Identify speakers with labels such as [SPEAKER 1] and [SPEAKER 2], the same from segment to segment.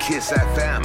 [SPEAKER 1] Kiss FM.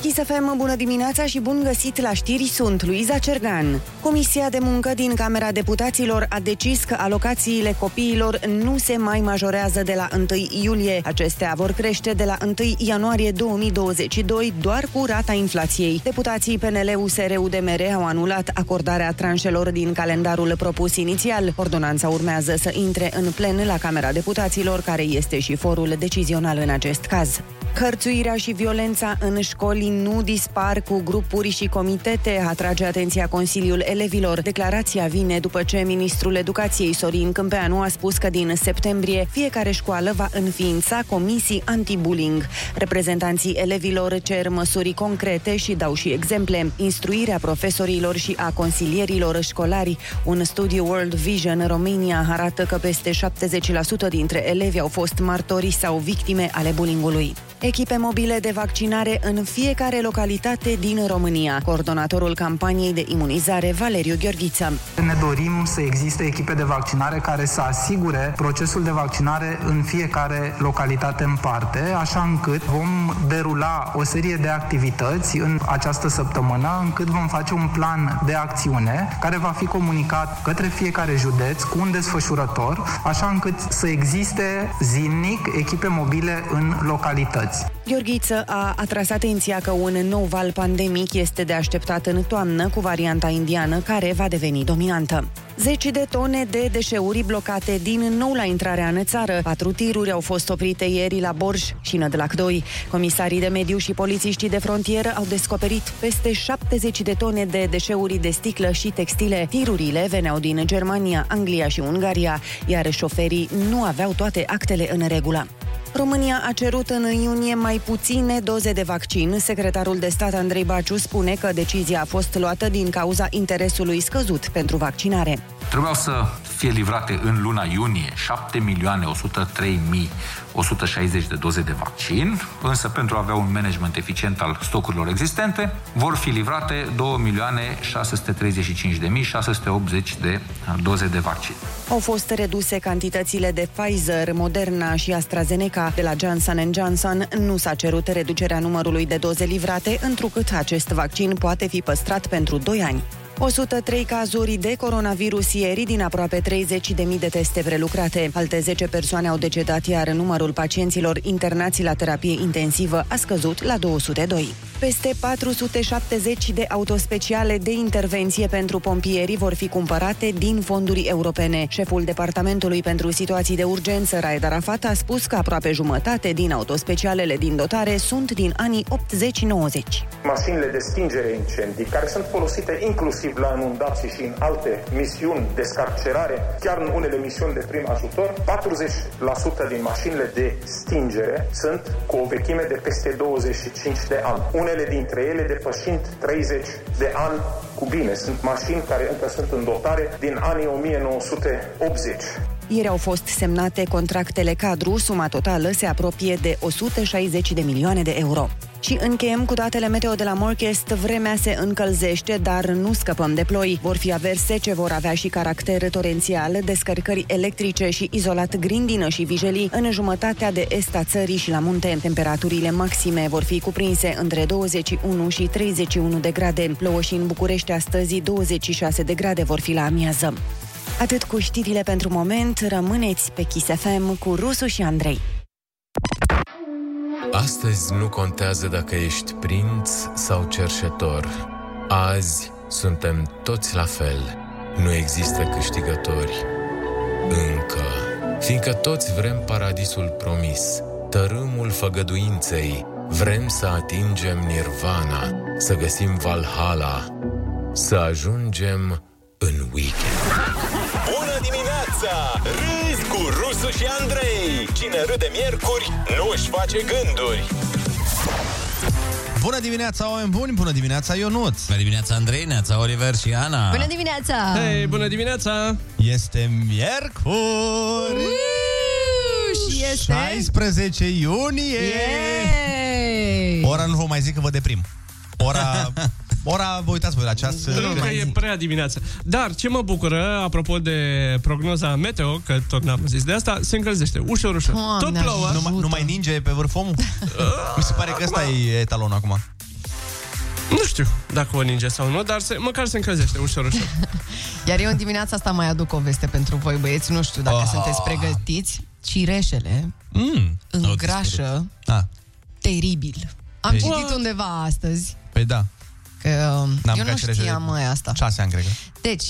[SPEAKER 2] Kiss FM, bună dimineața și bun găsit la știri, sunt Luiza Cergan. Comisia de muncă din Camera Deputaților a decis că alocațiile copiilor nu se mai majorează de la 1 iulie. Acestea vor crește de la 1 ianuarie 2022 doar cu rata inflației. Deputații PNL, USR, UDMR au anulat acordarea tranșelor din calendarul propus inițial. Ordonanța urmează să intre în plen la Camera Deputaților, care este și forul decizional în acest caz. Hărțuirea și violența în școli nu dispar cu grupuri și comitete, atrage atenția Consiliul Elevilor. Declarația vine după ce ministrul educației Sorin Câmpeanu a spus că din septembrie fiecare școală va înființa comisii anti-bullying. Reprezentanții elevilor cer măsuri concrete și dau și exemple. Instruirea profesorilor și a consilierilor școlari. Un studiu World Vision România arată că peste 70% dintre elevi au fost martori sau victime ale bullyingului. Echipe mobile de vaccinare în fiecare localitate din România. Coordonatorul campaniei de imunizare, Valeriu Gheorghiță.
[SPEAKER 3] Ne dorim să existe echipe de vaccinare care să asigure procesul de vaccinare în fiecare localitate în parte, așa încât vom derula o serie de activități în această săptămână, încât vom face un plan de acțiune care va fi comunicat către fiecare județ cu un desfășurător, așa încât să existe zilnic echipe mobile în localități.
[SPEAKER 2] Gheorghiță a atras atenția că un nou val pandemic este de așteptat în toamnă cu varianta indiană care va deveni dominantă. Zeci de tone de deșeuri blocate din nou la intrarea în țară. Patru tiruri au fost oprite ieri la Borj și Nădlac 2. Comisarii de mediu și polițiștii de frontieră au descoperit peste 70 de tone de deșeuri de sticlă și textile. Tirurile veneau din Germania, Anglia și Ungaria, iar șoferii nu aveau toate actele în regulă. România a cerut în iunie mai puține doze de vaccin. Secretarul de stat Andrei Baciu spune că decizia a fost luată din cauza interesului scăzut pentru vaccinare.
[SPEAKER 4] Trebuiau să fie livrate în luna iunie 7 milioane 103 160 de doze de vaccin, însă pentru a avea un management eficient al stocurilor existente, vor fi livrate 2 milioane 635 de 680 de doze de vaccin.
[SPEAKER 2] Au fost reduse cantitățile de Pfizer, Moderna și AstraZeneca. De la Johnson Johnson nu s-a cerut reducerea numărului de doze livrate, întrucât acest vaccin poate fi păstrat pentru 2 ani. 103 cazuri de coronavirus ieri din aproape 30.000 de teste prelucrate. Alte 10 persoane au decedat, iar numărul pacienților internați la terapie intensivă a scăzut la 202. Peste 470 de autospeciale de intervenție pentru pompieri vor fi cumpărate din fonduri europene. Șeful Departamentului pentru Situații de Urgență, Raed Arafat, a spus că aproape jumătate din autospecialele din dotare sunt din anii 80-90.
[SPEAKER 5] Mașinile de stingere incendii, care sunt folosite inclusiv inclusiv la inundații și în alte misiuni de scarcerare, chiar în unele misiuni de prim ajutor, 40% din mașinile de stingere sunt cu o vechime de peste 25 de ani. Unele dintre ele depășind 30 de ani cu bine. Sunt mașini care încă sunt în dotare din anii 1980.
[SPEAKER 2] Ieri au fost semnate contractele cadru, suma totală se apropie de 160 de milioane de euro. Și încheiem cu datele meteo de la Morchest. Vremea se încălzește, dar nu scăpăm de ploi. Vor fi averse ce vor avea și caracter torențial, descărcări electrice și izolat grindină și vijelii în jumătatea de est a țării și la munte. Temperaturile maxime vor fi cuprinse între 21 și 31 de grade. Plouă și în București astăzi 26 de grade vor fi la amiază. Atât cu știrile pentru moment, rămâneți pe Kiss FM cu Rusu și Andrei.
[SPEAKER 6] Astăzi nu contează dacă ești prinț sau cerșetor. Azi suntem toți la fel. Nu există câștigători. Încă. Fiindcă toți vrem paradisul promis, tărâmul făgăduinței, vrem să atingem nirvana, să găsim Valhalla, să ajungem în weekend.
[SPEAKER 7] Bună dimineața! Râzi cu Rusu și Andrei! Cine râde miercuri, nu își face gânduri!
[SPEAKER 8] Bună dimineața, oameni buni! Bună dimineața, Ionut!
[SPEAKER 9] Bună dimineața, Andrei, Neața, Oliver și
[SPEAKER 8] Ah.
[SPEAKER 9] Ana!
[SPEAKER 10] Bună dimineața!
[SPEAKER 11] Hei, bună dimineața!
[SPEAKER 8] Este miercuri!
[SPEAKER 10] Uuu, și este...
[SPEAKER 8] 16 iunie!
[SPEAKER 10] Yay!
[SPEAKER 8] Ora nu vă mai zic că vă deprim. Ora Da. Ora, vă uitați voi la ceas.
[SPEAKER 1] Pentru că e prea dimineață. Dar ce mă bucură, apropo de prognoza meteo, că tot n-am zis de asta, se încălzește ușor, ușor.
[SPEAKER 10] Doamne,
[SPEAKER 1] tot plouă.
[SPEAKER 10] ajută.
[SPEAKER 8] Nu, mai- nu mai ninge pe vârf omul? Mi se pare că ăsta e etalonul acum.
[SPEAKER 1] Nu știu dacă o ninge sau nu, dar se, măcar se încălzește ușor, ușor.
[SPEAKER 10] Iar eu în dimineața asta mai aduc o veste pentru voi băieți, nu știu dacă
[SPEAKER 8] Ah.
[SPEAKER 10] sunteți pregătiți. Cireșele
[SPEAKER 8] Mm.
[SPEAKER 10] îngrașă
[SPEAKER 8] Ah,
[SPEAKER 10] teribil. Am
[SPEAKER 8] Teribil.
[SPEAKER 10] citit undeva astăzi
[SPEAKER 8] păi da.
[SPEAKER 10] că um,
[SPEAKER 8] N-am
[SPEAKER 10] eu nu
[SPEAKER 8] mâncat cireșe
[SPEAKER 10] știam
[SPEAKER 8] de-
[SPEAKER 10] mai asta.
[SPEAKER 8] Șase ani, cred că.
[SPEAKER 10] Deci,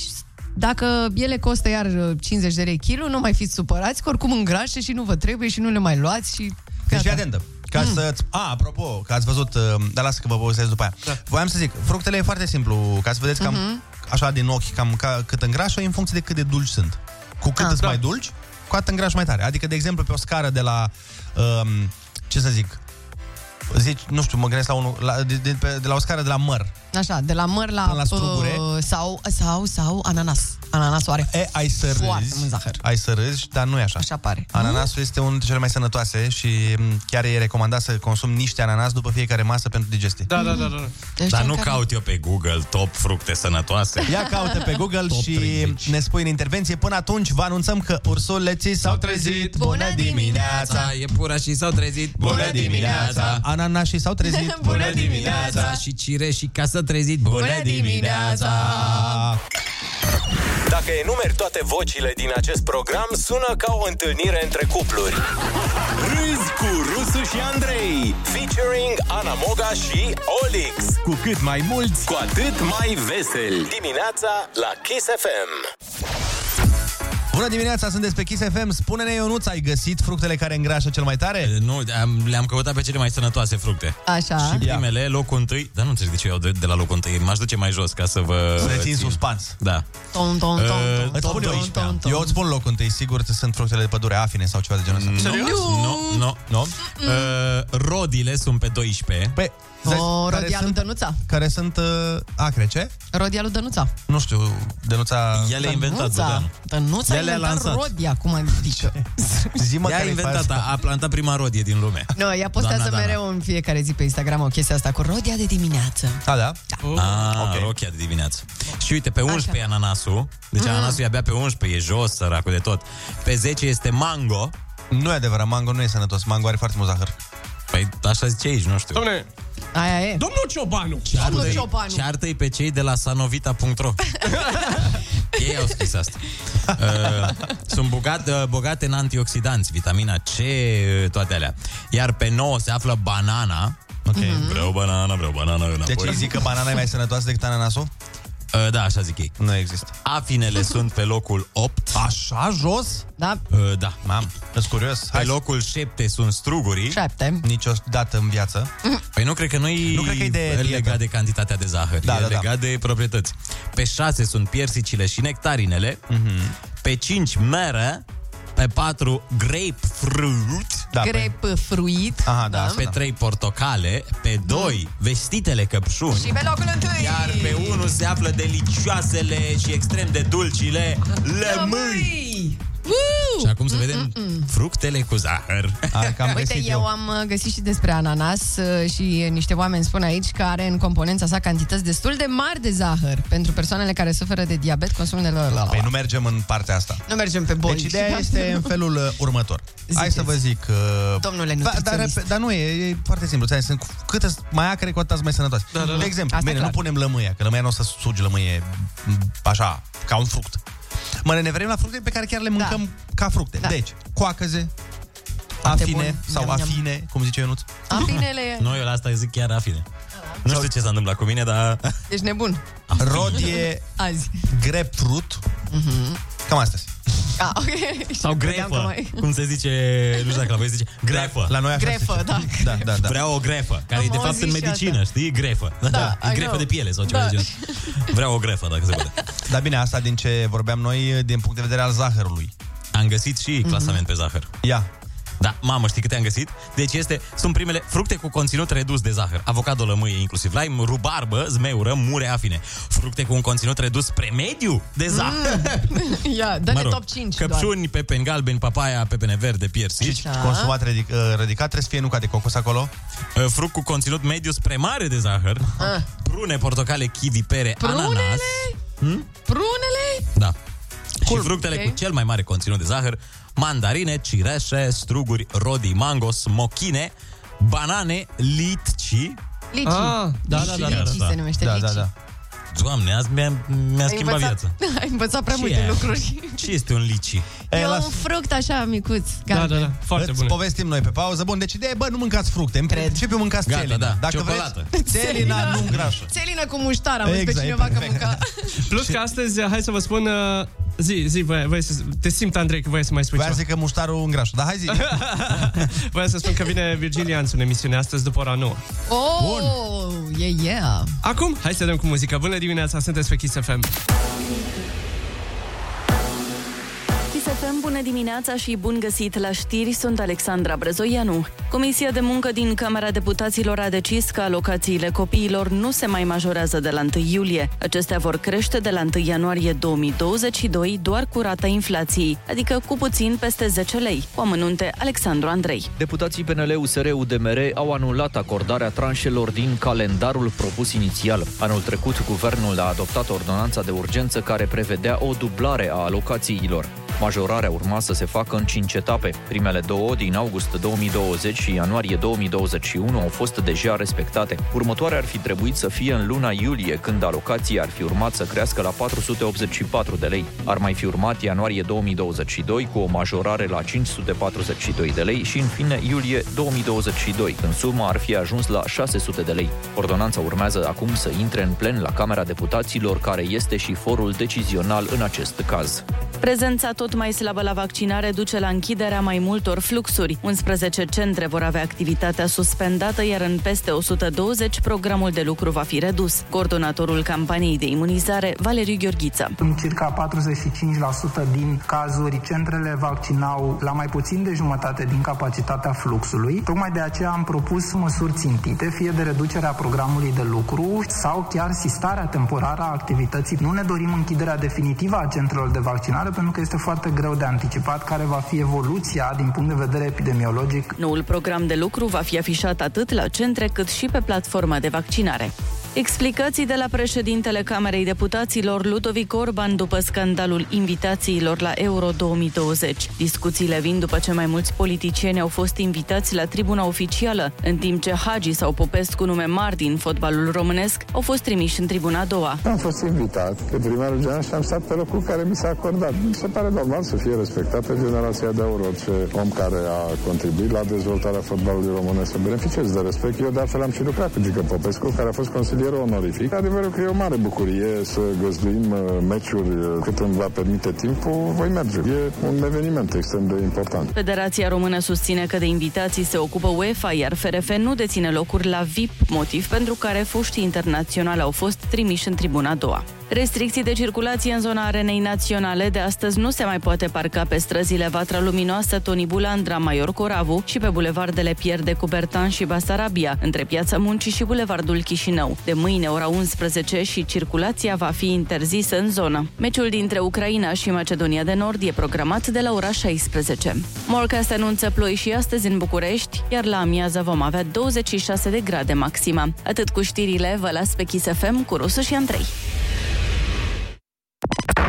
[SPEAKER 10] dacă ele costă iar uh, 50 de lei kilo, nu mai fiți supărați, că oricum îngrașe și nu vă trebuie și nu le mai luați și
[SPEAKER 8] Deci fii
[SPEAKER 10] gata.
[SPEAKER 8] atentă. Ca mm. să A, apropo, că ați văzut, uh, dar lasă că vă povestesc după aia. Da. Voiam să zic, fructele e foarte simplu, ca să vedeți cam,
[SPEAKER 10] Mhm.
[SPEAKER 8] mm-hmm. așa din ochi, cam ca, cât îngrașă, e în funcție de cât de dulci sunt. Cu cât
[SPEAKER 10] Ah.
[SPEAKER 8] îți
[SPEAKER 10] Da.
[SPEAKER 8] mai dulci, cu atât îngrași mai tare. Adică, de exemplu, pe o scară de la, um, ce să zic, zici, nu știu, mă gândesc la, unul, la, de, de, pe- de la o scară de la măr.
[SPEAKER 10] Așa, de la măr la,
[SPEAKER 8] Până la strugure.
[SPEAKER 10] uh, sau, sau, sau ananas. Ananasul are
[SPEAKER 8] E, ai să
[SPEAKER 10] Foarte
[SPEAKER 8] râzi,
[SPEAKER 10] mult zahăr.
[SPEAKER 8] ai să râzi, dar nu e așa.
[SPEAKER 10] Așa pare.
[SPEAKER 8] Ananasul este unul dintre cele mai sănătoase și m, chiar e recomandat să consumi niște ananas după fiecare masă pentru digestie.
[SPEAKER 1] Da, da, da, da.
[SPEAKER 10] Deci
[SPEAKER 9] Dar
[SPEAKER 10] cel
[SPEAKER 9] nu
[SPEAKER 10] care-
[SPEAKER 9] caut eu pe Google top fructe sănătoase.
[SPEAKER 8] Ia caută pe Google
[SPEAKER 9] Top
[SPEAKER 8] și
[SPEAKER 9] 30.
[SPEAKER 8] ne spui în intervenție. Până atunci vă anunțăm că ursuleții s-au trezit.
[SPEAKER 10] Bună dimineața!
[SPEAKER 9] e pura și s-au trezit.
[SPEAKER 10] Bună dimineața!
[SPEAKER 8] Ananașii s-au trezit.
[SPEAKER 10] Bună dimineața!
[SPEAKER 9] Și cireșii ca să trezit.
[SPEAKER 10] Bună dimineața!
[SPEAKER 7] Dacă enumeri toate vocile din acest program, sună ca o întâlnire între cupluri. Râzi cu Rusu și Andrei, featuring Ana Moga și Olix.
[SPEAKER 8] Cu cât mai mulți
[SPEAKER 7] Cu atât mai vesel. Dimineața la Kiss FM.
[SPEAKER 8] Bună dimineața, sunt pe Kiss FM. Spune-ne, Ionuț, ai găsit fructele care îngrașă cel mai tare?
[SPEAKER 9] Nu, am, le-am căutat pe cele mai sănătoase fructe.
[SPEAKER 10] Așa.
[SPEAKER 9] Și primele, locul întâi, dar nu înțeleg de ce eu de, de la locul întâi, m-aș duce mai jos ca să vă...
[SPEAKER 8] Să ne țin suspans.
[SPEAKER 9] Da.
[SPEAKER 10] Ton, ton, ton,
[SPEAKER 9] Eh,
[SPEAKER 10] ton,
[SPEAKER 8] Uh, Îți
[SPEAKER 10] ton,
[SPEAKER 8] spun eu
[SPEAKER 10] ton,
[SPEAKER 8] aici.
[SPEAKER 10] ton, ton.
[SPEAKER 8] Eu îți spun locul întâi, sigur sunt fructele de pădure, afine sau ceva de genul ăsta.
[SPEAKER 9] Nu, nu, nu.
[SPEAKER 8] Uh,
[SPEAKER 9] Eh, Rodile sunt pe 12.
[SPEAKER 8] Păi,
[SPEAKER 10] Mm. O,
[SPEAKER 8] care
[SPEAKER 10] rodia lui
[SPEAKER 8] sunt,
[SPEAKER 10] Dănuța.
[SPEAKER 8] care sunt uh, acre, ce?
[SPEAKER 10] Rodia lui Dănuța.
[SPEAKER 8] Nu știu, denuța...
[SPEAKER 9] Ea le-a inventat, Bogdan.
[SPEAKER 10] Dănuța. Dănuța a
[SPEAKER 9] Ea le-a
[SPEAKER 10] inventat
[SPEAKER 9] lansat.
[SPEAKER 10] rodia, cum adică.
[SPEAKER 8] Zi-mă
[SPEAKER 9] Ea a
[SPEAKER 8] care-i
[SPEAKER 9] inventat,
[SPEAKER 8] faza.
[SPEAKER 9] a, a plantat prima rodie din lume.
[SPEAKER 10] Nu, ea postează
[SPEAKER 9] Doamna Dana.
[SPEAKER 10] mereu în fiecare zi pe Instagram o chestie asta cu rodia de dimineață.
[SPEAKER 8] A, da?
[SPEAKER 9] Ah,
[SPEAKER 8] Ok.
[SPEAKER 9] okay. rochia de dimineață. Și uite, pe 11 e ananasul. Deci ananasul e abia pe 11, e jos, săracul de tot. Pe 10 este mango.
[SPEAKER 8] Nu e adevărat, mango nu e sănătos, mango are foarte mult zahăr.
[SPEAKER 9] Păi așa zice aici, nu știu.
[SPEAKER 1] Domne,
[SPEAKER 10] Aia e.
[SPEAKER 1] domnul Ciobanu!
[SPEAKER 10] Domnul
[SPEAKER 9] Ceartă-i-
[SPEAKER 10] Ciobanu.
[SPEAKER 9] Ceartă-i pe cei de la sanovita.ro Ei au scris asta. Uh, sunt bogat, uh, bogate în antioxidanți, vitamina C, uh, toate alea. Iar pe 9 se află banana.
[SPEAKER 8] Ok.
[SPEAKER 9] Vreau banana, vreau banana înapoi.
[SPEAKER 8] Deci ei zic că banana e mai sănătoasă decât ananasul?
[SPEAKER 9] Uh, da, așa zic ei.
[SPEAKER 8] Nu există.
[SPEAKER 9] Afinele sunt pe locul 8.
[SPEAKER 8] Așa jos?
[SPEAKER 10] Da?
[SPEAKER 9] Uh, da.
[SPEAKER 8] Mam, sunt curios.
[SPEAKER 9] Pe
[SPEAKER 8] Hai loc.
[SPEAKER 9] locul 7 sunt strugurii.
[SPEAKER 10] Șapte.
[SPEAKER 8] Niciodată în viață.
[SPEAKER 9] Păi nu cred că nu-i
[SPEAKER 8] Nu cred că e de dietă.
[SPEAKER 9] legat de cantitatea de zahăr,
[SPEAKER 8] Da,
[SPEAKER 9] da, e
[SPEAKER 8] da, da.
[SPEAKER 9] legat de proprietăți. Pe 6 sunt piersicile și nectarinele, pe 5 mere, pe 4 grapefruit,
[SPEAKER 8] Da, pe...
[SPEAKER 10] Grep fruit.
[SPEAKER 8] Aha, da, asta
[SPEAKER 9] pe 3 portocale, pe 2 vestitele căpșuni.
[SPEAKER 10] Și pe locul întâi.
[SPEAKER 9] Iar pe 1 se află delicioasele și extrem de dulcile lămâi.
[SPEAKER 10] Lămâi. Mm,
[SPEAKER 9] Și acum să vedem fructele cu zahăr.
[SPEAKER 8] Are cam
[SPEAKER 10] Uite,
[SPEAKER 8] găsit
[SPEAKER 10] eu am uh, găsit și despre ananas uh, și niște oameni spun aici că are în componența sa cantități destul de mari de zahăr pentru persoanele care suferă de diabet, consumul de la, la, la.
[SPEAKER 8] Păi nu mergem în partea asta.
[SPEAKER 10] Nu mergem pe boli. Da.
[SPEAKER 8] Deci ideea este în felul uh, următor. Hai
[SPEAKER 10] Ziceți.
[SPEAKER 8] să vă zic... Uh,
[SPEAKER 10] Domnule
[SPEAKER 8] da, dar,
[SPEAKER 10] nutriționist.
[SPEAKER 8] repe- dar nu, e, e foarte simplu. Ți-am zis, Sunt cu- cât sunt mai acre, cu atât sunt mai sănătoase. Da, da, da. De exemplu,
[SPEAKER 10] Asta
[SPEAKER 8] bine,
[SPEAKER 10] clar.
[SPEAKER 8] nu punem lămâia, că lămâia nu o să sugi lămâie m, așa, ca un fruct. Mă ne referim la fructe pe care chiar le mâncăm ca fructe.
[SPEAKER 10] Da.
[SPEAKER 8] Deci, coacăze, afine
[SPEAKER 10] bun.
[SPEAKER 8] sau
[SPEAKER 10] Miam, miam.
[SPEAKER 8] afine, cum zice Ionuț.
[SPEAKER 10] Apinele,
[SPEAKER 9] Noi eu la asta zic chiar afine. Nu știu ce s-a întâmplat cu mine, dar...
[SPEAKER 10] ești nebun
[SPEAKER 8] Rodie,
[SPEAKER 10] azi.
[SPEAKER 8] grapefruit. Cam astea sunt.
[SPEAKER 10] A, Ah, ok.
[SPEAKER 9] Sau
[SPEAKER 10] Credeam că
[SPEAKER 9] grefă,
[SPEAKER 10] mai-
[SPEAKER 9] cum se zice, nu știu dacă la voi se zice, grefă.
[SPEAKER 8] Da, La noi așa se
[SPEAKER 10] Grefă,
[SPEAKER 8] zice.
[SPEAKER 10] da.
[SPEAKER 8] Da, da, da.
[SPEAKER 9] Vreau o grefă, care
[SPEAKER 10] Am
[SPEAKER 9] e de fapt
[SPEAKER 10] auzit
[SPEAKER 9] în
[SPEAKER 10] și
[SPEAKER 9] medicină,
[SPEAKER 10] asta.
[SPEAKER 9] știi? Grefă. Da,
[SPEAKER 10] I
[SPEAKER 9] e grefă
[SPEAKER 10] know.
[SPEAKER 9] de piele sau ceva
[SPEAKER 10] Da.
[SPEAKER 9] de genul. Vreau o grefă, dacă se poate.
[SPEAKER 8] Dar bine, asta din ce vorbeam noi, din punct de vedere al zahărului.
[SPEAKER 9] Am găsit și clasament pe zahăr.
[SPEAKER 8] Mhm. Ia.
[SPEAKER 9] Da, mamă, știi câte am găsit? Deci este, sunt primele fructe cu conținut redus de zahăr. Avocado, lămâie, inclusiv lime, rubarbă, zmeură, mure afine. Fructe cu un conținut redus premidiu de zahăr.
[SPEAKER 8] Mm.
[SPEAKER 10] Ia, dă-ne top 5 doar.
[SPEAKER 9] Mm. Căpșuni, pepeni galbeni, papaya, pepene verde, piersici.
[SPEAKER 10] Așa.
[SPEAKER 8] Deci, Consumat ridic, ridicat, trebuie să fie nuca de cocos acolo.
[SPEAKER 9] Uh, Fruct cu conținut mediu spre mare de zahăr.
[SPEAKER 10] Ah.
[SPEAKER 9] Prune, portocale, kiwi, pere,
[SPEAKER 10] Prunele?
[SPEAKER 9] ananas. Hm?
[SPEAKER 10] Prunele?
[SPEAKER 9] Da. Și fructele
[SPEAKER 10] Ok.
[SPEAKER 9] cu cel mai mare conținut de zahăr, mandarine, cireșe, struguri, rodii, mango, smochine, banane, litci.
[SPEAKER 10] Licii.
[SPEAKER 1] Ah, da, da, da, da,
[SPEAKER 10] Licii
[SPEAKER 9] da.
[SPEAKER 10] se numește
[SPEAKER 8] Da,
[SPEAKER 10] licii.
[SPEAKER 8] da, da.
[SPEAKER 9] Doamne, azi mi-a, mi-a
[SPEAKER 10] Ai
[SPEAKER 9] schimbat
[SPEAKER 10] învățat,
[SPEAKER 9] viața.
[SPEAKER 10] Ai învățat prea
[SPEAKER 9] Ce
[SPEAKER 10] multe
[SPEAKER 9] e?
[SPEAKER 10] lucruri.
[SPEAKER 9] Ce este un lici?
[SPEAKER 10] e
[SPEAKER 8] Ei, las-
[SPEAKER 10] un fruct așa micuț,
[SPEAKER 1] Da, da,
[SPEAKER 10] galben.
[SPEAKER 1] da. Foarte
[SPEAKER 8] Îți
[SPEAKER 1] bun.
[SPEAKER 8] povestim noi pe pauză. Bun, deci ideea e, bă, nu mâncați fructe. În principiu mâncați
[SPEAKER 9] Gata,
[SPEAKER 8] țelină.
[SPEAKER 9] da.
[SPEAKER 8] Dacă
[SPEAKER 9] Ciocolată.
[SPEAKER 8] vreți, țelina nu îngrașă.
[SPEAKER 10] Țelină cu muștar, am exact, pe
[SPEAKER 8] Exact, e
[SPEAKER 10] cineva că
[SPEAKER 8] perfect.
[SPEAKER 10] mânca.
[SPEAKER 1] Plus că astăzi, hai să vă spun... uh, Zi, zi, voi, voi să, te simt, Andrei, că voi să mai spui
[SPEAKER 8] Vreau
[SPEAKER 1] ceva.
[SPEAKER 8] să zic că muștarul îngrașă. Dar hai zi.
[SPEAKER 1] Vreau să spun că vine Virgilia Anțu în emisiune astăzi după ora 9.
[SPEAKER 10] Oh, yeah, yeah.
[SPEAKER 1] Acum, hai să dăm cu muzica. Bună dimineața, sunteți pe Kiss FM.
[SPEAKER 11] Chisefem, bună dimineața și bun găsit la știri, sunt Alexandra Brezoianu. Comisia de muncă din Camera Deputaților a decis că alocațiile copiilor nu se mai majorează de la 1 iulie. Acestea vor crește de la 1 ianuarie 2022 doar cu rata inflației, adică cu puțin peste 10 lei. Cu amănunte, Alexandru Andrei.
[SPEAKER 12] Deputații PNL, USR, UDMR au anulat acordarea tranșelor din calendarul propus inițial. Anul trecut, guvernul a adoptat ordonanța de urgență care prevedea o dublare a alocațiilor. Majorarea urma să se facă în 5 etape. Primele două, din august 2020 și ianuarie 2021, au fost deja respectate. Următoarea ar fi trebuit să fie în luna iulie, când alocația ar fi urmat să crească la 484 de lei. Ar mai fi urmat ianuarie 2022 cu o majorare la 542 de lei și în fine iulie 2022, când suma ar fi ajuns la 600 de lei. Ordonanța urmează acum să intre în plen la Camera Deputaților, care este și forul decizional în acest caz.
[SPEAKER 11] Prezența tot mai slabă la vaccinare duce la închiderea mai multor fluxuri. 11 centre vor avea activitatea suspendată, iar în peste 120 programul de lucru va fi redus. Coordonatorul campaniei de imunizare, Valeriu Gheorghiță.
[SPEAKER 3] În circa 45% din cazuri, centrele vaccinau la mai puțin de jumătate din capacitatea fluxului. Tocmai de aceea am propus măsuri țintite, fie de reducerea programului de lucru sau chiar sistarea temporară a activității. Nu ne dorim închiderea definitivă a centrelor de vaccinare pentru că este foarte greu de anticipat care va fi evoluția din punct de vedere epidemiologic
[SPEAKER 11] Noul program de lucru va fi afișat atât la centre cât și pe platforma de vaccinare. Explicații de la președintele Camerei Deputaților Ludovic Orban după scandalul invitațiilor la Euro 2020. Discuțiile vin după ce mai mulți politicieni au fost invitați la tribuna oficială, în timp ce Hagi sau Popescu, nume mari din fotbalul românesc, au fost trimiși în tribuna a doua.
[SPEAKER 12] Am fost invitat de primarul general și am stat pe locul care mi s-a acordat. Mi se pare normal să fie respectată generația de euro. Orice om care a contribuit la dezvoltarea fotbalului românesc să beneficieze de respect. Eu de altfel am și lucrat cu Gică Popescu, care a fost consilier onorific. Adevărul că e o mare bucurie să găzduim uh, meciuri uh, cât îmi va permite timpul, voi merge. E un eveniment extrem de important.
[SPEAKER 11] Federația Română susține că de invitații se ocupă UEFA, iar FRF nu deține locuri la VIP, motiv pentru care foștii internaționali au fost trimiși în tribuna a doua. Restricții de circulație în zona arenei naționale de astăzi nu se mai poate parca pe străzile Vatra Luminoasă, Toni Bulandra, Maior Coravu și pe bulevardele Pierde Cubertan și Basarabia, între Piața Muncii și Bulevardul Chișinău. De mâine, ora 11 și circulația va fi interzisă în zonă. Meciul dintre Ucraina și Macedonia de Nord e programat de la ora 16. Morcast anunță ploi și astăzi în București, iar la amiază vom avea 26 de grade maxima. Atât cu știrile, vă las pe Kiss FM cu Rusu și Andrei.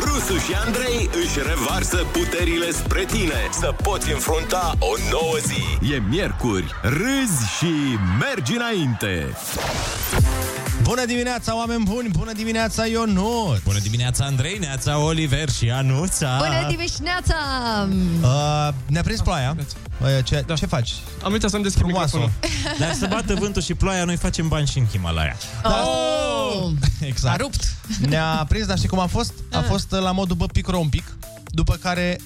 [SPEAKER 7] Rusu și Andrei își revarsă puterile spre tine să poți înfrunta o nouă zi. E miercuri, râzi și mergi înainte.
[SPEAKER 8] Bună dimineața, oameni buni! Bună dimineața, Ionut!
[SPEAKER 9] Bună dimineața, Andrei, neața, Oliver și Anuța.
[SPEAKER 10] Bună dimineața!
[SPEAKER 8] Uh, ne-a prins ploaia. Bă, Ce, da. ce faci?
[SPEAKER 1] Am uitat să-mi deschid microfonul.
[SPEAKER 9] Dar să bată vântul și ploaia, noi facem bani și în Himalaya.
[SPEAKER 10] Oh! Ah.
[SPEAKER 8] Exact. A rupt. Ne-a prins, dar știi cum a fost? A fost uh, la mod după picro un pic, după care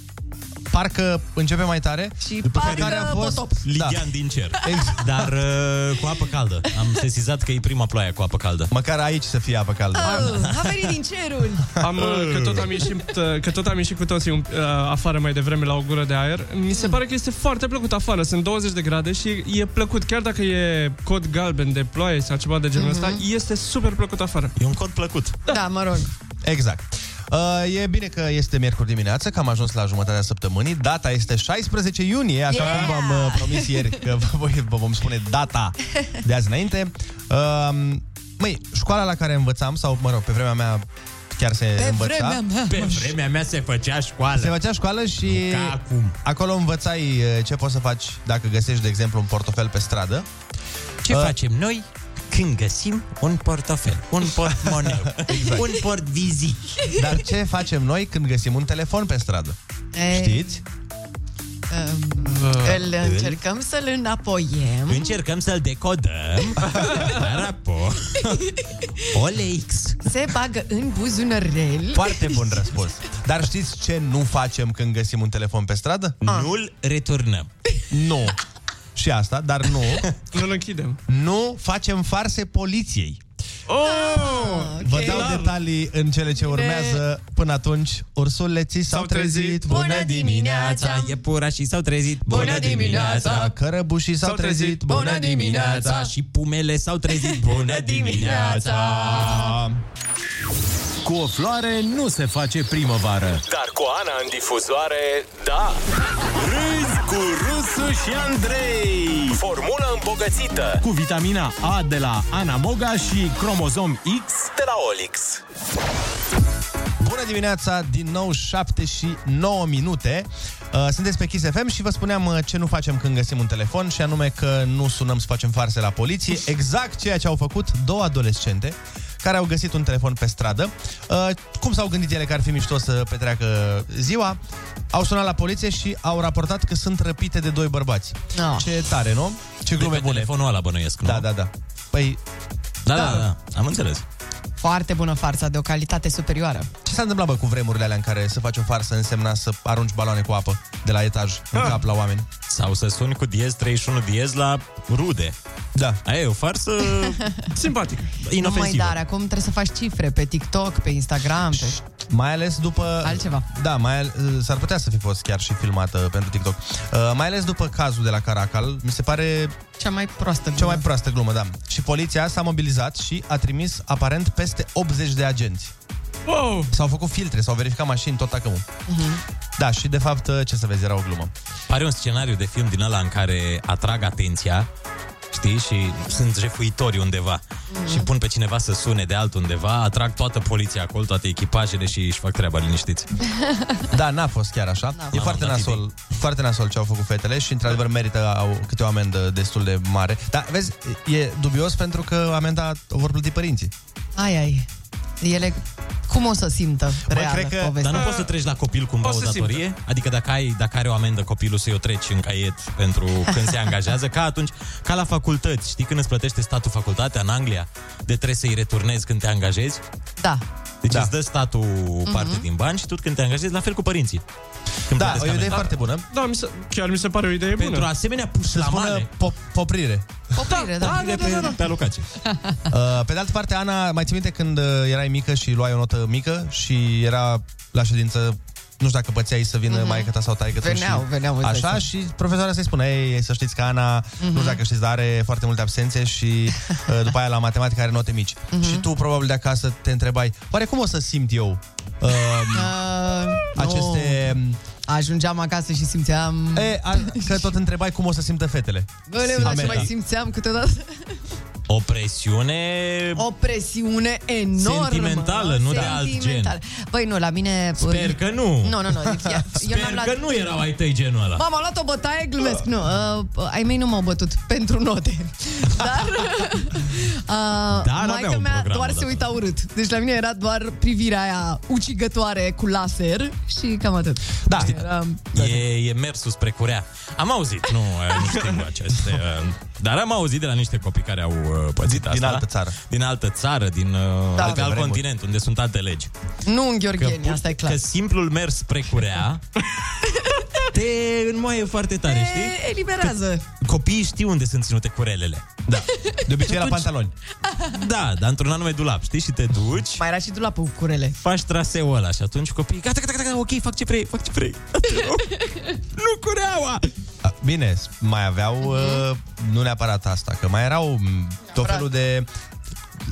[SPEAKER 8] parcă începe mai tare.
[SPEAKER 10] Și
[SPEAKER 8] după
[SPEAKER 10] parcă potop.
[SPEAKER 1] Da.
[SPEAKER 9] Ligian
[SPEAKER 8] Da.
[SPEAKER 9] din cer.
[SPEAKER 8] Exact.
[SPEAKER 9] Dar uh, cu apă caldă. Am sesizat că e prima ploaie cu apă caldă.
[SPEAKER 8] Măcar aici să fie apă caldă.
[SPEAKER 10] Oh, a venit din ceruri.
[SPEAKER 1] Am, uh, că, tot am ieșit, uh, că tot am ieșit cu toții uh, afară mai devreme la o gură de aer. Mi se pare că este foarte plăcut afară. Sunt 20 de grade și e plăcut. Chiar dacă e cod galben de ploaie sau ceva de genul
[SPEAKER 8] Mhm.
[SPEAKER 1] ăsta, este super plăcut afară.
[SPEAKER 9] E un cod plăcut.
[SPEAKER 10] Da, mă rog.
[SPEAKER 8] Exact. Uh, e bine că este miercuri dimineață, că am ajuns la jumătatea săptămânii. Data este 16 iunie, așa
[SPEAKER 10] Yeah!
[SPEAKER 8] yeah! cum am uh, promis ieri că vă, voi- vă vom spune data de azi înainte. Uh, măi, școala la care învățam, sau mă rog, pe vremea mea chiar se
[SPEAKER 10] Pe
[SPEAKER 8] învăța.
[SPEAKER 10] vremea mea.
[SPEAKER 9] Pe vremea mea se făcea școală.
[SPEAKER 8] Se făcea școală și
[SPEAKER 9] Nu ca acum.
[SPEAKER 8] acolo învățai uh, ce poți să faci dacă găsești, de exemplu, un portofel pe stradă.
[SPEAKER 9] Ce
[SPEAKER 8] Uh.
[SPEAKER 9] facem noi când găsim un portofel, un portmoneu, un portvizic?
[SPEAKER 8] Exact. Dar ce facem noi când găsim un telefon pe stradă?
[SPEAKER 10] Ei,
[SPEAKER 8] Știți?
[SPEAKER 10] um, Îl încercăm să-l înapoiem.
[SPEAKER 9] Încercăm să-l decodăm, dar apoi... Olex.
[SPEAKER 10] Se bagă în buzunărel.
[SPEAKER 8] Foarte bun răspuns. Dar știți ce nu facem când găsim un telefon pe stradă?
[SPEAKER 1] Ah.
[SPEAKER 9] Nu-l returnăm.
[SPEAKER 8] Nu. Și asta, dar nu.
[SPEAKER 1] Nu-l închidem.
[SPEAKER 8] Nu facem farse poliției.
[SPEAKER 1] Oh!
[SPEAKER 10] Ah, Ok.
[SPEAKER 8] Vă dau detalii în cele ce urmează. Până atunci, ursuleții s-au
[SPEAKER 1] S-au trezit.
[SPEAKER 8] trezit.
[SPEAKER 10] Bună dimineața!
[SPEAKER 9] Iepurașii s-au trezit.
[SPEAKER 10] Bună dimineața!
[SPEAKER 8] Cărăbușii s-au
[SPEAKER 1] S-au trezit.
[SPEAKER 8] trezit.
[SPEAKER 10] Bună dimineața!
[SPEAKER 9] Și pumele s-au trezit. Bună
[SPEAKER 10] dimineața!
[SPEAKER 7] Cu o floare nu se face primăvară.
[SPEAKER 6] Dar cu Ana în difuzoare, da! Râzi cu Rusu și Andrei!
[SPEAKER 7] Formulă îmbogățită
[SPEAKER 6] Cu vitamina A de la Ana Moga și cromozom X
[SPEAKER 7] de la Olix.
[SPEAKER 8] Bună dimineața, din nou 7 și 9 minute. Uh, Sunteți pe Kiss FM și vă spuneam uh, ce nu facem când găsim un telefon și anume că nu sunăm să facem farse la poliție, exact ceea ce au făcut două adolescente care au găsit un telefon pe stradă. Uh, Cum s-au gândit ele că ar fi mișto să petreacă ziua? Au sunat la poliție și au raportat că sunt răpite de doi bărbați.
[SPEAKER 10] Ah.
[SPEAKER 8] Ce tare, nu? Ce
[SPEAKER 9] Glume
[SPEAKER 8] glume
[SPEAKER 9] pe
[SPEAKER 8] bune.
[SPEAKER 9] telefonul ăla bănuiesc, nu?
[SPEAKER 8] Da, da, da. Păi,
[SPEAKER 9] da, da, da. Am înțeles.
[SPEAKER 10] Foarte bună farsa, de o calitate superioară.
[SPEAKER 8] Ce s-a întâmplat, bă, cu vremurile alea în care să faci o farsă însemna să arunci baloane cu apă de la etaj în cap la oameni?
[SPEAKER 9] Sau să suni cu diez 31 diez la rude.
[SPEAKER 8] Da.
[SPEAKER 9] Aia e o farsă
[SPEAKER 1] Simpatic.
[SPEAKER 10] Nu mai
[SPEAKER 9] inofensivă.
[SPEAKER 10] dar, acum trebuie să faci cifre pe TikTok, pe Instagram, pe...
[SPEAKER 8] Mai ales după...
[SPEAKER 10] Altceva.
[SPEAKER 8] Da, mai al... s-ar putea să fi fost chiar și filmată pentru TikTok. Uh, mai ales după cazul de la Caracal, mi se pare
[SPEAKER 10] Cea mai proastă
[SPEAKER 8] cea mai proastă glumă, da. Și poliția s-a mobilizat și a trimis aparent peste 80 de agenți.
[SPEAKER 1] Wow!
[SPEAKER 8] S-au făcut filtre, s-au verificat mașini, tot acum. Uh-huh.
[SPEAKER 10] Mhm.
[SPEAKER 8] Da, și de fapt, uh, ce să vezi, era o glumă.
[SPEAKER 9] Pare un scenariu de film din ăla în care atrag atenția, știi, și sunt jefuitori undeva și pun pe cineva să sune de altundeva, atrag toată poliția acolo, toate echipajele și își fac treaba, liniștiți.
[SPEAKER 8] Da, n-a fost chiar așa. E
[SPEAKER 9] N-am
[SPEAKER 8] foarte
[SPEAKER 9] dat
[SPEAKER 8] nasol, foarte nasol ce au făcut fetele și, într-adevăr, merită au câte o amendă destul de mare. Dar, vezi, e dubios pentru că amenda o vor plăti părinții.
[SPEAKER 10] Ai, ai. Ele cum o să simtă reală
[SPEAKER 8] cred că-
[SPEAKER 10] povestea?
[SPEAKER 9] Dar nu poți să treci la copil cumva
[SPEAKER 1] O
[SPEAKER 9] o,
[SPEAKER 1] să
[SPEAKER 9] datorie? Adică dacă, ai, dacă are o amendă copilul să-i o treci în caiet pentru când se angajează, ca atunci, ca la facultăți, știi când îți plătește statul facultatea în Anglia, de trebuie să-i returnezi când te angajezi?
[SPEAKER 10] Da.
[SPEAKER 9] Deci
[SPEAKER 8] Da.
[SPEAKER 9] da. îți dă statul
[SPEAKER 10] Mhm.
[SPEAKER 9] parte din bani și tu când te angajezi, la fel cu părinții. Când
[SPEAKER 8] Da,
[SPEAKER 9] plătesc
[SPEAKER 8] o idee
[SPEAKER 9] amendă.
[SPEAKER 8] foarte bună.
[SPEAKER 1] Da, mi se, chiar mi se pare o idee bună.
[SPEAKER 9] Pentru asemenea
[SPEAKER 8] Se spună
[SPEAKER 9] pușlamane
[SPEAKER 8] pop- poprire.
[SPEAKER 10] Poprire, da.
[SPEAKER 9] de pe, pe alocație.
[SPEAKER 8] Uh, pe de altă parte, Ana, mai ții minte când uh, erai mică și luai o notă mică și era la ședință nu știu dacă pățeai să vină mm-hmm. maică ta sau taică
[SPEAKER 10] Veneau,
[SPEAKER 8] și,
[SPEAKER 10] veneau, îți dai
[SPEAKER 8] Așa
[SPEAKER 10] seama.
[SPEAKER 8] și profesoara să-i spună, ei, să știți că Ana, mm-hmm. nu știu dacă știți, dar are foarte multe absențe și uh, după aia la matematică are note mici. Mm-hmm. Și tu probabil de acasă te întrebai, oare cum o să simt eu uh,
[SPEAKER 10] Uh, nu.
[SPEAKER 8] aceste...
[SPEAKER 10] Ajungeam acasă și simțeam...
[SPEAKER 8] E, a, că tot întrebai cum o să simtă fetele.
[SPEAKER 10] Bă, dar ce
[SPEAKER 8] Amenda.
[SPEAKER 10] mai simțeam câteodată?
[SPEAKER 9] O presiune...
[SPEAKER 10] O presiune enormă.
[SPEAKER 9] Sentimentală, nu de alt gen.
[SPEAKER 10] Sentimentală. Păi nu, la mine...
[SPEAKER 9] Sper că nu.
[SPEAKER 10] Nu, nu, nu. deci Chiar, eu
[SPEAKER 9] Sper
[SPEAKER 10] n-am luat...
[SPEAKER 9] că nu erau ai tăi genul ăla.
[SPEAKER 10] Mama, a luat o bătaie, glumesc,
[SPEAKER 9] Da.
[SPEAKER 10] nu. Uh, ai mei nu m-au bătut pentru note. Dar, uh,
[SPEAKER 9] Dar avea
[SPEAKER 10] maica
[SPEAKER 9] un
[SPEAKER 10] mea
[SPEAKER 9] program.
[SPEAKER 10] doar se uita urât. Deci la mine era doar privirea aia ucigătoare cu laser și cam atât. ă,
[SPEAKER 9] Da. E, e mersul spre curea. Am auzit, nu, uh, nu știu aceste... uh, Dar am auzit de la niște copii care au uh, pățit asta. Din altă țară. Din altă țară, din
[SPEAKER 10] Da.
[SPEAKER 9] da, alt,
[SPEAKER 10] Pe
[SPEAKER 9] alt
[SPEAKER 10] vremuri. Da.
[SPEAKER 9] continent, unde sunt alte legi.
[SPEAKER 10] Nu în Gheorgheni,
[SPEAKER 9] pur-
[SPEAKER 10] asta e clar.
[SPEAKER 9] Că simplul mers spre curea te înmoaie foarte tare, știi?
[SPEAKER 10] Te eliberează.
[SPEAKER 9] Copiii știu unde sunt ținute curelele. Da. De obicei la pantaloni. Da, dar într-un anume dulap, știi? Și te duci,
[SPEAKER 10] Mai era și tu la curele.
[SPEAKER 9] faci traseul ăla și atunci copiii, gata, gata, gata, gata, ok, fac ce vrei, fac ce vrei. nu cureaua!
[SPEAKER 8] Bine, s- mai aveau,
[SPEAKER 10] Mhm.
[SPEAKER 8] uh, nu neapărat asta, că mai erau m, tot felul de...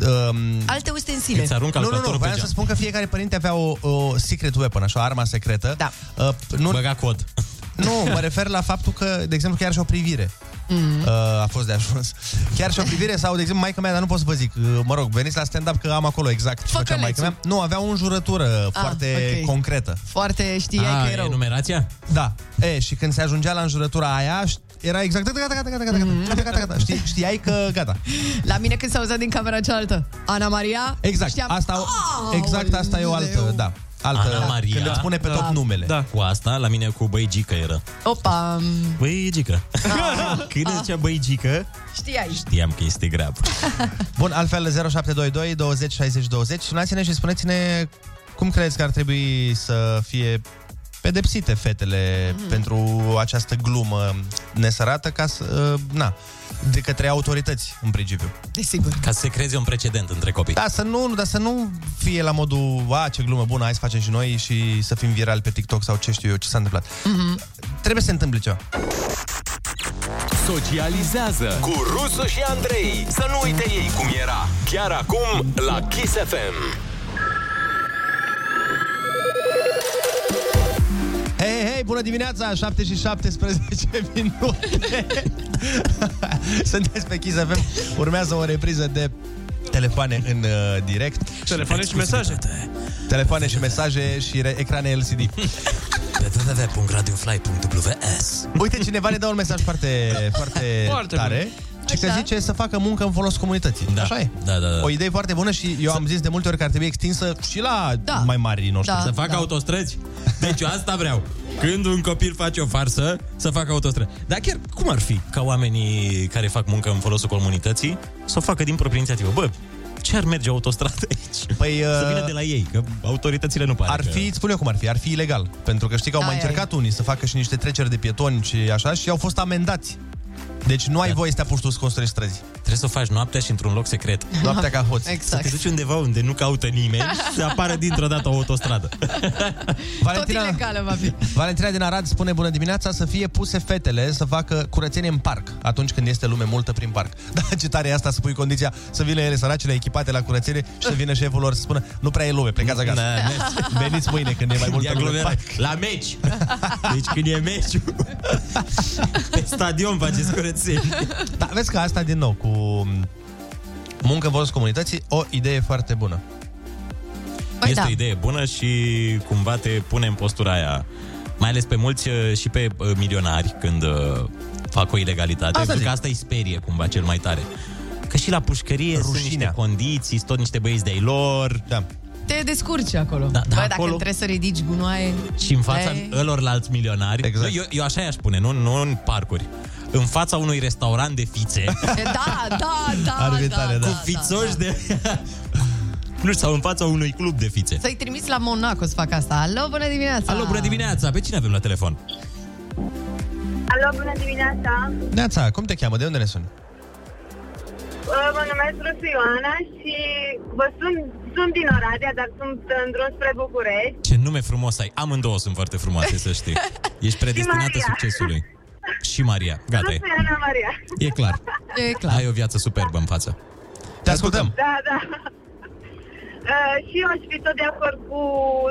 [SPEAKER 8] Um,
[SPEAKER 10] Alte ustensile. Îți arunc
[SPEAKER 8] nu, nu, nu,
[SPEAKER 10] calculatorul pe
[SPEAKER 8] vreau
[SPEAKER 10] geam.
[SPEAKER 8] să spun că fiecare părinte avea o, o secret weapon, așa, arma secretă. Da. Uh, nu, Băga
[SPEAKER 9] cod.
[SPEAKER 8] Nu, mă refer la faptul că, de exemplu, chiar și o privire.
[SPEAKER 10] Mm.
[SPEAKER 13] Mm-hmm.
[SPEAKER 8] Uh, a fost de ajuns. Chiar și o privire sau, de exemplu, maica mea, dar nu pot să vă zic, uh, mă rog, veniți la stand-up că am acolo exact ce făcea maica mea. Nu, avea o înjurătură
[SPEAKER 10] Ah,
[SPEAKER 8] foarte
[SPEAKER 10] ok.
[SPEAKER 8] concretă.
[SPEAKER 10] Foarte știai că e rău.
[SPEAKER 9] numerația?
[SPEAKER 8] Da. E, și când se ajungea la înjurătura aia, ș- era exact gata, gata, gata, gata, gata, gata, gata, gata, gata. Știi, știai că gata.
[SPEAKER 10] La mine când s-a auzit din camera cealaltă. Ana Maria?
[SPEAKER 8] Exact,
[SPEAKER 10] Știam,
[SPEAKER 8] asta,
[SPEAKER 10] "Aoleu!"
[SPEAKER 8] exact asta e o altă, da. Altă,
[SPEAKER 9] Ana Maria.
[SPEAKER 8] Când îți pune pe top numele.
[SPEAKER 9] Da. Cu asta, la mine cu băigică era.
[SPEAKER 10] Opa!
[SPEAKER 9] Băigică. Când îți zicea băigică,
[SPEAKER 10] Știai.
[SPEAKER 9] știam că este grab.
[SPEAKER 8] Bun, altfel 0722 20 60 20. Sunați-ne și spuneți-ne cum credeți că ar trebui să fie pedepsite fetele mm. pentru această glumă nesărată ca să, uh, na, de către autorități, în principiu.
[SPEAKER 10] Desigur.
[SPEAKER 9] Ca să se creeze un precedent între copii.
[SPEAKER 8] Da, să nu, dar să nu fie la modul, a, ce glumă bună, hai să facem și noi și să fim virali pe TikTok sau ce știu eu, ce s-a întâmplat. Mm-hmm. Trebuie să se întâmple ceva.
[SPEAKER 6] Socializează
[SPEAKER 7] Cu Rusu și Andrei Să nu uite ei cum era Chiar acum la Kiss FM
[SPEAKER 8] Hei, hei, bună dimineața, 7 și 17 minute. Sunteți pe Kiss FM, urmează o repriză de telefoane în uh, direct.
[SPEAKER 1] Telefoane și mesaje.
[SPEAKER 8] Telefoane și mesaje și re- ecrane LCD.
[SPEAKER 9] Pe www.radiofly.ws
[SPEAKER 8] Uite, cineva ne dă un mesaj foarte, foarte,
[SPEAKER 9] Foarte
[SPEAKER 8] foarte tare. Și că
[SPEAKER 9] Așa.
[SPEAKER 8] zice să facă muncă în folosul comunității. Da. Așa e.
[SPEAKER 9] Da, da, da.
[SPEAKER 8] O idee foarte bună și eu am zis de multe ori că ar trebui extinsă și la da. mai mari noștri.
[SPEAKER 9] Să facă autostrăzi? Deci eu asta vreau. Când un copil face o farsă, să facă autostrăzi. Dar chiar cum ar fi ca oamenii care fac muncă în folosul comunității să o facă din proprie inițiativă? Bă, ce ar merge autostradă aici?
[SPEAKER 8] Păi,
[SPEAKER 9] să vină
[SPEAKER 8] uh,
[SPEAKER 9] de la ei, că autoritățile nu pare
[SPEAKER 8] Ar
[SPEAKER 9] că...
[SPEAKER 8] fi, îți spun eu cum ar fi, ar fi ilegal. Pentru că știi că au mai
[SPEAKER 9] Ai, ai.
[SPEAKER 8] încercat unii să facă și niște treceri de pietoni și așa și au fost amendați. Deci nu ai voie să te apuci tu să construiești străzi.
[SPEAKER 9] Da. Trebuie să o faci noaptea și într-un loc secret.
[SPEAKER 8] Noaptea ca hoț.
[SPEAKER 10] Exact.
[SPEAKER 9] Să te duci undeva unde nu caută nimeni și să apară dintr-o dată o autostradă.
[SPEAKER 8] Valentina,
[SPEAKER 10] Ilegală va fi.
[SPEAKER 8] Valentina din Arad spune bună dimineața să fie puse fetele să facă curățenie în parc atunci când este lume multă prin parc. Da, ce tare e asta să pui condiția să vină ele săracele echipate la curățenie și să vină șeful lor să spună nu prea e lume, plecați acasă.
[SPEAKER 9] Da, mergi.
[SPEAKER 8] Veniți mâine când e mai multă lume. în parc.
[SPEAKER 9] La meci. Deci când e meciul, pe stadion faceți curățenie.
[SPEAKER 8] Da, vezi că asta din nou cu muncă în folosul comunității, o idee foarte bună.
[SPEAKER 9] Păi este da. o idee bună și cumva te pune în postura aia. Mai ales pe mulți uh, și pe uh, milionari când uh, fac o ilegalitate.
[SPEAKER 8] Asta
[SPEAKER 9] Asta pentru
[SPEAKER 8] zic.
[SPEAKER 9] că asta îi sperie cumva cel mai tare. Că și la pușcărie sunt niște condiții, sunt tot niște băieți de-ai lor.
[SPEAKER 8] Da.
[SPEAKER 10] Te descurci acolo.
[SPEAKER 9] Da, da,
[SPEAKER 10] Băi,
[SPEAKER 9] acolo.
[SPEAKER 10] dacă trebuie să ridici gunoaie...
[SPEAKER 9] Și în fața
[SPEAKER 10] Ei.
[SPEAKER 9] ălorlalți milionari. Exact. Eu, eu așa i-aș spune, nu, nu în parcuri. În fața unui restaurant de fițe.
[SPEAKER 10] E, Da, da, da, da, da,
[SPEAKER 9] Cu fițoși de... Nu știu, sau în fața unui club de fițe.
[SPEAKER 10] Să-i trimiți la Monaco să facă asta. Alo, bună dimineața!
[SPEAKER 9] Alo, bună dimineața! Pe cine avem la telefon?
[SPEAKER 13] Alo, bună dimineața!
[SPEAKER 8] Neața, cum te cheamă? De unde ne suni?
[SPEAKER 13] Uh, Mă numesc Rusu Ioana și vă sun, sunt din Oradea, dar sunt în drum spre București.
[SPEAKER 9] Ce nume frumos ai! Amândouă sunt foarte frumoase, să știi. Ești predestinată
[SPEAKER 13] Maria.
[SPEAKER 9] succesului. Și Maria. Gata, e.
[SPEAKER 13] Rusu Ioana Maria.
[SPEAKER 9] E clar.
[SPEAKER 10] E clar.
[SPEAKER 9] Ai o viață superbă în față.
[SPEAKER 8] Te ascultăm!
[SPEAKER 13] Da, da. Uh, și eu aș fi tot de acord cu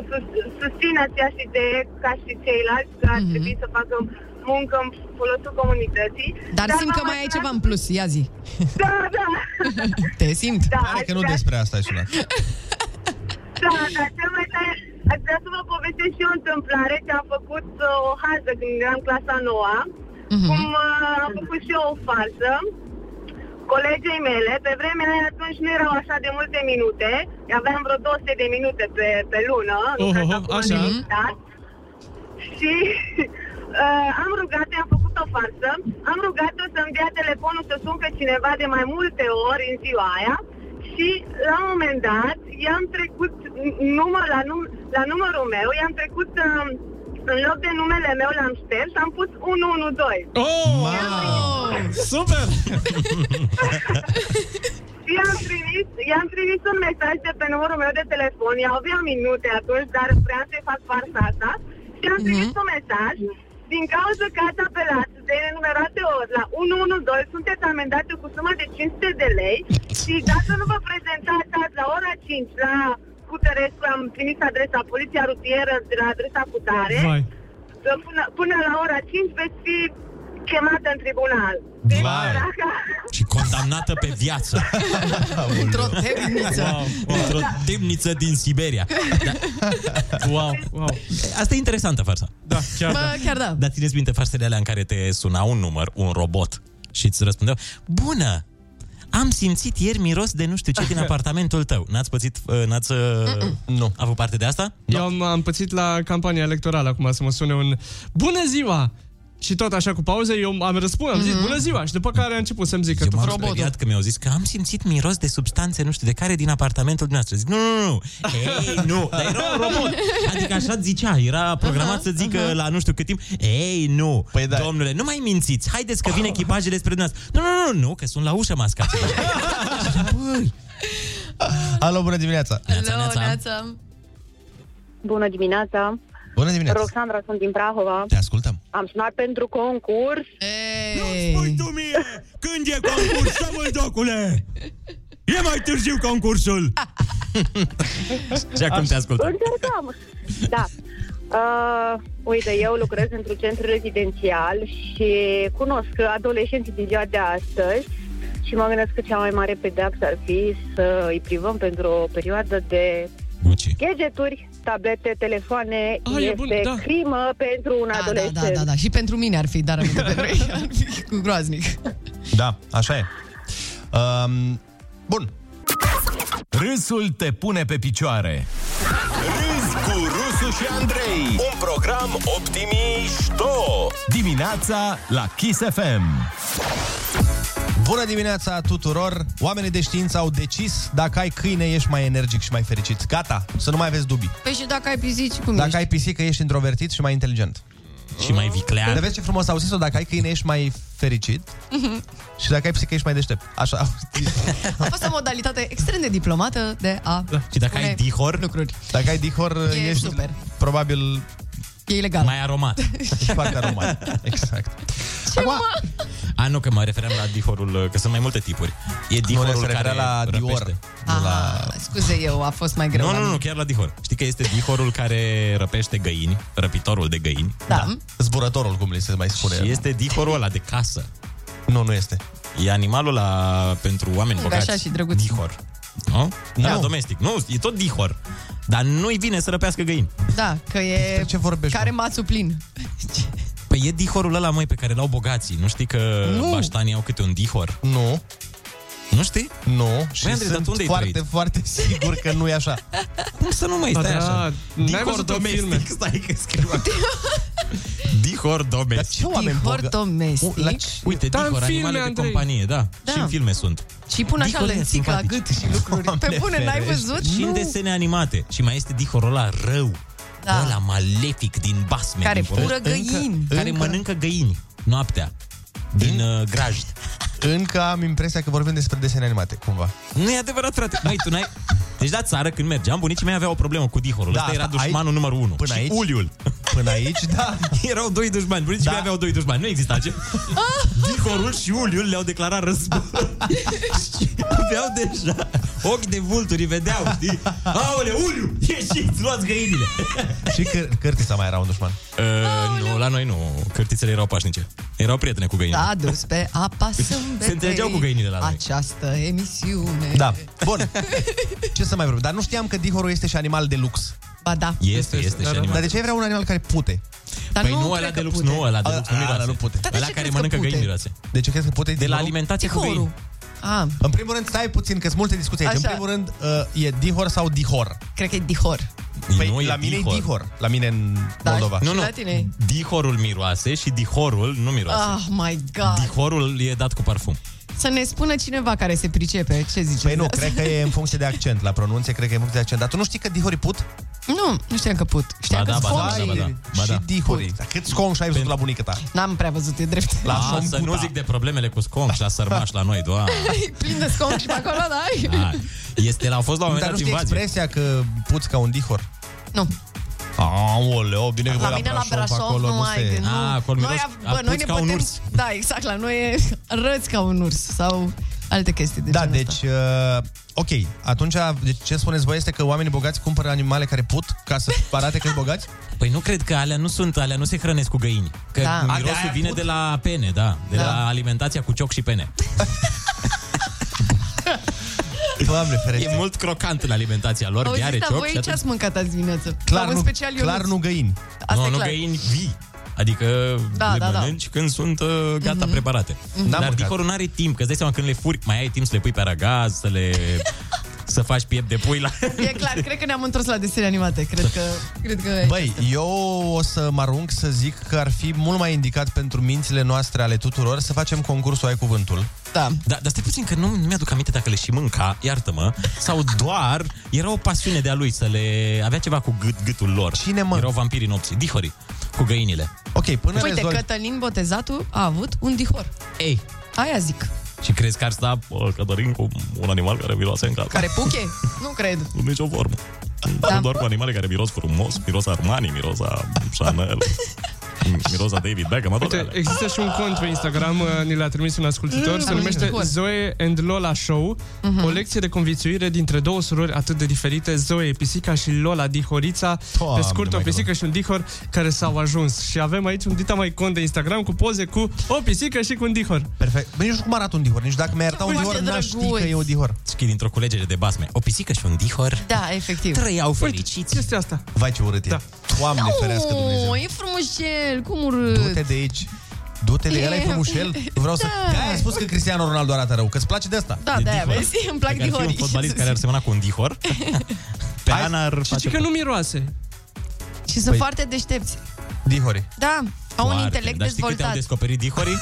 [SPEAKER 13] sus- susțin aceeași idee ca și ceilalți, că
[SPEAKER 10] Mm-hmm.
[SPEAKER 13] ar trebui să facă muncă în folosul comunității.
[SPEAKER 10] Dar simt că
[SPEAKER 13] v-am
[SPEAKER 10] mai ai
[SPEAKER 13] adunat-
[SPEAKER 10] ceva în plus, ia zi.
[SPEAKER 13] Da, da.
[SPEAKER 10] Te simt?
[SPEAKER 13] Da,
[SPEAKER 8] Pare că nu despre asta ai sunat.
[SPEAKER 13] Da, da, cel mai tare. Aș vrea să vă povestesc și o întâmplare ce am făcut uh, o hază când eram în clasa 9
[SPEAKER 14] Mhm.
[SPEAKER 13] Cum uh, am făcut și eu o farsă. colegei mele, pe vremea aia atunci nu erau așa de multe minute, aveam vreo 200 de minute pe, pe lună, lucrez
[SPEAKER 1] Ohoho,
[SPEAKER 13] acum
[SPEAKER 1] așa.
[SPEAKER 13] în stat. și uh, am rugat, am făcut o farsă, am rugat-o să-mi dea telefonul să sun pe cineva de mai multe ori în ziua aia și la un moment dat i-am trecut n- număr, la, num, la numărul meu, i-am trecut uh, în loc de numele meu l-am șters, am pus 112.
[SPEAKER 1] Oh! Super!
[SPEAKER 13] Și i-am trimis, i-am trimis un mesaj de pe numărul meu de telefon, ea avea minute atunci, dar vreau să-i fac farsa asta, și am trimis un mesaj, din cauza că ați apelat de enumerate ori la 112, sunteți amendate cu suma de 500 de lei și dacă nu vă prezentați azi la ora 5 la Cutărescu, am trimis adresa poliția rutieră de la adresa Cutare,
[SPEAKER 1] Vai.
[SPEAKER 13] că până, până la ora 5 veți fi chemată în tribunal. Deci,
[SPEAKER 9] Vai.
[SPEAKER 13] dacă-
[SPEAKER 9] Și condamnată pe viață.
[SPEAKER 13] Într-o temniță.
[SPEAKER 9] Wow, wow. Într-o
[SPEAKER 10] Da.
[SPEAKER 9] temniță din Siberia. Da. Wow, wow. Asta e interesantă farsa. Da,
[SPEAKER 10] chiar Bă, da. chiar da.
[SPEAKER 9] Dar țineți minte farsele alea în care te suna un număr, un robot și îți răspundeau, bună, am simțit ieri miros de nu știu ce din apartamentul tău. N-ați pățit, uh, n-ați uh, nu. avut parte de asta?
[SPEAKER 1] Eu am, am pățit la campania electorală acum să mă sune un Bună ziua! Și tot așa cu pauze, eu am răspuns, am zis
[SPEAKER 9] Mhm.
[SPEAKER 1] bună ziua și după care a început să-mi zică
[SPEAKER 9] Eu
[SPEAKER 1] tot
[SPEAKER 9] m-am
[SPEAKER 1] felul.
[SPEAKER 9] speriat că mi-au zis că am simțit miros de substanțe nu știu de care din apartamentul dumneavoastră. Zic, nu, nu, nu, ei, nu, dar era un robot. Adică așa zicea, era programat să zică la nu știu cât timp, ei, nu, păi da. domnule, nu mai mințiți, haideți că vin echipajele spre dumneavoastră. Nu, nu, nu, nu, că sunt la ușă mascați.
[SPEAKER 8] Alo, bună dimineața!
[SPEAKER 14] Bună dimineața!
[SPEAKER 8] Bună dimineața!
[SPEAKER 14] Roxandra, sunt din Prahova.
[SPEAKER 8] Te ascultăm!
[SPEAKER 14] Am sunat pentru concurs.
[SPEAKER 10] Ei.
[SPEAKER 15] Spui tu mie, când e concursul, mândocule? E mai târziu concursul!
[SPEAKER 9] Și acum te ascultăm.
[SPEAKER 14] Încercăm! Da. Uh, uite, eu lucrez într-un centru rezidențial și cunosc adolescenții din ziua de astăzi și mă gândesc că cea mai mare pedeapsă ar fi să îi privăm pentru o perioadă de
[SPEAKER 9] Gucci.
[SPEAKER 14] gadgeturi, tablete, telefoane.
[SPEAKER 10] Ah, e
[SPEAKER 14] este
[SPEAKER 10] bun, da.
[SPEAKER 14] crimă pentru un
[SPEAKER 10] Da, da,
[SPEAKER 14] adolescent.
[SPEAKER 10] da, da, da. Și pentru mine ar fi, dar aminte pentru ei ar fi cu groaznic.
[SPEAKER 8] Da, așa e. Um, bun.
[SPEAKER 6] Râsul te pune pe picioare.
[SPEAKER 7] Râzi cu Rusu și Andrei Un program optimișto
[SPEAKER 8] Dimineața la Kiss FM. Bună dimineața tuturor! Oamenii de știință au decis dacă ai câine ești mai energic și mai fericit. Gata, să nu mai aveți dubii.
[SPEAKER 10] Păi și dacă ai pisici, cum
[SPEAKER 8] Dacă
[SPEAKER 10] ești?
[SPEAKER 8] ai pisică ești introvertit și mai inteligent.
[SPEAKER 9] Și mai viclean.
[SPEAKER 8] Dar vezi ce frumos au zis-o, dacă ai câine ești mai fericit și dacă ai pisică ești mai deștept. Așa. au zis.
[SPEAKER 10] Mhm. A fost o modalitate extrem de diplomată de a...
[SPEAKER 9] Da, Și dacă ai
[SPEAKER 10] spune-
[SPEAKER 9] dihor,
[SPEAKER 10] lucruri.
[SPEAKER 8] Dacă ai dihor
[SPEAKER 10] E
[SPEAKER 8] ești
[SPEAKER 10] super.
[SPEAKER 8] probabil
[SPEAKER 10] E ilegal.
[SPEAKER 9] Mai aromat.
[SPEAKER 8] ești foarte aromat. Exact.
[SPEAKER 10] Ce Acum... mă?
[SPEAKER 9] A, Ah, nu, că mă referam la dihorul, că sunt mai multe tipuri. E dihorul
[SPEAKER 8] se referea
[SPEAKER 9] care
[SPEAKER 8] la Dior.
[SPEAKER 9] răpește.
[SPEAKER 10] Ah, scuze eu, a fost mai greu.
[SPEAKER 8] da.
[SPEAKER 9] Nu,
[SPEAKER 10] la
[SPEAKER 9] nu, nu,
[SPEAKER 10] mine.
[SPEAKER 9] chiar la dihor. Știi că este dihorul care răpește găini, răpitorul de găini.
[SPEAKER 10] Da.
[SPEAKER 8] Zburătorul, cum li se mai spune.
[SPEAKER 9] Și este dihorul ăla de casă.
[SPEAKER 8] Nu, nu este.
[SPEAKER 9] E animalul ăla pentru oameni
[SPEAKER 10] Lung,
[SPEAKER 9] bogați.
[SPEAKER 10] așa și drăguț.
[SPEAKER 9] Dihor. Nu? Da, domestic. Nu, e tot dihor. Dar nu-i vine să răpească găini.
[SPEAKER 10] Da, că e...
[SPEAKER 8] Ce vorbești?
[SPEAKER 10] Care mațul plin.
[SPEAKER 9] Păi e dihorul ăla, mai pe care l-au bogații. Nu știi că
[SPEAKER 10] Nu.
[SPEAKER 9] baștanii au câte un dihor?
[SPEAKER 8] Nu.
[SPEAKER 9] Nu știi?
[SPEAKER 8] Nu. Și
[SPEAKER 9] Băi, Andrei, dar
[SPEAKER 8] sunt
[SPEAKER 9] tu unde ai
[SPEAKER 8] foarte,
[SPEAKER 9] trăit?
[SPEAKER 8] foarte sigur că nu e așa.
[SPEAKER 9] Cum să nu mai
[SPEAKER 8] Da,
[SPEAKER 9] stai
[SPEAKER 8] da,
[SPEAKER 9] așa?
[SPEAKER 8] n-ai
[SPEAKER 9] Dihor
[SPEAKER 8] văzut în filme.
[SPEAKER 9] domestic. Stai că scriu acum. Dihor domestic.
[SPEAKER 10] Dihor domestic.
[SPEAKER 9] Uite,
[SPEAKER 10] Da, în
[SPEAKER 9] dihor,
[SPEAKER 10] filme,
[SPEAKER 9] animale de
[SPEAKER 10] Andrei.
[SPEAKER 9] companie, da.
[SPEAKER 10] Da.
[SPEAKER 9] Și în filme sunt.
[SPEAKER 10] Și pun așa
[SPEAKER 9] Dicolele
[SPEAKER 10] lențica la
[SPEAKER 9] simpatice.
[SPEAKER 10] gât și lucruri. Pe bune, n-ai văzut?
[SPEAKER 9] Și în desene animate. Și mai este dihorul ăla rău.
[SPEAKER 10] Da.
[SPEAKER 9] Da. Ăla malefic din basme.
[SPEAKER 10] Care
[SPEAKER 9] din povești.
[SPEAKER 10] fură găini.
[SPEAKER 9] Care
[SPEAKER 10] Încă.
[SPEAKER 9] mănâncă găini noaptea. Din uh, grajd.
[SPEAKER 8] Încă am impresia că vorbim despre desene animate, cumva.
[SPEAKER 9] Nu e adevărat, frate. Mai tu n-ai... Deci la țară, când mergeam, bunicii mei aveau o problemă cu dihorul. Da,
[SPEAKER 8] Da,
[SPEAKER 9] Asta era
[SPEAKER 8] asta,
[SPEAKER 9] dușmanul
[SPEAKER 8] ai-
[SPEAKER 9] numărul 1.
[SPEAKER 8] până
[SPEAKER 9] și
[SPEAKER 8] aici?
[SPEAKER 9] uliul.
[SPEAKER 8] Până aici, da.
[SPEAKER 9] Erau doi dușmani. Bunicii mei aveau doi dușmani. Nu exista ce...
[SPEAKER 10] Ah!
[SPEAKER 9] Dihorul și uliul le-au declarat război. și aveau deja ochi de vulturi, îi vedeau, știi? Aole, uliu, ieșiți, luați găinile.
[SPEAKER 8] Și căr- cărtița mai era un dușman.
[SPEAKER 9] Uh, nu, la noi nu. Cârtițele erau pașnice. Erau prietene cu găinile.
[SPEAKER 10] S-a dus pe apa sâmbetei.
[SPEAKER 9] Se înțelegeau cu găinile la noi.
[SPEAKER 10] Această emisiune.
[SPEAKER 8] Da. Bun. Ce să mai vorbim? Dar nu știam că dihorul este și animal de lux.
[SPEAKER 10] Ba da.
[SPEAKER 9] Este, este și animal.
[SPEAKER 8] Dar de ce ai vrea un animal care pute?
[SPEAKER 10] Dar
[SPEAKER 9] păi
[SPEAKER 10] nu
[SPEAKER 9] nu,
[SPEAKER 10] cred
[SPEAKER 9] ăla
[SPEAKER 10] că
[SPEAKER 9] de lux,
[SPEAKER 10] pute.
[SPEAKER 9] nu, ăla de lux nu
[SPEAKER 8] Ăla
[SPEAKER 9] miroase.
[SPEAKER 8] nu pute.
[SPEAKER 10] Dar de
[SPEAKER 9] Ăla
[SPEAKER 10] ce
[SPEAKER 9] care
[SPEAKER 10] crezi că
[SPEAKER 9] mănâncă
[SPEAKER 10] pute?
[SPEAKER 9] găini miroase.
[SPEAKER 8] De ce crezi că pute?
[SPEAKER 9] De la alimentație cu
[SPEAKER 10] Dihorul.
[SPEAKER 9] găini.
[SPEAKER 10] Ah.
[SPEAKER 8] În primul rând, stai puțin, că sunt multe discuții aici.
[SPEAKER 10] Așa.
[SPEAKER 8] În primul rând, uh, e dihor sau dihor?
[SPEAKER 10] Cred că e dihor.
[SPEAKER 8] Păi, la mine e dihor. La mine în Moldova.
[SPEAKER 9] Nu, nu.
[SPEAKER 10] Da, La tine e-
[SPEAKER 9] Dihorul miroase și dihorul nu miroase.
[SPEAKER 10] Ah, my God.
[SPEAKER 9] Dihorul e dat cu parfum.
[SPEAKER 10] Să ne spună cineva care se pricepe. Ce ziceți?
[SPEAKER 8] Păi nu, cred că e în funcție de accent. La pronunție, cred că e în funcție de accent. Dar tu nu știi că dihorii put?
[SPEAKER 10] Nu, nu știam că put. Știam că da, da, da, da.
[SPEAKER 9] Ba
[SPEAKER 8] Și
[SPEAKER 9] da.
[SPEAKER 8] dihorii. Dar Cât sconș ai văzut la bunica ta?
[SPEAKER 10] N-am prea văzut, e drept.
[SPEAKER 9] La ah, să Ah. nu zic de problemele cu scom și la sărmași la noi, doar.
[SPEAKER 10] E Păi, plin de sconci pe acolo, da?
[SPEAKER 9] Da. Este, la, a fost la un
[SPEAKER 8] Dar
[SPEAKER 9] moment
[SPEAKER 8] nu
[SPEAKER 9] dat
[SPEAKER 8] știi
[SPEAKER 9] invazie.
[SPEAKER 8] expresia că puți ca un dihor?
[SPEAKER 10] Nu.
[SPEAKER 8] Aoleo, bine că
[SPEAKER 10] La
[SPEAKER 8] voi
[SPEAKER 10] mine la
[SPEAKER 8] Brașov,
[SPEAKER 10] Brașov
[SPEAKER 8] acolo,
[SPEAKER 10] nu ai de
[SPEAKER 8] se...
[SPEAKER 10] nu.
[SPEAKER 9] Ah,
[SPEAKER 10] noi, av- bă, noi ne putem, Da, exact, la noi e răți ca un urs sau alte chestii de
[SPEAKER 8] Da,
[SPEAKER 10] genul
[SPEAKER 8] deci, uh, ok, atunci deci ce spuneți voi este că oamenii bogați cumpără animale care put ca să arate că bogați?
[SPEAKER 9] Păi nu cred că alea nu sunt, alea nu se hrănesc cu găini. Că
[SPEAKER 8] Da.
[SPEAKER 9] da.
[SPEAKER 8] Alea
[SPEAKER 9] mirosul
[SPEAKER 8] aia
[SPEAKER 9] vine
[SPEAKER 8] put.
[SPEAKER 9] de la pene, da. De
[SPEAKER 8] Da.
[SPEAKER 9] da. la alimentația cu cioc și pene.
[SPEAKER 8] Doamne
[SPEAKER 9] E mult crocant în alimentația lor,
[SPEAKER 10] Auziți,
[SPEAKER 9] Auziți, are
[SPEAKER 10] dar
[SPEAKER 9] cioc
[SPEAKER 10] voi
[SPEAKER 9] și
[SPEAKER 10] ce
[SPEAKER 9] atunci...
[SPEAKER 10] ați mâncat azi dimineață? Sau în special eu
[SPEAKER 8] clar nu găini.
[SPEAKER 10] Asta
[SPEAKER 9] nu,
[SPEAKER 10] e
[SPEAKER 9] nu
[SPEAKER 10] clar.
[SPEAKER 9] găini vii. Adică
[SPEAKER 10] Da,
[SPEAKER 9] da, le
[SPEAKER 10] da,
[SPEAKER 9] da,
[SPEAKER 10] da.
[SPEAKER 9] mănânci când sunt uh, gata mm-hmm. preparate.
[SPEAKER 10] Mhm.
[SPEAKER 9] Mm-hmm.
[SPEAKER 10] N-am
[SPEAKER 9] Dar
[SPEAKER 10] mâncat.
[SPEAKER 9] dicorul nu are timp, că îți dai seama când le furi, mai ai timp să le pui pe aragaz, să le... să faci piept de pui la...
[SPEAKER 10] E clar, cred că ne-am întors la desene animate. Cred că... Cred că
[SPEAKER 8] Băi, eu o să mă arunc să zic că ar fi mult mai indicat pentru mințile noastre ale tuturor să facem concursul Ai Cuvântul.
[SPEAKER 10] Da.
[SPEAKER 9] da. Dar stai puțin că nu nu mi-aduc aminte dacă le și mânca, iartă-mă, sau doar era o pasiune de-a lui să le... Avea ceva cu gât, gâtul lor. Cine mă? Erau vampirii nopții, dihorii, cu găinile.
[SPEAKER 8] Ok, până
[SPEAKER 10] Uite, Cătălin Botezatul a avut un dihor.
[SPEAKER 9] Ei.
[SPEAKER 10] Aia zic.
[SPEAKER 9] Și crezi că ar sta bă, Cătălin cu un animal care miroase în casă?
[SPEAKER 10] Care puche? nu cred.
[SPEAKER 9] Nu nicio formă.
[SPEAKER 10] Da.
[SPEAKER 9] Da. Doar cu animale care miros frumos, miros Armani, miros a Chanel, miros a David Beckham, toate
[SPEAKER 1] Uite,
[SPEAKER 9] alea.
[SPEAKER 1] există și un cont pe Instagram, uh, ni l-a trimis un ascultător,
[SPEAKER 9] Mm,
[SPEAKER 1] se
[SPEAKER 9] am
[SPEAKER 1] numește
[SPEAKER 9] văzut.
[SPEAKER 1] Zoe and Lola Show,
[SPEAKER 9] Mhm.
[SPEAKER 1] o lecție de conviețuire dintre două surori atât de diferite, Zoe pisica și Lola dihorița, pe scurt o
[SPEAKER 9] maică
[SPEAKER 1] pisică și un dihor care s-au ajuns. Și avem aici un dita mai cont de Instagram cu poze cu o pisică și cu un dihor.
[SPEAKER 8] Perfect. Bă, nici nu știu cum arată un dihor, nici dacă mi-ai arătat un
[SPEAKER 1] Foarte
[SPEAKER 8] dihor, n-aș ști
[SPEAKER 1] drăguț.
[SPEAKER 8] că e un dihor.
[SPEAKER 9] Scrii dintr-o culegere de basme. O pisică și un dihor.
[SPEAKER 10] Da, efectiv.
[SPEAKER 9] Trăiau fericiți.
[SPEAKER 1] Este asta.
[SPEAKER 8] Vai ce urât e. Da. Doamne, ferească Dumnezeu.
[SPEAKER 10] Oh, e frumușel, cum urât.
[SPEAKER 8] Du-te de aici. Du-te de el, ai frumușel. Vreau să...
[SPEAKER 10] Da.
[SPEAKER 8] Da. ai spus că Cristiano Ronaldo arată rău, că-ți place de asta.
[SPEAKER 10] Da, de-aia, vezi, îmi plac
[SPEAKER 9] Dacă ar fi un
[SPEAKER 10] dihorii.
[SPEAKER 9] fotbalist care ar semăna cu un dihor, pe Ana ar
[SPEAKER 1] Și zice
[SPEAKER 9] face...
[SPEAKER 1] că nu miroase.
[SPEAKER 10] Și sunt foarte deștepți.
[SPEAKER 8] Dihori.
[SPEAKER 10] Da, au un
[SPEAKER 9] Foarte.
[SPEAKER 10] intelect
[SPEAKER 9] Dar știi câte au
[SPEAKER 10] dezvoltat.
[SPEAKER 9] descoperit dihorii?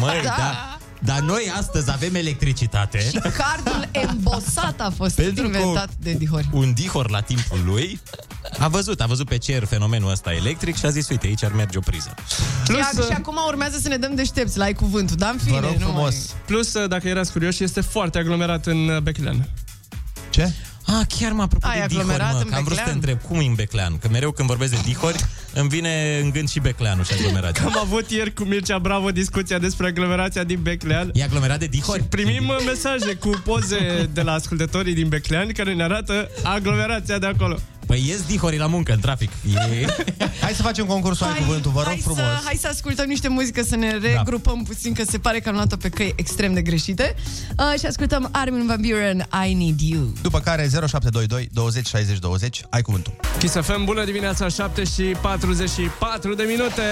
[SPEAKER 9] Măi,
[SPEAKER 10] Da.
[SPEAKER 9] da. da. Dar noi astăzi avem electricitate.
[SPEAKER 10] Și cardul embosat a fost
[SPEAKER 9] Pentru că-
[SPEAKER 10] inventat de dihori.
[SPEAKER 9] un dihor la timpul lui a văzut, a văzut pe cer fenomenul ăsta electric și a zis, uite, aici ar merge o priză.
[SPEAKER 10] Și, și acum urmează să ne dăm deștepți, la ai cuvântul, dar în fine, nu mai...
[SPEAKER 1] Plus, uh, dacă erați curioși, este foarte aglomerat în uh, Bechlean.
[SPEAKER 8] Ce?
[SPEAKER 9] Ah, chiar m-a apropiat
[SPEAKER 10] Ai
[SPEAKER 9] de dihor,
[SPEAKER 10] aglomerat
[SPEAKER 9] mă,
[SPEAKER 10] în
[SPEAKER 9] că am vrut să te
[SPEAKER 10] Beclean?
[SPEAKER 9] întreb, cum e în Beclean? Că mereu când vorbesc de dihori, îmi vine în gând și Becleanul și aglomerația.
[SPEAKER 1] Am avut ieri cu Mircea Bravo discuția despre aglomerația din Beclean.
[SPEAKER 9] E aglomerat de dihori?
[SPEAKER 1] Și primim uh, mesaje cu poze de la ascultătorii din Beclean care ne arată aglomerația de acolo.
[SPEAKER 9] Păi ies dihorii la muncă, în trafic. E...
[SPEAKER 8] Hai să facem concursul Ai Cuvântul, vă rog
[SPEAKER 10] hai
[SPEAKER 8] frumos. Da.
[SPEAKER 10] Să, hai să ascultăm niște muzică, să ne regrupăm puțin, că se pare că am luat-o pe căi extrem de greșite. Uh, și ascultăm Armin Van Buren, I Need You.
[SPEAKER 8] După care 0722 20 60 20, ai cuvântul.
[SPEAKER 1] Kiss FM, bună dimineața, 7 și 44 de minute.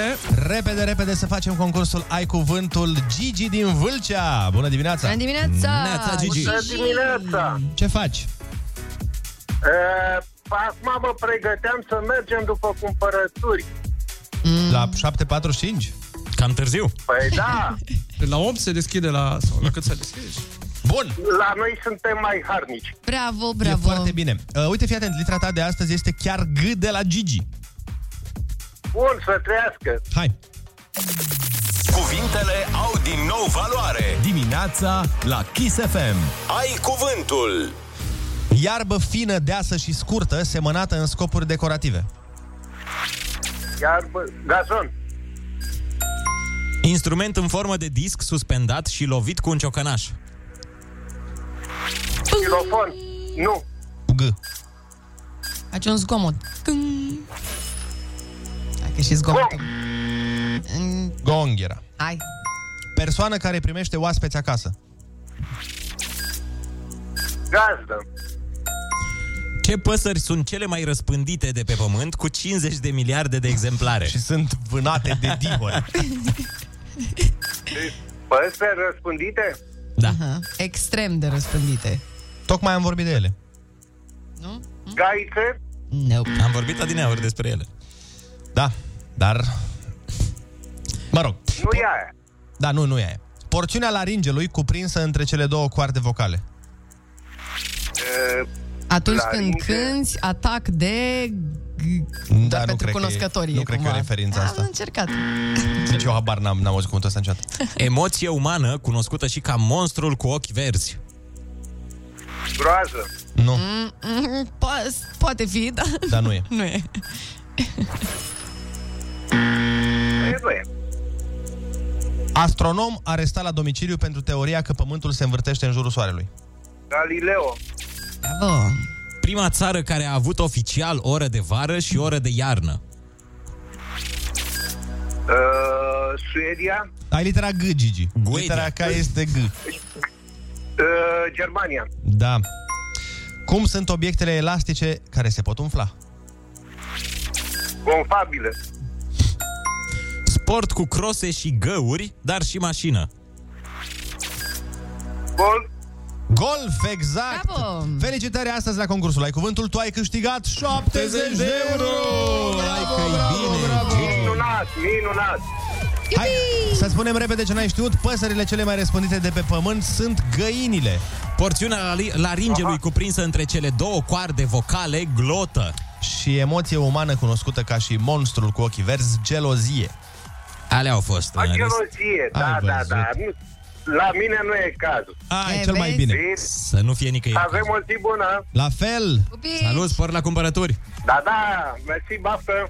[SPEAKER 8] Repede, repede să facem concursul Ai Cuvântul Gigi din Vâlcea. Bună dimineața!
[SPEAKER 10] Bună dimineața!
[SPEAKER 5] Bună dimineața!
[SPEAKER 8] Ce faci?
[SPEAKER 5] E, acum mă pregăteam să mergem după cumpărături.
[SPEAKER 10] Mm.
[SPEAKER 8] La 7.45?
[SPEAKER 9] Cam târziu.
[SPEAKER 5] Păi da,
[SPEAKER 1] La 8 se deschide la... Sau la cât se deschide?
[SPEAKER 8] Bun!
[SPEAKER 5] la noi suntem mai harnici.
[SPEAKER 10] Bravo,
[SPEAKER 8] E
[SPEAKER 10] bravo!
[SPEAKER 8] foarte bine. Uh, uite, fii atent, litera ta de astăzi este chiar G de la Gigi.
[SPEAKER 5] Bun, să trăiască.
[SPEAKER 8] Hai!
[SPEAKER 7] Cuvintele au din nou valoare.
[SPEAKER 16] Dimineața la Kiss FM.
[SPEAKER 7] Ai cuvântul.
[SPEAKER 8] Iarbă fină, deasă și scurtă, semănată în scopuri decorative.
[SPEAKER 5] Iar, bă, gazon,
[SPEAKER 9] Instrument în formă de disc suspendat și lovit cu un ciocănaș.
[SPEAKER 5] xilofon, nu.
[SPEAKER 10] Faci un zgomot. Câng. Dacă și zgomot. Mm,
[SPEAKER 8] Gong era.
[SPEAKER 10] Hai.
[SPEAKER 8] Persoană care primește oaspeți acasă.
[SPEAKER 5] Gazdă.
[SPEAKER 9] Ce păsări sunt cele mai răspândite de pe pământ cu 50 de miliarde de exemplare? Și
[SPEAKER 8] sunt vânate de dihori.
[SPEAKER 5] Păsări răspândite?
[SPEAKER 9] Da.
[SPEAKER 10] Extrem de răspândite.
[SPEAKER 8] Tocmai am vorbit de ele.
[SPEAKER 17] Gaițe?
[SPEAKER 10] Nope.
[SPEAKER 9] Am vorbit adineauri despre ele.
[SPEAKER 8] Da, dar... Mă rog.
[SPEAKER 17] Nu e aia.
[SPEAKER 8] Da, nu, nu e aia. Porțiunea laringelui cuprinsă între cele două coarde vocale.
[SPEAKER 10] Atunci
[SPEAKER 8] La
[SPEAKER 10] când
[SPEAKER 8] ringe.
[SPEAKER 10] cânti, atac de...
[SPEAKER 8] Da, nu
[SPEAKER 10] pentru
[SPEAKER 8] cred
[SPEAKER 10] cunoscătorii,
[SPEAKER 8] Că e, nu cred că e
[SPEAKER 10] cumva.
[SPEAKER 8] referința
[SPEAKER 10] Am
[SPEAKER 8] asta.
[SPEAKER 10] încercat.
[SPEAKER 8] Nici Deci eu habar n-am, n-am auzit cuvântul ăsta niciodată.
[SPEAKER 9] Emoție umană, cunoscută și ca monstrul cu ochi verzi.
[SPEAKER 17] Groază.
[SPEAKER 8] Nu.
[SPEAKER 10] Mm, mm, po- poate fi, da.
[SPEAKER 8] Dar nu e.
[SPEAKER 10] Nu e.
[SPEAKER 17] Păi,
[SPEAKER 8] Astronom arestat la domiciliu pentru teoria că Pământul se învârtește în jurul Soarelui.
[SPEAKER 17] Galileo.
[SPEAKER 10] Bravo.
[SPEAKER 9] Prima țară care a avut oficial oră de vară și oră de iarnă.
[SPEAKER 17] Uh, Suedia.
[SPEAKER 8] Ai litera G, Gigi. Litera K este G.
[SPEAKER 17] Uh, Germania.
[SPEAKER 8] Da. Cum sunt obiectele elastice care se pot umfla?
[SPEAKER 17] Confabile.
[SPEAKER 9] Sport cu crose și găuri, dar și mașină.
[SPEAKER 17] Gol.
[SPEAKER 8] Golf, exact! Bravo! Felicitări astăzi la concursul Ai Cuvântul, tu ai câștigat 70 de euro! Hai că bine,
[SPEAKER 17] Minunat, minunat!
[SPEAKER 8] Hai să spunem repede ce n-ai știut. Păsările cele mai răspândite de pe pământ sunt găinile.
[SPEAKER 9] Porțiunea lari- laringelui Aha. cuprinsă între cele două coarde vocale, glotă.
[SPEAKER 8] Și emoție umană cunoscută ca și monstrul cu ochii verzi, gelozie.
[SPEAKER 9] Alea au fost.
[SPEAKER 17] A, gelozie, da,
[SPEAKER 8] Ai
[SPEAKER 17] da,
[SPEAKER 8] văzut.
[SPEAKER 17] da. Nu, la mine nu e cazul.
[SPEAKER 8] Ai, E, cel mai vezi? bine.
[SPEAKER 9] Să nu fie nicăieri.
[SPEAKER 17] Avem o zi bună.
[SPEAKER 8] La fel!
[SPEAKER 10] Pupici!
[SPEAKER 9] Salut, spor la cumpărături!
[SPEAKER 17] Da, da, mersi, baftă.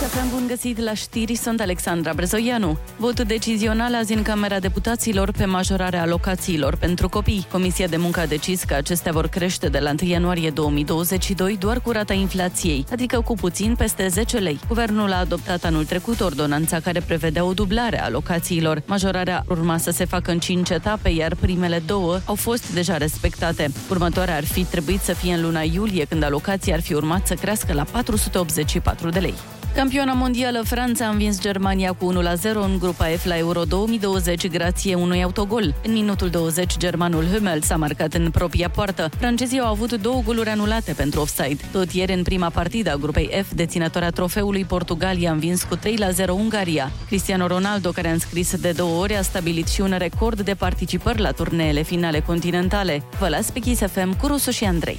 [SPEAKER 11] Să fim bun găsit la știri, sunt Alexandra Brezoianu. Vot decizional azi în Camera Deputaților pe majorarea alocațiilor pentru copii. Comisia de muncă a decis că acestea vor crește de la 1 ianuarie 2022 doar cu rata inflației, adică cu puțin peste 10 lei. Guvernul a adoptat anul trecut ordonanța care prevedea o dublare a alocațiilor. Majorarea urma să se facă în 5 etape, iar primele două au fost deja respectate. Următoarea ar fi trebuit să fie în luna iulie, când alocația ar fi urmat să crească la 484 de lei. Campiona mondială Franța a învins Germania cu 1 la 0 în grupa F la Euro 2020 grație unui autogol. În minutul 20 germanul Hummel s-a marcat în propria poartă. Francezii au avut două goluri anulate pentru offside. Tot ieri în prima partidă a grupei F, deținătoarea trofeului Portugalia a învins cu 3 la 0 Ungaria. Cristiano Ronaldo, care a înscris de două ori, a stabilit și un record de participări la turneele finale continentale. Vă las pe Kiss FM cu Rusu și Andrei.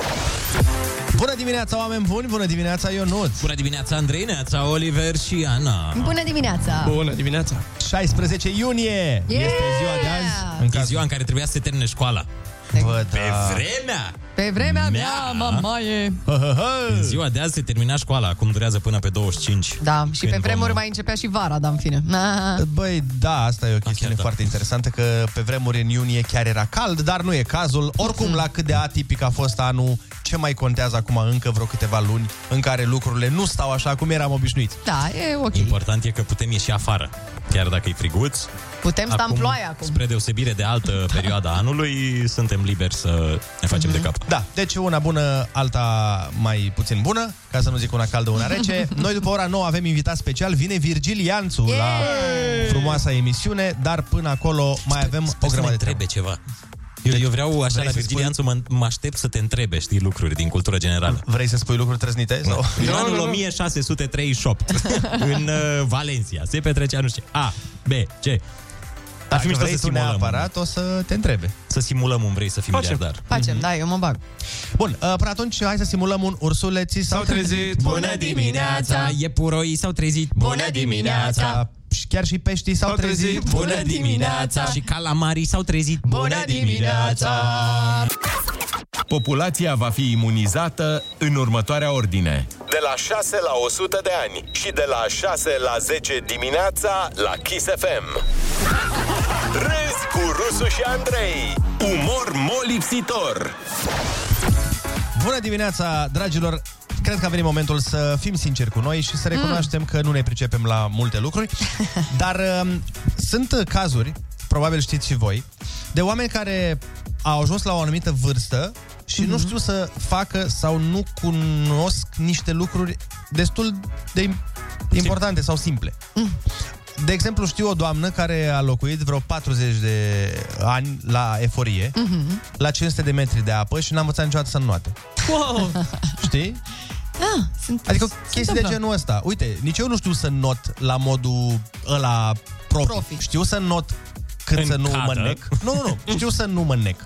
[SPEAKER 8] Bună dimineața, oameni buni! Bună dimineața, Ionut!
[SPEAKER 9] Bună dimineața, Andrei, neața, Oliver și Ana.
[SPEAKER 10] Bună dimineața!
[SPEAKER 9] Bună dimineața!
[SPEAKER 8] 16 iunie!
[SPEAKER 10] Yeah!
[SPEAKER 9] În caz... ziua în care trebuia să se termine școala.
[SPEAKER 8] Bă,
[SPEAKER 9] Pe vremea!
[SPEAKER 10] Pe vremea mea, mamaie!
[SPEAKER 9] În ziua de azi se termina școala, acum durează până pe 25.
[SPEAKER 10] Da, și
[SPEAKER 9] Când
[SPEAKER 10] pe vremuri
[SPEAKER 9] vom-
[SPEAKER 10] mai începea și vara, dar în fine. Ah.
[SPEAKER 8] Băi, da, asta e o chestiune da. foarte interesantă, că pe vremuri în iunie chiar era cald, dar nu e cazul. Oricum, la cât de atipic a fost anul, ce mai contează acum încă vreo câteva luni în care lucrurile nu stau așa cum eram obișnuiți?
[SPEAKER 10] Da, e ok.
[SPEAKER 9] Important e că putem ieși afară, chiar dacă e friguț.
[SPEAKER 10] Putem sta în ploaie acum. Da.
[SPEAKER 9] Spre deosebire de altă perioadă a anului, suntem liberi să ne facem mm-hmm.
[SPEAKER 10] Mhm.
[SPEAKER 9] de cap.
[SPEAKER 8] Da, deci una bună, alta mai puțin bună, ca să nu zic una caldă, una rece. Noi după ora 9 avem invitat special, vine Virgil Ianțu yeah! la frumoasa emisiune, dar până acolo mai avem o
[SPEAKER 9] Să
[SPEAKER 8] grămadă
[SPEAKER 9] ne
[SPEAKER 8] de
[SPEAKER 9] întrebe ceva. Eu, eu vreau așa
[SPEAKER 8] Vrei
[SPEAKER 9] la
[SPEAKER 8] să
[SPEAKER 9] Virgil
[SPEAKER 8] spui?
[SPEAKER 9] Ianțu, mă, mă aștept să te întrebe, știi, lucruri din cultură generală.
[SPEAKER 8] Vrei să spui lucruri trăznite? Sau?
[SPEAKER 9] În anul 1638, în uh, Valencia, se petrece, nu știu, ce, A, B, C. Ar
[SPEAKER 8] Dacă vrei tu neapărat, o să te întrebe.
[SPEAKER 9] Să simulăm un vrei să fii miliardar.
[SPEAKER 10] Facem, da, eu mă bag.
[SPEAKER 8] Bun, uh, până atunci hai să simulăm un ursuleții sau...
[SPEAKER 9] S-au trezit. Bună dimineața. Iepuroii s-au trezit. Bună dimineața.
[SPEAKER 8] Și chiar și peștii s-au trezit.
[SPEAKER 9] Bună dimineața! Și calamarii s-au trezit. Bună dimineața!
[SPEAKER 16] populația va fi imunizată în următoarea ordine.
[SPEAKER 7] De la 6 la 100 de ani și de la 6 la 10 dimineața la Kiss FM. Râzi cu Rusu și Andrei. Umor molipsitor.
[SPEAKER 8] Bună dimineața, dragilor! Cred că a venit momentul să fim sinceri cu noi și să recunoaștem că nu ne pricepem la multe lucruri, dar um, sunt uh, cazuri, probabil știți și voi, de oameni care au ajuns la o anumită vârstă și nu știu să facă sau nu cunosc niște lucruri destul de im- importante sau simple. De exemplu, știu o doamnă care a locuit vreo 40 de ani la eforie,
[SPEAKER 10] Mhm.
[SPEAKER 8] la 500 de metri de apă și n-a învățat niciodată să nuate.
[SPEAKER 10] Wow!
[SPEAKER 8] Știi?
[SPEAKER 10] Ah, sunt,
[SPEAKER 8] Adică
[SPEAKER 10] se
[SPEAKER 8] chestii de
[SPEAKER 10] întâmplă.
[SPEAKER 8] genul ăsta. Uite, nici eu nu știu să not la modul ăla profi. profi. Știu să not cât
[SPEAKER 9] În
[SPEAKER 8] să nu
[SPEAKER 9] cadă.
[SPEAKER 8] mă nec. Nu, nu, nu. Știu să nu mă nec.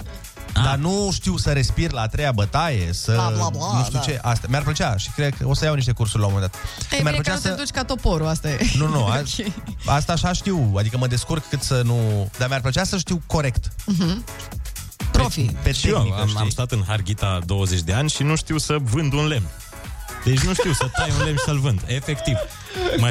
[SPEAKER 8] Dar nu știu să respir la a treia bătaie, să
[SPEAKER 10] Bla, bla, bla,
[SPEAKER 8] nu știu
[SPEAKER 10] da.
[SPEAKER 8] ce. Asta mi-ar plăcea și cred că o să iau niște cursuri la un moment dat.
[SPEAKER 10] E
[SPEAKER 8] mi-ar
[SPEAKER 10] bine că nu te duci ca toporul, asta e.
[SPEAKER 8] Nu, nu, a...
[SPEAKER 10] Ok.
[SPEAKER 8] asta așa știu, adică mă descurc cât să nu... Dar mi-ar plăcea să știu corect.
[SPEAKER 10] Mhm.
[SPEAKER 8] Profi. Pe, pe
[SPEAKER 9] Și eu am,
[SPEAKER 8] tehnică,
[SPEAKER 9] am, am stat în Harghita 20 de ani și nu știu să vând un lemn. Deci nu știu să tai un lemn și să-l vând. Efectiv. Mă,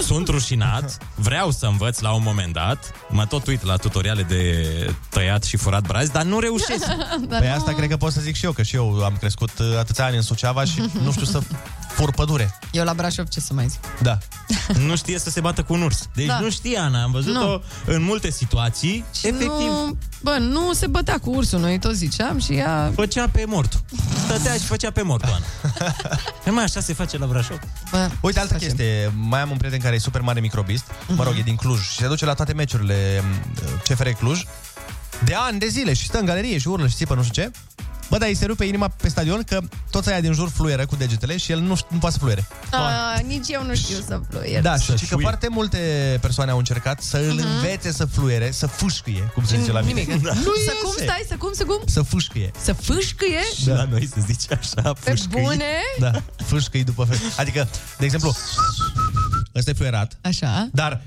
[SPEAKER 9] s- sunt rușinat, vreau să învăț la un moment dat, mă tot uit la tutoriale de tăiat și furat brazi, dar nu reușesc.
[SPEAKER 10] Dar
[SPEAKER 8] Păi
[SPEAKER 10] Da, nu-
[SPEAKER 8] asta cred că pot să zic și eu, că și eu am crescut uh, atâția ani în Suceava și nu știu să fur pădure.
[SPEAKER 10] Eu la Brașov ce să mai zic.
[SPEAKER 8] Da.
[SPEAKER 9] Nu știe să se bată cu un urs. Deci
[SPEAKER 10] Da.
[SPEAKER 9] da. nu știe, Ana, am văzut-o
[SPEAKER 10] Nu.
[SPEAKER 9] în multe situații.
[SPEAKER 10] Nu, bă, nu se bătea cu ursul, noi tot ziceam și ea...
[SPEAKER 9] Făcea pe mort. Stătea și făcea pe mort, Ana. Nu mai așa se face la Brașov.
[SPEAKER 10] Bă,
[SPEAKER 8] Uite, altă chestie. Mai am un prieten care e super mare microbist, mă
[SPEAKER 10] Mhm.
[SPEAKER 8] rog, e din Cluj și se duce la toate meciurile mm, m, CFR Cluj de ani de zile și stă în galerie și urlă și țipă nu știu ce. Bă, dar îi se rupe inima pe stadion că toți aia din jur fluieră cu degetele și el nu, ș- nu poate să fluiere.
[SPEAKER 10] A, nici eu nu știu să fluier.
[SPEAKER 8] Da, și că foarte multe persoane au încercat să îl
[SPEAKER 10] Mhm.
[SPEAKER 8] învețe să fluiere, să fâșcâie, cum se zice la mine.
[SPEAKER 10] Nimic.
[SPEAKER 8] Da.
[SPEAKER 10] Să cum
[SPEAKER 8] iese.
[SPEAKER 10] stai, să cum, să cum?
[SPEAKER 8] Să fâșcâie.
[SPEAKER 10] Să fâșcâie?
[SPEAKER 8] Da, la noi se zice așa,
[SPEAKER 10] Pe fâșcâi. bune?
[SPEAKER 8] Da, fâșcâi după fel. Adică, de exemplu, ăsta e fluierat,
[SPEAKER 10] Așa.
[SPEAKER 8] dar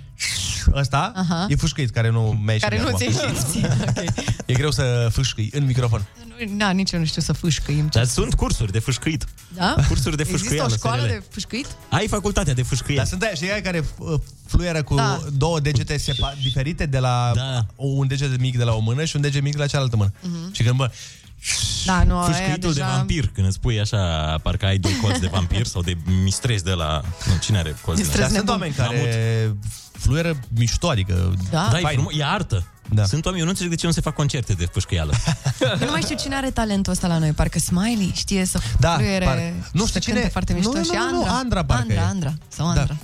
[SPEAKER 8] ăsta
[SPEAKER 10] Aha.
[SPEAKER 8] e fâșcâit, care nu mi
[SPEAKER 10] Care nu ți-a ieșit ție.
[SPEAKER 8] E greu să fâșcâi în microfon.
[SPEAKER 10] Nu, Na, nici eu nu știu să fâșcâim.
[SPEAKER 9] Dar sunt cursuri de fâșcâit.
[SPEAKER 10] Da?
[SPEAKER 9] Cursuri de
[SPEAKER 10] Există
[SPEAKER 9] fâșcâială.
[SPEAKER 10] o școală
[SPEAKER 9] SRL.
[SPEAKER 10] de fâșcâit?
[SPEAKER 9] Ai facultatea de fâșcâială.
[SPEAKER 8] Dar sunt aia și aia care uh, fluieră cu
[SPEAKER 10] Da.
[SPEAKER 8] două degete sepa- diferite de la da. un deget mic de la o mână și un deget mic de la cealaltă mână.
[SPEAKER 10] Mhm.
[SPEAKER 8] Și când, bă,
[SPEAKER 10] Da, nu, aia
[SPEAKER 9] Fâșcăitul de
[SPEAKER 10] deja...
[SPEAKER 9] vampir, când îți pui așa, parcă ai doi colți de vampir sau de mistrezi de la... Nu, cine are colți de la...
[SPEAKER 8] dar sunt oameni care fluieră mișto, adică...
[SPEAKER 10] Da.
[SPEAKER 9] Da, e,
[SPEAKER 8] fain.
[SPEAKER 9] frumos, e artă. Da. Sunt oameni, eu nu înțeleg de ce nu se fac concerte de fâșcăială.
[SPEAKER 10] Eu nu mai știu cine are talentul ăsta la noi. Parcă Smiley știe să
[SPEAKER 8] Da,
[SPEAKER 10] fluiere...
[SPEAKER 8] parcă- nu știu
[SPEAKER 10] și să
[SPEAKER 8] cine-
[SPEAKER 10] cânte Foarte
[SPEAKER 8] nu,
[SPEAKER 10] mișto.
[SPEAKER 8] nu,
[SPEAKER 10] și
[SPEAKER 8] nu, nu,
[SPEAKER 10] Andra.
[SPEAKER 8] Andra parcă
[SPEAKER 10] Andra,
[SPEAKER 8] e.
[SPEAKER 10] Andra. Sau Andra.
[SPEAKER 8] Da.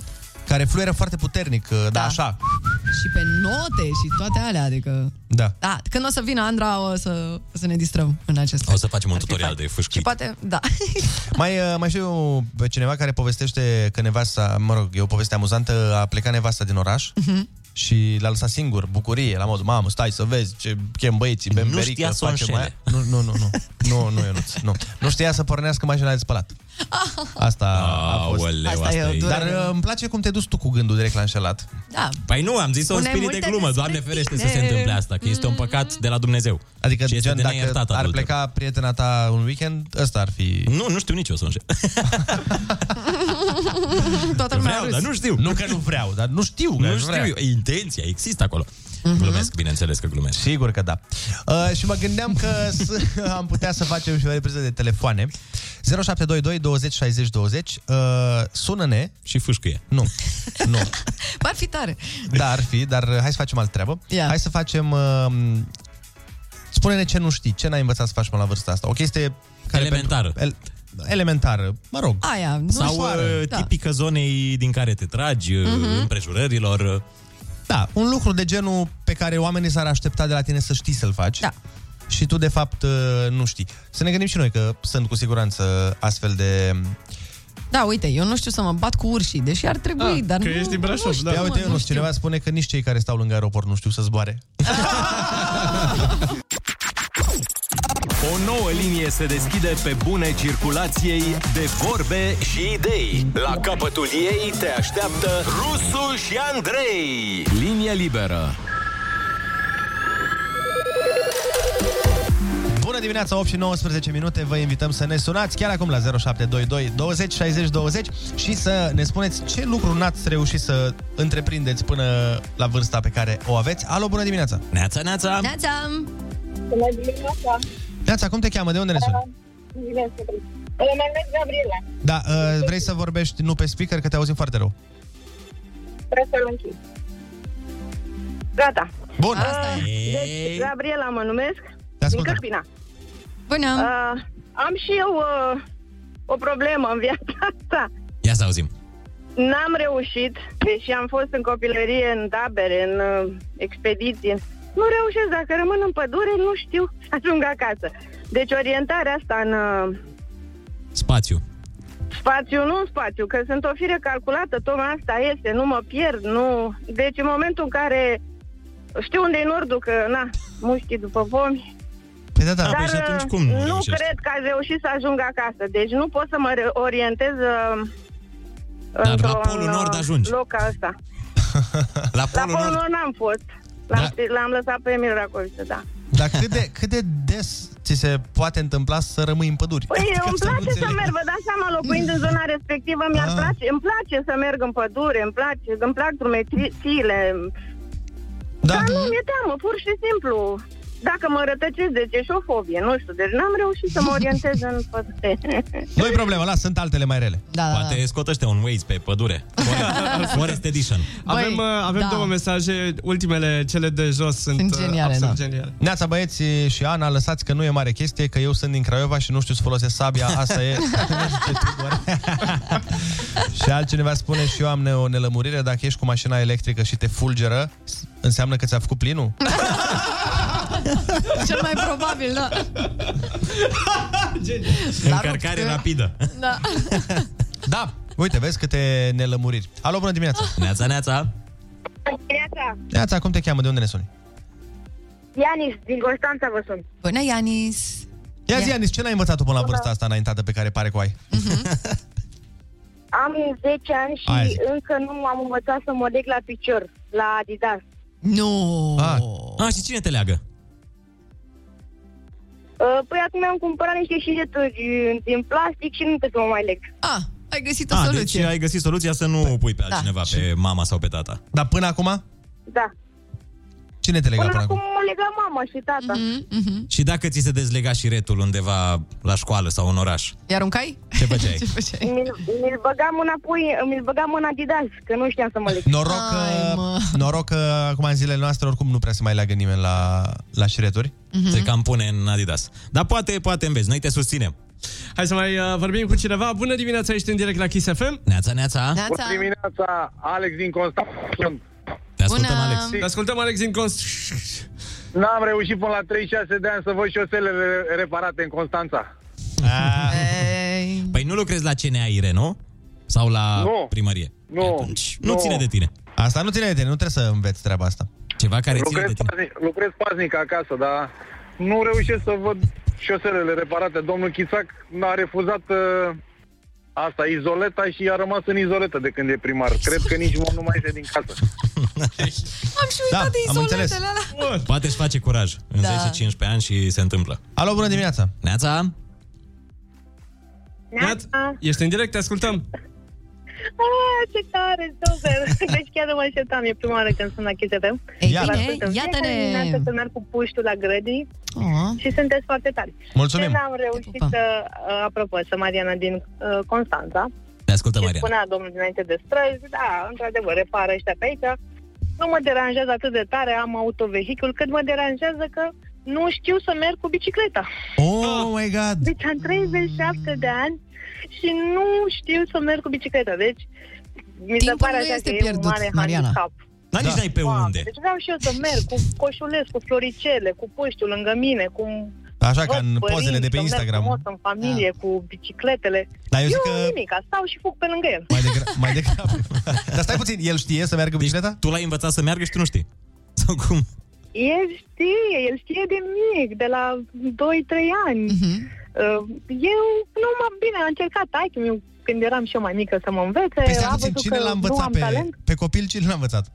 [SPEAKER 8] Care fluieră foarte puternic, da, da așa.
[SPEAKER 10] Și pe note și toate alea, adică...
[SPEAKER 8] Da.
[SPEAKER 10] Da, când o să vină Andra, o să, o să ne distrăm în acest fel.
[SPEAKER 9] O să facem un tutorial de
[SPEAKER 10] Și
[SPEAKER 9] fâșcăit.
[SPEAKER 10] poate, da.
[SPEAKER 8] Mai, uh, mai știu pe cineva care povestește că nevasta, mă rog, e o poveste amuzantă, a plecat nevasta din oraș
[SPEAKER 9] Mhm.
[SPEAKER 8] și l-a lăsat singur, bucurie, la modul, mamă, stai să vezi ce chem băieții, bem
[SPEAKER 9] Nu
[SPEAKER 8] berică,
[SPEAKER 9] știa să o
[SPEAKER 8] facem
[SPEAKER 9] înșele.
[SPEAKER 8] aia. Nu, nu, nu, nu, nu, nu, Ionuț, nu. Nu știa să pornească mașina de spălat. Asta a fost.
[SPEAKER 9] Aoleu, Asta e asta o e.
[SPEAKER 8] Dar
[SPEAKER 9] durere.
[SPEAKER 8] uh, îmi place cum te duci tu cu gândul direct la înșelat.
[SPEAKER 10] Da.
[SPEAKER 9] Păi nu, am zis-o în
[SPEAKER 8] Spune
[SPEAKER 9] spirit de
[SPEAKER 8] multe
[SPEAKER 9] glumă,
[SPEAKER 8] despre
[SPEAKER 9] Doamne ferește să
[SPEAKER 8] tine.
[SPEAKER 9] se întâmple asta, că este un păcat de la Dumnezeu.
[SPEAKER 8] Adică,
[SPEAKER 9] și este
[SPEAKER 8] gen,
[SPEAKER 9] de
[SPEAKER 8] dacă
[SPEAKER 9] neiertat
[SPEAKER 8] ar
[SPEAKER 9] adulterul.
[SPEAKER 8] pleca prietena ta un weekend, ăsta ar fi...
[SPEAKER 9] Nu, nu știu nici eu să înșel.
[SPEAKER 10] Toată lumea a
[SPEAKER 9] Vreau,
[SPEAKER 10] râs.
[SPEAKER 9] dar nu știu.
[SPEAKER 8] Nu că nu vreau, dar nu știu. că
[SPEAKER 9] Nu
[SPEAKER 8] aș vrea.
[SPEAKER 9] știu, eu. intenția există acolo. Glumesc, bineînțeles că glumesc.
[SPEAKER 8] Sigur că da. Uh, și mă gândeam că s- am putea să facem și o repriză de telefoane. 0722 20 60 20. Uh, sună-ne.
[SPEAKER 9] Și fâșcâie.
[SPEAKER 8] Nu. Nu.
[SPEAKER 10] Ar fi tare.
[SPEAKER 8] Da, ar fi, dar hai să facem altă treabă.
[SPEAKER 10] Ia.
[SPEAKER 8] Hai să facem... Uh, spune-ne ce nu știi, ce n-ai învățat să faci mă la vârsta asta. O chestie... Care
[SPEAKER 9] Elementară.
[SPEAKER 8] Pentru, el, elementară, mă rog.
[SPEAKER 10] Aia, nu
[SPEAKER 9] Sau
[SPEAKER 10] știu.
[SPEAKER 9] uh,
[SPEAKER 10] Da.
[SPEAKER 9] tipică zonei din care te tragi, uh,
[SPEAKER 10] Mhm.
[SPEAKER 9] împrejurărilor. uh,
[SPEAKER 8] Da, un lucru de genul pe care oamenii s-ar aștepta de la tine să știi să-l faci. Da. Și tu, de fapt, uh, nu știi. Să ne gândim și noi că sunt cu siguranță astfel de... um,
[SPEAKER 10] Da, uite, eu nu știu să mă bat cu urșii, deși ar
[SPEAKER 8] Ah,
[SPEAKER 10] trebui, dar nu... nu știu,
[SPEAKER 8] Ia
[SPEAKER 10] mă,
[SPEAKER 8] uite, eu nu știu. Cineva spune că nici cei care stau lângă aeroport nu știu să zboare.
[SPEAKER 16] O nouă linie se deschide pe bune circulației de vorbe și idei.
[SPEAKER 7] La capătul ei te așteaptă Rusu și Andrei.
[SPEAKER 16] Linie liberă.
[SPEAKER 8] Bună Bună dimineața, 8 și 19 minute, vă invităm să ne sunați chiar acum la 0722 20 60 20 și să ne spuneți ce lucru n-ați reușit să întreprindeți până la vârsta pe care o aveți. Alo, bună dimineața!
[SPEAKER 9] Neața, neața!
[SPEAKER 10] Neața!
[SPEAKER 13] Bună dimineața!
[SPEAKER 8] Neața, cum te cheamă? De unde ne
[SPEAKER 14] Uh,
[SPEAKER 8] suni?
[SPEAKER 13] Bine, să trec. Eu mă numesc Gabriela.
[SPEAKER 8] Da, uh, vrei să vorbești nu pe speaker, că te auzim foarte rău.
[SPEAKER 13] Trebuie să-l închid. Gata.
[SPEAKER 8] Bun.
[SPEAKER 13] Asta deci, Gabriela mă numesc. Din Câmpina.
[SPEAKER 10] Bună.
[SPEAKER 13] Uh, am și eu uh, o problemă în viața asta.
[SPEAKER 9] Ia să auzim.
[SPEAKER 13] N-am reușit, deși am fost în copilărie, în tabere, în uh, expediții. Nu reușesc, dacă rămân în pădure, nu știu să ajung acasă. Deci orientarea asta în uh,
[SPEAKER 9] Spațiu.
[SPEAKER 13] Spațiu, nu în spațiu, că sunt o fire calculată, tocmai asta este, nu mă pierd, nu... Deci în momentul în care știu unde e nordul, că na, mușchi după pomi,
[SPEAKER 8] Păi da, da.
[SPEAKER 13] dar uh, nu, cred că aș reuși să ajung acasă. Deci nu pot să mă re- orientez uh,
[SPEAKER 9] Dar
[SPEAKER 13] într-un,
[SPEAKER 9] la Polul
[SPEAKER 13] uh,
[SPEAKER 9] Nord ajungi.
[SPEAKER 13] loc ca ăsta. La
[SPEAKER 9] La Polul
[SPEAKER 13] Polul
[SPEAKER 9] Nord. Da.
[SPEAKER 13] Nord n-am fost. L-am, l-am lăsat pe Emil Racoviță, da.
[SPEAKER 8] Dar cât de, cât de des ți se poate întâmpla să rămâi în păduri?
[SPEAKER 13] Păi,
[SPEAKER 8] Ca
[SPEAKER 13] îmi
[SPEAKER 8] să nu
[SPEAKER 13] place să
[SPEAKER 8] înțeleg. Ah.
[SPEAKER 13] merg, vă dați seama, locuind în zona respectivă, mi-ar place, îmi place să merg în pădure, îmi place, îmi plac drumețiile.
[SPEAKER 8] Da.
[SPEAKER 13] Dar nu mi-e teamă, pur și simplu. Dacă mă rătăcesc, deci e și o fobie, nu știu, deci n-am reușit să mă orientez în pădure.
[SPEAKER 8] Nu-i problemă, las, sunt altele mai rele.
[SPEAKER 10] Da,
[SPEAKER 9] Poate scotește un Waze pe pădure. Forest- Forest Edition.
[SPEAKER 1] avem uh, avem
[SPEAKER 13] Păi,
[SPEAKER 10] da.
[SPEAKER 1] două mesaje, ultimele, cele de jos sunt,
[SPEAKER 10] Sunt
[SPEAKER 1] uh,
[SPEAKER 10] geniale,
[SPEAKER 1] absolut
[SPEAKER 10] da.
[SPEAKER 1] geniale.
[SPEAKER 8] Neața băieți și Ana, lăsați că nu e mare chestie, că eu sunt din Craiova și nu știu să folosesc sabia, asta e. și altcineva spune și eu am ne- o nelămurire, dacă ești cu mașina electrică și te fulgeră, s- înseamnă că ți-a făcut plinul?
[SPEAKER 10] Cel mai probabil, da.
[SPEAKER 13] uh,
[SPEAKER 9] Încărcare rapidă.
[SPEAKER 10] Da.
[SPEAKER 8] Da, uite, vezi câte nelămuriri. Alo, bună dimineața!
[SPEAKER 9] Ah. Neața, neața!
[SPEAKER 8] Neața, cum te cheamă? De unde ne suni?
[SPEAKER 14] Ianis, din Constanța vă sunt.
[SPEAKER 10] Bună, Ianis!
[SPEAKER 8] Ia zi, Anis, ce n-ai învățat tu până la vârsta asta înaintată pe care pare că o ai?
[SPEAKER 14] Am 10 ani și
[SPEAKER 8] Aia zic.
[SPEAKER 14] încă nu am învățat să mă leg la picior, la Adidas.
[SPEAKER 10] Nu!
[SPEAKER 9] A, ah, și cine te leagă?
[SPEAKER 14] Uh, Păi acum am cumpărat niște șireturi uh, din plastic și nu trebuie să mă mai leg.
[SPEAKER 10] Ah, ai găsit
[SPEAKER 9] Ah, deci ai găsit soluția să
[SPEAKER 10] Păi,
[SPEAKER 9] nu o pui
[SPEAKER 10] da.
[SPEAKER 9] pe altcineva, pe mama sau pe tata.
[SPEAKER 8] Dar până acum?
[SPEAKER 14] Da.
[SPEAKER 8] Cine te lega
[SPEAKER 14] Până
[SPEAKER 8] până
[SPEAKER 14] acum
[SPEAKER 8] acum?
[SPEAKER 14] mă lega mama și tata.
[SPEAKER 10] Mhm,
[SPEAKER 9] Și dacă ți se dezlega și retul undeva la școală sau în oraș,
[SPEAKER 10] I aruncai?
[SPEAKER 9] ce făceai?
[SPEAKER 10] Ce făceai?
[SPEAKER 14] Mi-l, mi-l băgam înapoi, mi-l băgam în Adidas, că nu știam să mă leg.
[SPEAKER 8] Noroc că, noroc că acum în zilele noastre oricum nu prea se mai leagă nimeni la, la șireturi.
[SPEAKER 9] Mm-hmm. Se cam pune în Adidas. Dar poate, poate înveți. Noi te susținem.
[SPEAKER 1] Hai să mai uh, vorbim cu cineva. Bună dimineața, ești în direct la Kiss FM.
[SPEAKER 9] Neața, neața.
[SPEAKER 10] Neața.
[SPEAKER 17] Bună dimineața, Alex din Constanța.
[SPEAKER 9] Te ascultăm,
[SPEAKER 1] Bună.
[SPEAKER 9] Alex.
[SPEAKER 1] Te ascultăm, Alex, din Const...
[SPEAKER 17] N-am reușit până la 36 de ani să văd șoselele reparate în Constanța.
[SPEAKER 9] Ah. Păi nu lucrezi la CNAIR, nu? Sau la
[SPEAKER 17] Nu.
[SPEAKER 9] primărie?
[SPEAKER 17] Nu,
[SPEAKER 9] Nu ține de tine.
[SPEAKER 8] Asta nu ține de tine, nu trebuie să înveți treaba asta.
[SPEAKER 9] Ceva care ține
[SPEAKER 17] lucrez,
[SPEAKER 9] de tine.
[SPEAKER 17] paznic, lucrez paznic acasă, dar nu reușesc să văd șoselele reparate. Domnul Chisac a refuzat uh, asta, izoleta și a rămas în izoletă de când e primar. Cred că nici mă nu mai iese din casă.
[SPEAKER 10] Am și
[SPEAKER 8] Da,
[SPEAKER 10] uitat de
[SPEAKER 8] am
[SPEAKER 10] izoletele
[SPEAKER 8] înțeles.
[SPEAKER 10] alea.
[SPEAKER 9] Poate își face curaj în
[SPEAKER 10] Da.
[SPEAKER 9] 10-15 ani și se întâmplă.
[SPEAKER 8] Alo, bună dimineața!
[SPEAKER 9] Neața?
[SPEAKER 1] Neața. Ești în direct, te ascultăm.
[SPEAKER 14] Ah, ce tare, super! Deci chiar nu mă așteptam, e prima oară când sunt la Kiss FM.
[SPEAKER 10] Ei
[SPEAKER 14] Vă
[SPEAKER 10] bine,
[SPEAKER 14] ascult în
[SPEAKER 10] iată-ne.
[SPEAKER 14] fiecare dimineață când merg cu puștul la grădini
[SPEAKER 10] Oh.
[SPEAKER 14] și sunteți foarte tari.
[SPEAKER 8] Mulțumim.
[SPEAKER 14] Când am reușit să, uh, apropo, să Mariana din uh, Constanța,
[SPEAKER 9] Te ascultă,
[SPEAKER 14] ce
[SPEAKER 9] Mariana.
[SPEAKER 14] spunea domnul dinainte de străzi, da, într-adevăr, repară ăștia pe aici. Nu mă deranjează atât de tare, am autovehicul, cât mă deranjează că nu știu să merg cu bicicleta.
[SPEAKER 8] Oh my god!
[SPEAKER 14] Deci am 37 de ani și nu știu să merg cu bicicleta. Deci mi se
[SPEAKER 10] Timpul
[SPEAKER 14] pare
[SPEAKER 10] nu
[SPEAKER 14] așa
[SPEAKER 10] este
[SPEAKER 14] că
[SPEAKER 10] pierdut,
[SPEAKER 14] e un mare
[SPEAKER 10] Mariana.
[SPEAKER 14] handicap.
[SPEAKER 9] Dar nici n-ai pe unde.
[SPEAKER 14] Deci vreau și eu să merg cu coșuleț, cu floricele, cu puștiul lângă mine, cu
[SPEAKER 8] Așa ca
[SPEAKER 14] văd
[SPEAKER 8] în
[SPEAKER 14] părinți,
[SPEAKER 8] pozele de pe
[SPEAKER 14] să merg
[SPEAKER 8] Instagram.
[SPEAKER 14] frumos în familie,
[SPEAKER 10] Da.
[SPEAKER 14] cu bicicletele.
[SPEAKER 8] Dar eu
[SPEAKER 14] eu
[SPEAKER 8] zic că-
[SPEAKER 14] nimic, stau și fug pe lângă el.
[SPEAKER 8] Mai degrabă. Mai degrabă. Dar stai puțin, el știe să meargă bicicleta?
[SPEAKER 9] Deci Tu l-ai învățat să meargă și tu nu știi. Sau cum?
[SPEAKER 14] El știe, el știe de mic, de la 2-3 ani.
[SPEAKER 8] Mhm.
[SPEAKER 14] Uh, Eu, nu mă bine, am încercat taică meu când eram și eu mai mică să mă învețe.
[SPEAKER 8] Păi stai
[SPEAKER 14] a
[SPEAKER 8] puțin,
[SPEAKER 14] văzut
[SPEAKER 8] cine
[SPEAKER 14] că
[SPEAKER 8] l-a
[SPEAKER 14] nu
[SPEAKER 8] învățat
[SPEAKER 14] am
[SPEAKER 8] pe,
[SPEAKER 14] talent.
[SPEAKER 8] pe copil? Cine l-a învățat?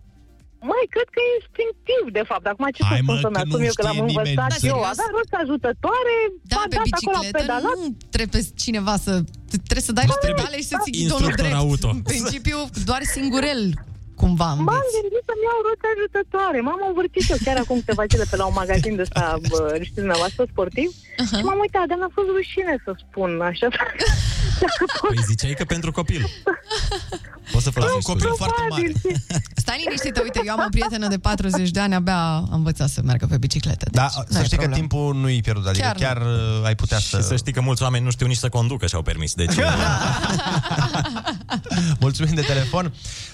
[SPEAKER 14] Mai cred că e instinctiv, de fapt. Acum ce să
[SPEAKER 8] Hai,
[SPEAKER 14] spun
[SPEAKER 8] mă,
[SPEAKER 14] să-mi
[SPEAKER 8] că nu
[SPEAKER 14] asum eu că
[SPEAKER 8] știe
[SPEAKER 14] l-am
[SPEAKER 8] nimeni
[SPEAKER 14] învățat
[SPEAKER 8] să-
[SPEAKER 14] eu.
[SPEAKER 8] Serios?
[SPEAKER 14] Avea rost ajutătoare,
[SPEAKER 10] Da,
[SPEAKER 14] m-a
[SPEAKER 10] pe
[SPEAKER 14] dat acolo, am
[SPEAKER 10] bicicletă
[SPEAKER 14] pedalat.
[SPEAKER 10] nu trebuie cineva să... Trebuie să dai la pedale și să-ți iei ghidonul
[SPEAKER 9] Instructor
[SPEAKER 10] drept.
[SPEAKER 9] auto.
[SPEAKER 10] În principiu, doar singurel cumva
[SPEAKER 14] M-am
[SPEAKER 10] înveți.
[SPEAKER 14] gândit să-mi iau roți ajutătoare. M-am învârtit eu chiar acum câteva zile pe la un magazin de ăsta, bă, știți dumneavoastră, sportiv. Uh-huh. Și m-am uitat, dar mi-a fost rușine să spun așa.
[SPEAKER 9] Păi ziceai că pentru copil. Poți să folosești un copil foarte mare.
[SPEAKER 10] Stai liniștită, uite, eu am o prietenă de 40 de ani, abia a învățat să meargă pe bicicletă. Deci
[SPEAKER 8] Da,
[SPEAKER 10] n-ai
[SPEAKER 8] să știi că
[SPEAKER 10] problemă.
[SPEAKER 8] timpul nu-i pierdut, adică
[SPEAKER 10] Chiar
[SPEAKER 8] chiar,
[SPEAKER 10] nu.
[SPEAKER 8] chiar uh, ai putea să...
[SPEAKER 9] Și să știi că mulți oameni nu știu nici să conducă și-au permis. Deci,
[SPEAKER 8] Mulțumim de telefon.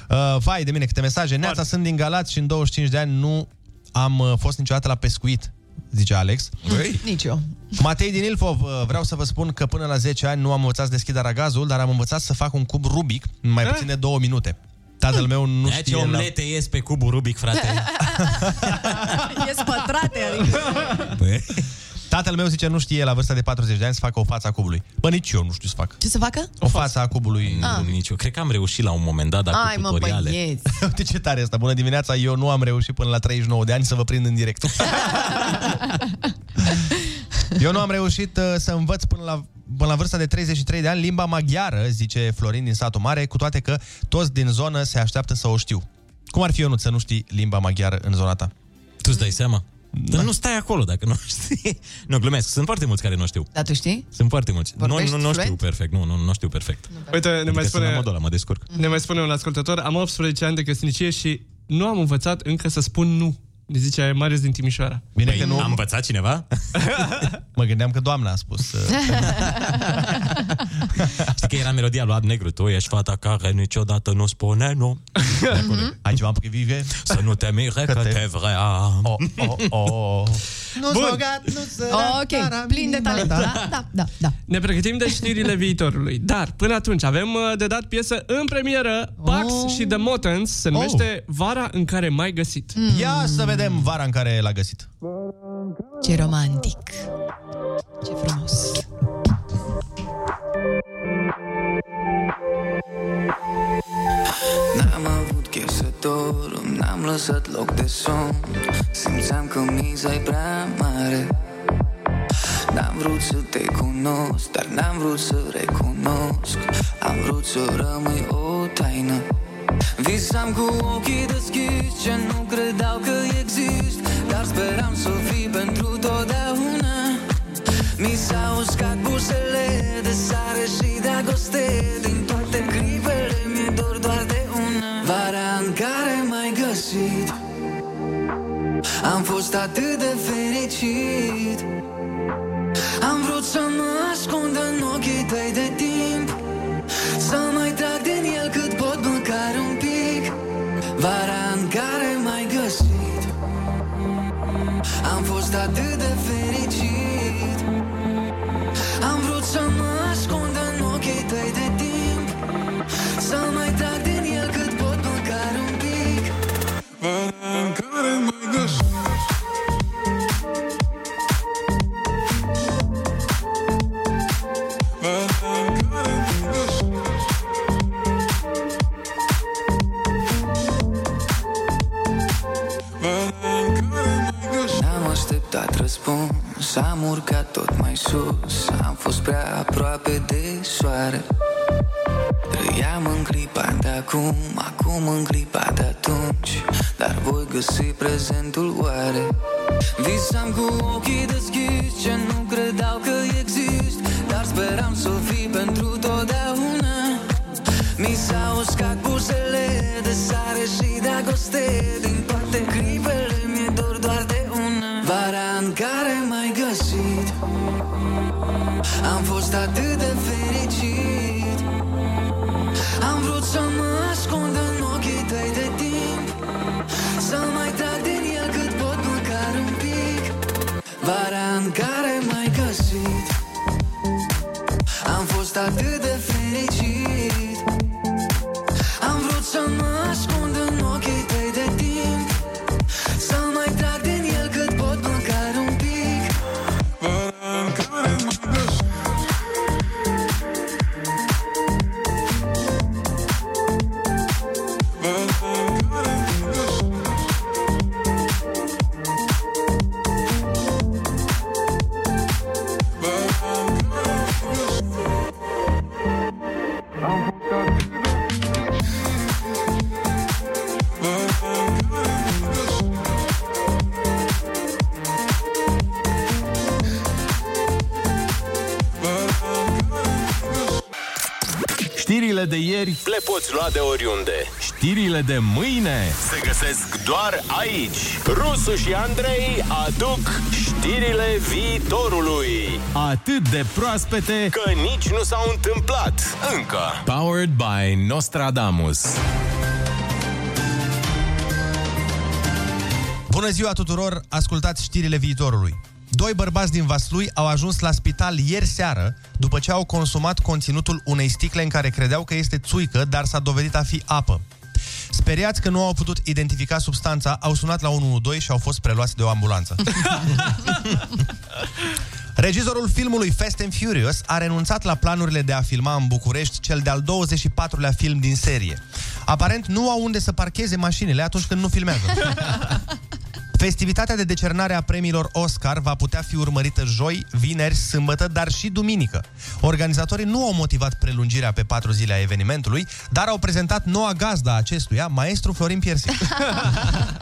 [SPEAKER 8] Uh, vai de mine, câte mesaje. Neața, sunt din Galați și în 25 de ani nu am uh, fost niciodată la pescuit, zice Alex.
[SPEAKER 10] Nici eu.
[SPEAKER 8] Matei din Ilfov, uh, vreau să vă spun că până la 10 ani nu am învățat să deschid aragazul, dar am învățat să fac un cub Rubic în mai
[SPEAKER 9] Eh?
[SPEAKER 8] puțin de două minute. Tatăl meu nu
[SPEAKER 9] Aia
[SPEAKER 8] știe...
[SPEAKER 9] ce omlete ies pe cubul Rubic, frate.
[SPEAKER 10] Ești pătrate, adică.
[SPEAKER 8] Tatăl meu zice, nu știe la vârsta de 40 de ani să facă o față a cubului. Bă, nici eu nu știu să fac.
[SPEAKER 10] Ce să facă?
[SPEAKER 8] O față a cubului.
[SPEAKER 10] Ah.
[SPEAKER 9] Nici eu. Cred că am reușit la un moment dat, dar
[SPEAKER 10] Ai,
[SPEAKER 9] cu
[SPEAKER 10] mă,
[SPEAKER 9] tutoriale.
[SPEAKER 10] băieți.
[SPEAKER 8] Uite ce tare e asta. Bună dimineața, eu nu am reușit până la 39 de ani să vă prind în direct. eu nu am reușit uh, să învăț până la Până la vârsta de 33 de ani, limba maghiară, zice Florin din satul mare, cu toate că toți din zonă se așteaptă să o știu. Cum ar fi, Ionut, să nu știi limba maghiară în zona ta?
[SPEAKER 9] Tu îți dai seama? Dar Da. nu stai acolo dacă nu știi. Nu, glumesc. Sunt foarte mulți care nu știu.
[SPEAKER 10] Dar Da, tu știi?
[SPEAKER 9] Sunt foarte mulți. Nu,
[SPEAKER 10] Vorbești
[SPEAKER 9] nu, nu știu
[SPEAKER 10] fluent?
[SPEAKER 9] perfect. Nu, nu, nu știu perfect. Adică
[SPEAKER 1] Uite, ne mai
[SPEAKER 9] sunt la
[SPEAKER 1] spune-
[SPEAKER 9] modul ăla, mă descurc.
[SPEAKER 1] Ne mai spune un ascultător, am 18 ani de căsnicie și nu am învățat încă să spun nu. Ne zicea Marius din Timișoara.
[SPEAKER 8] Bine că nu-
[SPEAKER 9] A învățat cineva?
[SPEAKER 8] mă gândeam că doamna a spus. uh,
[SPEAKER 9] Știi că era melodia lui Ad Negru. Tu ești fata care niciodată nu spune nu.
[SPEAKER 10] Mhm.
[SPEAKER 8] Ai ceva privive?
[SPEAKER 9] Să nu te mire că te vrea.
[SPEAKER 8] Oh, oh, oh.
[SPEAKER 10] Nu
[SPEAKER 1] Bun.
[SPEAKER 10] bogat, nu Ok, plin de talent.
[SPEAKER 1] Da.
[SPEAKER 10] Da, da, da. da.
[SPEAKER 1] Ne pregătim de știrile viitorului. Dar, până atunci, avem uh, de dat piesă în premieră, Pax
[SPEAKER 8] Oh.
[SPEAKER 1] și The Motans, se numește Vara în care m-ai găsit.
[SPEAKER 8] Ia să vedem vara în care l-a găsit.
[SPEAKER 10] Ce romantic. Ce frumos.
[SPEAKER 18] N-am avut chef să dorm, n-am lăsat loc de somn Simțeam că miza e prea mare N-am vrut să te cunosc, dar n-am vrut să recunosc Am vrut să rămâi o taină Visam cu ochii deschiși ce nu credeau că exist Dar speram să fii pentru totdeauna Mi s-au uscat buzele de sare și de agoste Din toate clipele mi-e dor doar de una Vara în care m-ai găsit Am fost atât de fericit Am vrut să mă ascund în ochii tăi de timp să mai trag din el cât pot măcar un pic Vara în care m-ai găsit Am fost atât de fericit Am vrut să mă ascund în ochii tăi de timp Să mai trag din el cât pot măcar un pic Vara în care m-ai găsit Vara în care m-ai găsit N-am așteptat răspuns Am urcat tot mai sus Am fost prea aproape de soare Trăiam în clipa de acum Acum în clipa de atunci Dar voi găsi prezentul oare Visam cu ochii deschiși Ce nu credeau că exist Dar speram să fii pentru totdeauna mi s-au uscat buzele de sare și de agoste Din toate clipele mi-e dor doar de una Vara în care m-ai găsit Am fost atât de fericit Am vrut să mă ascund în ochii tăi de timp Să mai trag din el cât pot măcar un pic Vara în care m-ai găsit Am fost atât de fericit am vrut să mă ascund în ochii tăi de timp Să mai trag din el cât pot măcar un pic
[SPEAKER 16] Știrile de ieri,
[SPEAKER 7] Le poți lua de oriunde.
[SPEAKER 16] știrile de mâine.
[SPEAKER 7] Se găsesc doar aici. Rusu și Andrei aduc știrile viitorului.
[SPEAKER 16] Atât de proaspete
[SPEAKER 7] Că nici nu s-au întâmplat încă.
[SPEAKER 16] Powered by Nostradamus.
[SPEAKER 8] Bună ziua tuturor, ascultați știrile viitorului. Doi bărbați din Vaslui au ajuns la spital ieri seară după ce au consumat conținutul unei sticle în care credeau că este țuică, dar s-a dovedit a fi apă. Speriați că nu au putut identifica substanța, au sunat la 112 și au fost preluați de o ambulanță. Regizorul filmului Fast and Furious a renunțat la planurile de a filma în București cel de-al 24-lea film din serie. Aparent nu au unde să parcheze mașinile atunci când nu filmează. Festivitatea de decernare a premiilor Oscar va putea fi urmărită joi, vineri, sâmbătă, dar și duminică. Organizatorii nu au motivat prelungirea pe patru zile a evenimentului, dar au prezentat noua gazda a acestuia, maestru Florin Piersic.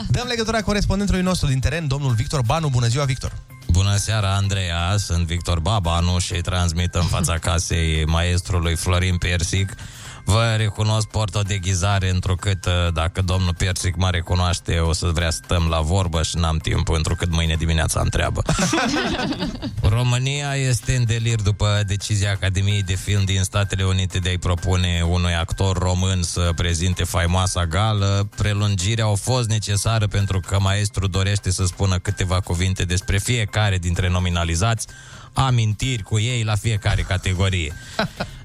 [SPEAKER 8] Dăm legătura corespondentului nostru din teren, domnul Victor Banu. Bună ziua, Victor!
[SPEAKER 9] Bună seara, Andreea, sunt Victor Babanu și transmit în fața casei maestrului Florin Persic. Vă recunosc, port o deghizare, întrucât uh, dacă domnul Persic mă recunoaște, o să vrea să stăm la vorbă și n-am timp, întrucât mâine dimineața am treabă. România este în delir după decizia Academiei de Film din Statele Unite de a-i propune unui actor român să prezinte faimoasa gală. Prelungirea a fost necesară pentru că maestru dorește să spună câteva cuvinte despre fiecare dintre nominalizați, amintiri cu ei la fiecare categorie.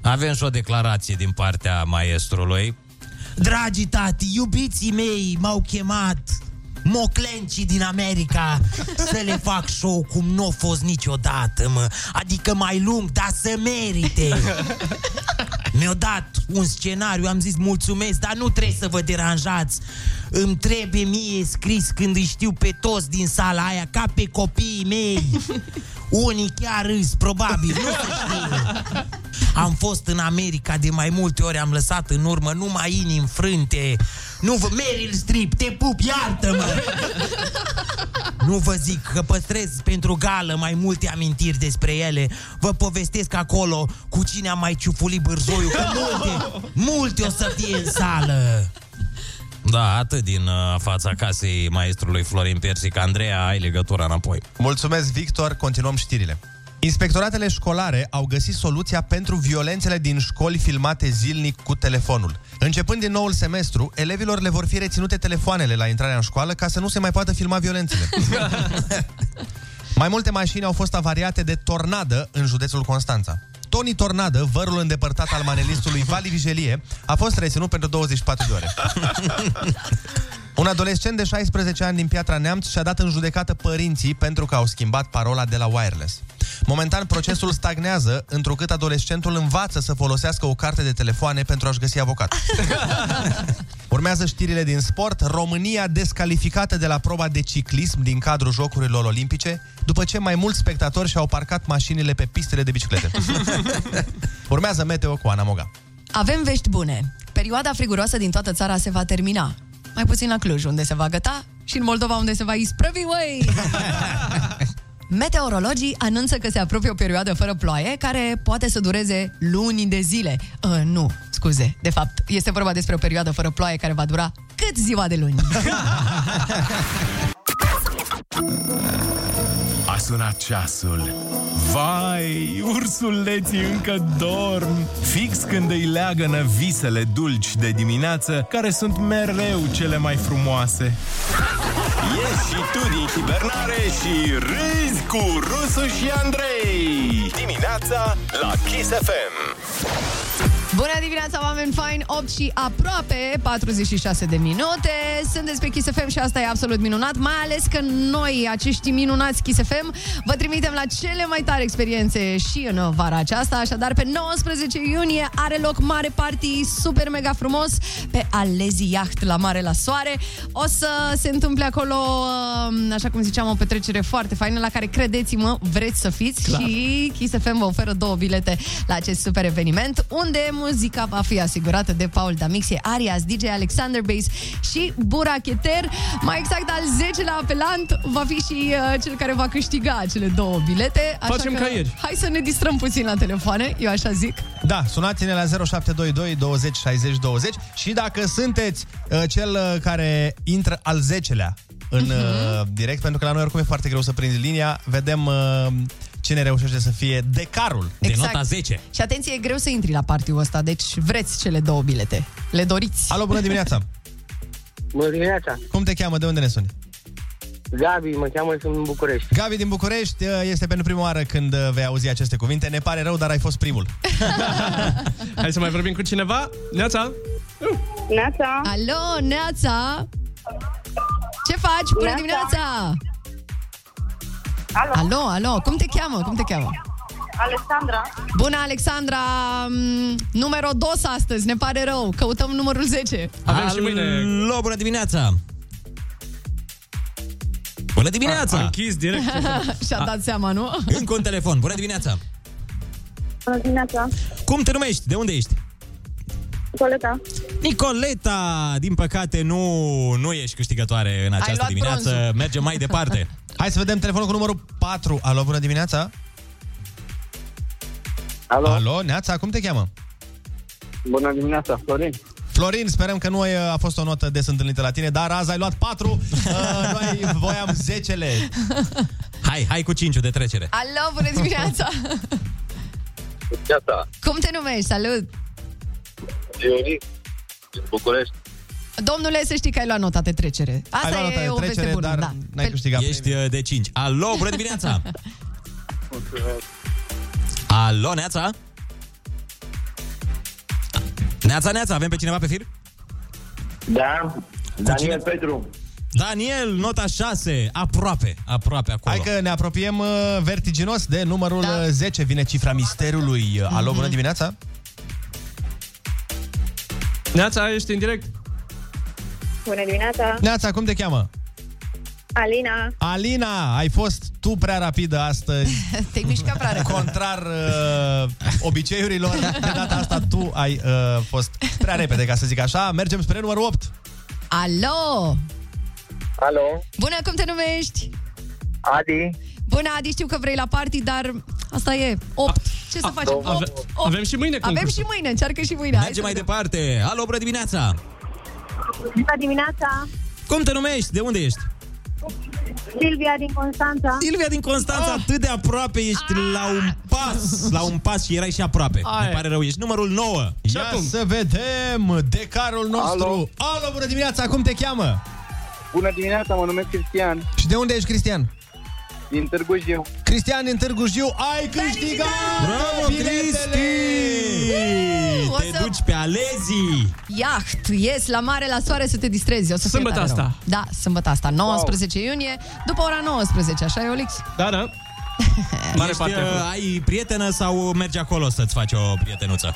[SPEAKER 9] Avem și o declarație din partea maestrului.
[SPEAKER 19] Dragii tati, iubiții mei m-au chemat moclencii din America să le fac show cum nu a fost niciodată, mă. Adică mai lung, dar să merite. Mi-a dat un scenariu, am zis mulțumesc, dar nu trebuie să vă deranjați. Îmi trebuie mie scris când îi știu pe toți din sala aia, ca pe copiii mei. Unii chiar râs, probabil, nu se știe. Am fost în America de mai multe ori, am lăsat în urmă numai inimi în frânte. Nu vă... Meryl Streep, te pup, iartă-mă! Nu vă zic că păstrez pentru gală mai multe amintiri despre ele. Vă povestesc acolo cu cine am mai ciufulit bârzoiul, că multe, multe o să fie în sală.
[SPEAKER 9] Da, atât din uh, fața casei maestrului Florin Persic. Andreea, ai legătura înapoi.
[SPEAKER 8] Mulțumesc, Victor. Continuăm știrile. Inspectoratele școlare au găsit soluția pentru violențele din școli filmate zilnic cu telefonul. Începând din noul semestru, elevilor le vor fi reținute telefoanele la intrarea în școală ca să nu se mai poată filma violențele. Mai multe mașini au fost avariate de tornadă în județul Constanța. Tony Tornadă, vărul îndepărtat al manelistului Vali Vigelie, a fost reținut pentru 24 de ore. Un adolescent de 16 ani din Piatra Neamț și-a dat în judecată părinții pentru că au schimbat parola de la wireless. Momentan procesul stagnează, întrucât adolescentul învață să folosească o carte de telefoane pentru a-și găsi avocat. Urmează știrile din sport. România descalificată de la proba de ciclism din cadrul Jocurilor Olimpice, după ce mai mulți spectatori și-au parcat mașinile pe pistele de biciclete. Urmează meteo cu Ana Moga.
[SPEAKER 10] Avem vești bune. Perioada friguroasă din toată țara se va termina. Mai puțin la Cluj, unde se va găta, și în Moldova, unde se va isprăvi, uai! Meteorologii anunță că se apropie o perioadă fără ploaie, care poate să dureze luni de zile. Uh, nu, scuze, de fapt, este vorba despre o perioadă fără ploaie care va dura cât ziua de luni.
[SPEAKER 16] A sunat ceasul. Vai, ursuleții încă dorm! Fix când îi leagănă visele dulci de dimineață, care sunt mereu cele mai frumoase.
[SPEAKER 6] Ieși și tu din hibernare și râzi cu Rusu și Andrei. Dimineața la Kiss FM.
[SPEAKER 10] Bună dimineața, oameni faini! 8 și aproape 46 de minute. Sunteți pe Kiss FM și asta e absolut minunat, mai ales că noi, acești minunați Kiss FM, vă trimitem la cele mai tare experiențe și în vara aceasta. Așadar, pe 19 iunie are loc mare party super mega frumos pe Alezi Yacht la Mare la Soare. O să se întâmple acolo, um, așa cum ziceam, o petrecere foarte faină la care, credeți-mă, vreți să fiți
[SPEAKER 20] Clar.
[SPEAKER 10] și Kiss FM vă oferă două bilete la acest super eveniment, unde muzica va fi asigurată de Paul Damixe, Arias, DJ Alexander Bass și Buracheter. Mai exact, al 10-lea apelant va fi și uh, cel care va câștiga cele două bilete.
[SPEAKER 8] Facem ca ieri.
[SPEAKER 10] Hai să ne distrăm puțin la telefoane, eu așa zic.
[SPEAKER 8] Da, sunați-ne la 0722 20 60 20 și dacă sunteți uh, cel uh, care intră al 10-lea în uh, direct, pentru că la noi oricum e foarte greu să prinzi linia, vedem uh, cine reușește să fie decarul.
[SPEAKER 10] Exact. Și atenție, e greu să intri la partiul ăsta, deci vreți cele două bilete. Le doriți.
[SPEAKER 8] Alo, bună dimineața!
[SPEAKER 20] Bună dimineața!
[SPEAKER 8] Cum te cheamă? De unde ne suni?
[SPEAKER 20] Gabi, mă cheamă, sunt din București.
[SPEAKER 8] Gabi din București, uh, este pentru prima oară când uh, vei auzi aceste cuvinte. Ne pare rău, dar ai fost primul.
[SPEAKER 1] Hai să mai vorbim cu cineva? Neața?
[SPEAKER 10] Neața! Alo, Neața! Ce faci? Bună
[SPEAKER 20] Neața.
[SPEAKER 10] dimineața! Alo. alo, alo, cum te cheamă? Cum te cheamă?
[SPEAKER 13] Alexandra.
[SPEAKER 10] Bună, Alexandra! Mm, Numero dos astăzi, ne pare rău. Căutăm numărul 10.
[SPEAKER 9] Avem și mâine. Alo, bună dimineața! Bună dimineața!
[SPEAKER 1] A- a închis direct.
[SPEAKER 10] Și-a dat seama, nu?
[SPEAKER 9] Încă un telefon. Bună dimineața!
[SPEAKER 13] Bună dimineața.
[SPEAKER 9] Cum te numești? De unde ești?
[SPEAKER 13] Coleta.
[SPEAKER 9] Nicoleta, din păcate nu, nu ești câștigătoare în această
[SPEAKER 13] luat
[SPEAKER 9] dimineață.
[SPEAKER 13] bronzul.
[SPEAKER 9] Mergem mai departe.
[SPEAKER 8] Hai să vedem telefonul cu numărul 4. Alo, bună dimineața! Alo, Alo Neața, cum te cheamă?
[SPEAKER 20] Bună dimineața, Florin.
[SPEAKER 8] Florin, sperăm că nu ai, a fost o notă des întâlnită la tine, dar azi ai luat 4, noi voiam 10
[SPEAKER 9] Hai, hai cu cinciul de trecere.
[SPEAKER 10] Alo, bună dimineața!
[SPEAKER 20] Gata,
[SPEAKER 10] cum te numești? Salut!
[SPEAKER 20] Dionis, din București.
[SPEAKER 10] Domnule, să știi că ai luat nota de trecere. Asta
[SPEAKER 9] Ai luat nota
[SPEAKER 10] e
[SPEAKER 9] de
[SPEAKER 10] o veste
[SPEAKER 9] trecere,
[SPEAKER 10] bună,
[SPEAKER 9] dar
[SPEAKER 10] da.
[SPEAKER 9] N-ai câștigat Ești uh, de 5. Alo, bună dimineața! Alo, Neața? Neața, Neața, avem pe cineva pe fir?
[SPEAKER 20] Da,
[SPEAKER 9] Daniel
[SPEAKER 20] Petru.
[SPEAKER 9] Daniel, nota 6, aproape, aproape acolo.
[SPEAKER 8] Hai că ne apropiem uh, vertiginos de numărul da. Mhm. 10, vine cifra misterului. Uh, Alo, bună dimineața!
[SPEAKER 1] Neața, ești în direct?
[SPEAKER 13] Bună dimineața.
[SPEAKER 8] Neața, cum te cheamă?
[SPEAKER 13] Alina.
[SPEAKER 8] Alina, ai fost tu prea rapidă astăzi,
[SPEAKER 10] Te-ai mișcat prea repede.
[SPEAKER 8] contrar uh, obiceiurilor. De data asta tu ai uh, fost prea repede, ca să zic așa. Mergem spre numărul 8.
[SPEAKER 10] Alo!
[SPEAKER 20] Alo,
[SPEAKER 10] Bună, cum te numești?
[SPEAKER 20] Adi.
[SPEAKER 10] Bună, Adi, știu că vrei la party, dar asta e 8. Ce să facem? 8, 8.
[SPEAKER 9] avem și mâine
[SPEAKER 10] Avem
[SPEAKER 9] concursul.
[SPEAKER 10] și mâine, încearcă și mâine. Hai să
[SPEAKER 9] Mergem mai
[SPEAKER 10] vedem.
[SPEAKER 9] departe. Alo, bună dimineața!
[SPEAKER 13] Bună dimineața.
[SPEAKER 9] Cum te numești? De unde ești?
[SPEAKER 13] Silvia din Constanța.
[SPEAKER 9] Silvia din
[SPEAKER 10] Oh!
[SPEAKER 9] Constanța, atât de aproape ești
[SPEAKER 10] Ah!
[SPEAKER 9] la un pas, la un pas și erai și aproape.
[SPEAKER 8] Aia.
[SPEAKER 9] Ne pare rău, ești numărul 9.
[SPEAKER 8] Ia să vedem decarul nostru. Alo. Alo, bună dimineața, cum te cheamă?
[SPEAKER 20] Bună dimineața, mă numesc Cristian.
[SPEAKER 8] Și de unde ești, Cristian?
[SPEAKER 20] Din Târgu Jiu.
[SPEAKER 8] Cristian din Târgu Jiu, ai câștigat!
[SPEAKER 9] Bravo, Cristi!
[SPEAKER 10] Woo! O
[SPEAKER 9] Te
[SPEAKER 10] să-
[SPEAKER 9] duci pe alezii!
[SPEAKER 10] Iaht, ies la mare, la soare să te distrezi. O să fie
[SPEAKER 9] Sâmbătă
[SPEAKER 10] tare rău.
[SPEAKER 9] asta.
[SPEAKER 10] Da, sâmbătă asta, 19 wow. iunie, după ora 19, așa e, Olix?
[SPEAKER 1] Da, da.
[SPEAKER 9] Mare Ești, parte. ai prietenă sau mergi acolo să-ți faci o prietenuță?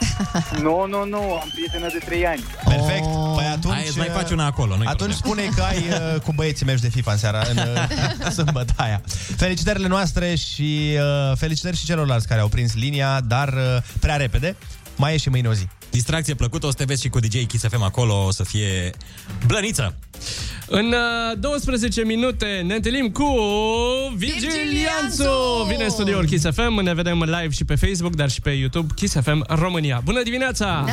[SPEAKER 20] Nu, nu, nu, am prietenă de 3 ani.
[SPEAKER 8] Perfect. Păi atunci...
[SPEAKER 9] Oh. Hai, îți mai faci una acolo, nu-i
[SPEAKER 8] Atunci spune
[SPEAKER 9] problemă.
[SPEAKER 8] că ai uh, cu băieții mei de FIFA în seara, în uh, sâmbătă aia. Felicitările noastre și uh, felicitări și celorlalți care au prins linia, dar uh, prea repede. Mai e și mâine o zi.
[SPEAKER 9] Distracție plăcută, o să te vezi și cu DJ Kiss FM acolo, o să fie blăniță.
[SPEAKER 1] În uh, 12 minute ne întâlnim cu Vigilianțu! Vine în studioul Kiss FM, ne vedem live și pe Facebook, dar și pe YouTube Kiss FM România. Bună
[SPEAKER 18] Ah.
[SPEAKER 1] dimineața!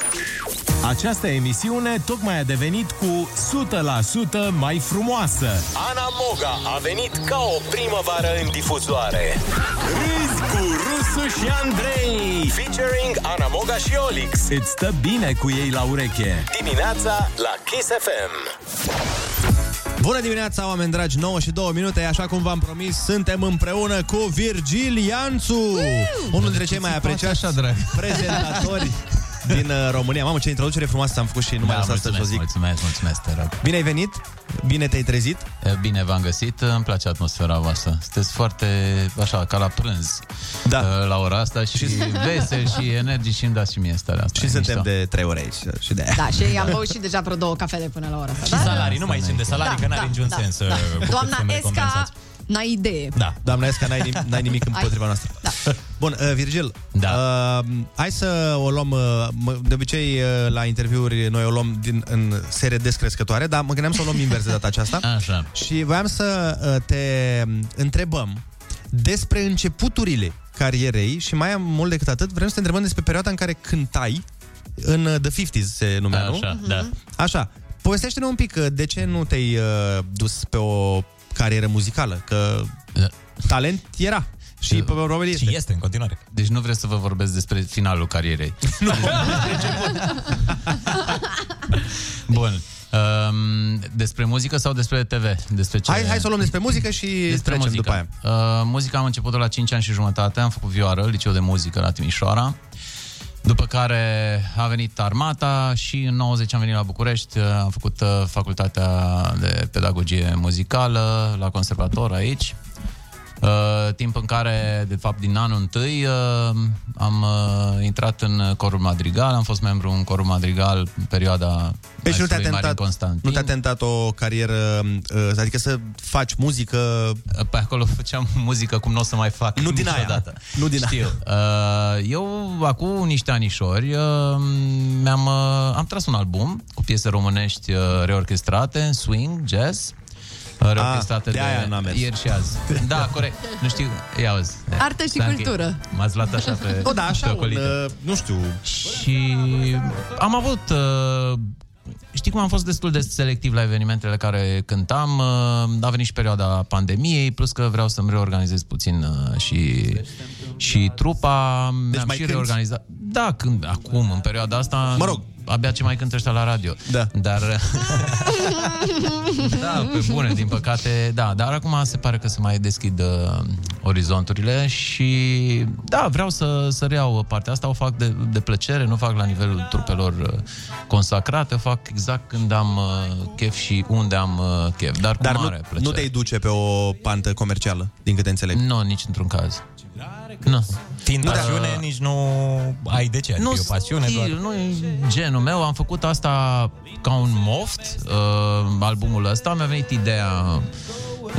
[SPEAKER 16] Această emisiune tocmai a devenit cu 100% mai frumoasă.
[SPEAKER 7] Ana Moga a venit ca o primăvară în difuzoare.
[SPEAKER 6] Râzi cu Rusu și Andrei.
[SPEAKER 7] Featuring Ana Moga și Olix.
[SPEAKER 16] Îți stă bine cu ei la ureche.
[SPEAKER 7] Dimineața la Kiss FM.
[SPEAKER 8] Bună dimineața, oameni dragi, 9 și 2 minute, așa cum v-am promis, suntem împreună cu Virgil Ianțu, unul dintre cei mai apreciați prezentatori din uh, România. Mamă, ce introducere frumoasă am făcut și nu mai lăsat să o zic.
[SPEAKER 21] Mulțumesc, mulțumesc, te rog.
[SPEAKER 8] Bine ai venit, bine te-ai trezit.
[SPEAKER 21] E, Bine v-am găsit, îmi place atmosfera voastră. Sunteți foarte, așa, ca la prânz da. la ora asta și, și vesel și energii și îmi dați și mie starea asta.
[SPEAKER 8] Și suntem de trei ore aici și de aia.
[SPEAKER 10] Da, și am băut și deja vreo două cafele până la ora asta.
[SPEAKER 21] Și
[SPEAKER 10] da?
[SPEAKER 21] salarii, nu mai
[SPEAKER 9] Mai sunt de salarii,
[SPEAKER 10] Da,
[SPEAKER 9] că n-are
[SPEAKER 10] da,
[SPEAKER 9] niciun
[SPEAKER 10] da,
[SPEAKER 9] sens.
[SPEAKER 10] da.
[SPEAKER 9] uh,
[SPEAKER 10] Doamna
[SPEAKER 9] să ne
[SPEAKER 10] Esca
[SPEAKER 9] compensați.
[SPEAKER 10] N-ai idee.
[SPEAKER 8] Da, doamna Esca, n-ai, nim- n-ai nimic împotriva noastră. Da. Bun, uh, Virgil, da. uh, hai să o luăm, uh, mă- de obicei uh, la interviuri noi o luăm din, în serie descrescătoare, dar mă gândeam să o luăm invers de data aceasta.
[SPEAKER 21] Așa.
[SPEAKER 8] Și voiam să uh, te întrebăm despre începuturile carierei și mai am mult decât atât, vrem să te întrebăm despre perioada în care cântai în uh, The 50s se numea, nu? Mm-hmm.
[SPEAKER 21] Așa, da.
[SPEAKER 8] Așa, povestește-ne un pic uh, de ce nu te-ai uh, dus pe o carieră muzicală, că
[SPEAKER 21] Da.
[SPEAKER 8] talent era și uh, probabil este. Și
[SPEAKER 21] este în continuare. Deci nu vreți să vă vorbesc despre finalul carierei. Bun. Um, despre muzică sau despre TV? Despre ce...
[SPEAKER 8] Hai, hai să o luăm despre muzică și despre trecem muzică. după aia.
[SPEAKER 21] Uh, muzica am început la 5 ani și jumătate, am făcut vioară, liceu de muzică la Timișoara. După care a venit armata și în 90 am venit la București, uh, am făcut uh, facultatea de pedagogie muzicală la conservator aici. Uh, timp în care, de fapt, din anul întâi uh, am uh, intrat în corul Madrigal, am fost membru în corul Madrigal în perioada
[SPEAKER 8] Păi și nu te-a
[SPEAKER 21] maestrului Marin
[SPEAKER 8] tentat,
[SPEAKER 21] Constantin.
[SPEAKER 8] nu te-a tentat o carieră, uh, adică să faci muzică...
[SPEAKER 21] Pe acolo făceam muzică cum nu o să mai fac
[SPEAKER 8] Nu din aia.
[SPEAKER 21] niciodată.
[SPEAKER 8] Nu din
[SPEAKER 21] Știu.
[SPEAKER 8] aia.
[SPEAKER 21] Uh, eu, acum niște anișori, uh, mi-am, uh, am tras un album cu piese românești uh, reorchestrate, swing, jazz, uh, reorchestrate
[SPEAKER 8] Ah, de
[SPEAKER 21] de,
[SPEAKER 8] aia n-a mers.
[SPEAKER 21] ieri și azi. Da, corect. Nu știu, ia auzi.
[SPEAKER 10] Artă și
[SPEAKER 21] Stai că
[SPEAKER 10] cultură.
[SPEAKER 21] M-ați luat așa pe...
[SPEAKER 10] O, da, așa,
[SPEAKER 21] pe
[SPEAKER 10] un,
[SPEAKER 21] ocolită.
[SPEAKER 8] nu știu.
[SPEAKER 21] Și am avut... uh, Știi cum am fost destul de selectiv la evenimentele care cântam, uh, a venit și perioada pandemiei, plus că vreau să-mi reorganizez puțin uh, și, și trupa, deci am
[SPEAKER 8] mai
[SPEAKER 21] și
[SPEAKER 8] cânti?
[SPEAKER 21] reorganizat. Da, când, acum, în perioada asta, mă rog, abia ce mai cânt ăștia la radio. Da. Dar... Da, pe bune, din păcate, da, dar acum se pare că se mai deschid uh, orizonturile și da, vreau să, să reiau partea asta, o fac de, de plăcere, nu fac la nivelul trupelor uh, consacrate, o fac exact când am uh, chef și unde am uh, chef, dar cu
[SPEAKER 8] Dar
[SPEAKER 21] mare
[SPEAKER 8] nu,
[SPEAKER 21] plăcere.
[SPEAKER 8] nu te-ai duce pe o pantă comercială, din câte înțeleg.
[SPEAKER 21] Nu, nici într-un caz. Nu.
[SPEAKER 9] Fiind
[SPEAKER 21] Nu, dar-
[SPEAKER 9] pasiune, nici nu ai de ce.
[SPEAKER 21] Da. nu
[SPEAKER 9] Nu, e o pasiune
[SPEAKER 21] stil,
[SPEAKER 9] doar.
[SPEAKER 21] nu e genul meu. Am făcut asta ca un moft, uh, albumul ăsta. Mi-a venit ideea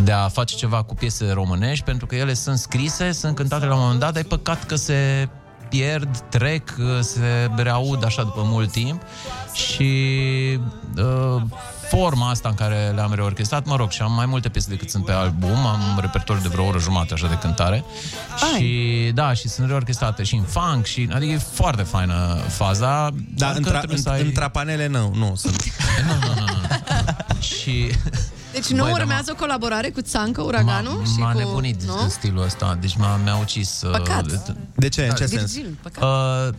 [SPEAKER 21] de a face ceva cu piese românești, pentru că ele sunt scrise, sunt cântate la un moment dat, dar e păcat că se pierd, trec, uh, se reaud așa după mult timp și uh, forma asta în care le-am reorchestrat, mă rog, și am mai multe piese decât sunt pe album, am un repertoriu de vreo oră jumate așa de cântare și da, și sunt reorchestrate și în funk și, adică e foarte faină faza.
[SPEAKER 8] Da,
[SPEAKER 21] doar că
[SPEAKER 8] întra,
[SPEAKER 21] trebuie
[SPEAKER 8] în,
[SPEAKER 21] să ai-
[SPEAKER 8] trapanele nu, nu sunt.
[SPEAKER 21] și
[SPEAKER 10] Deci nu
[SPEAKER 21] Băi,
[SPEAKER 9] da,
[SPEAKER 10] Băi,
[SPEAKER 21] dar
[SPEAKER 10] urmează o colaborare cu Țancă, Uraganul? și
[SPEAKER 21] m-a
[SPEAKER 10] cu...
[SPEAKER 21] nebunit
[SPEAKER 10] nu?
[SPEAKER 9] Da.
[SPEAKER 21] de stilul ăsta, deci m-a, mi-a ucis. uh,
[SPEAKER 10] Păcat.
[SPEAKER 8] De ce? În ce
[SPEAKER 10] sens? Virgil, păcat.
[SPEAKER 21] Uh,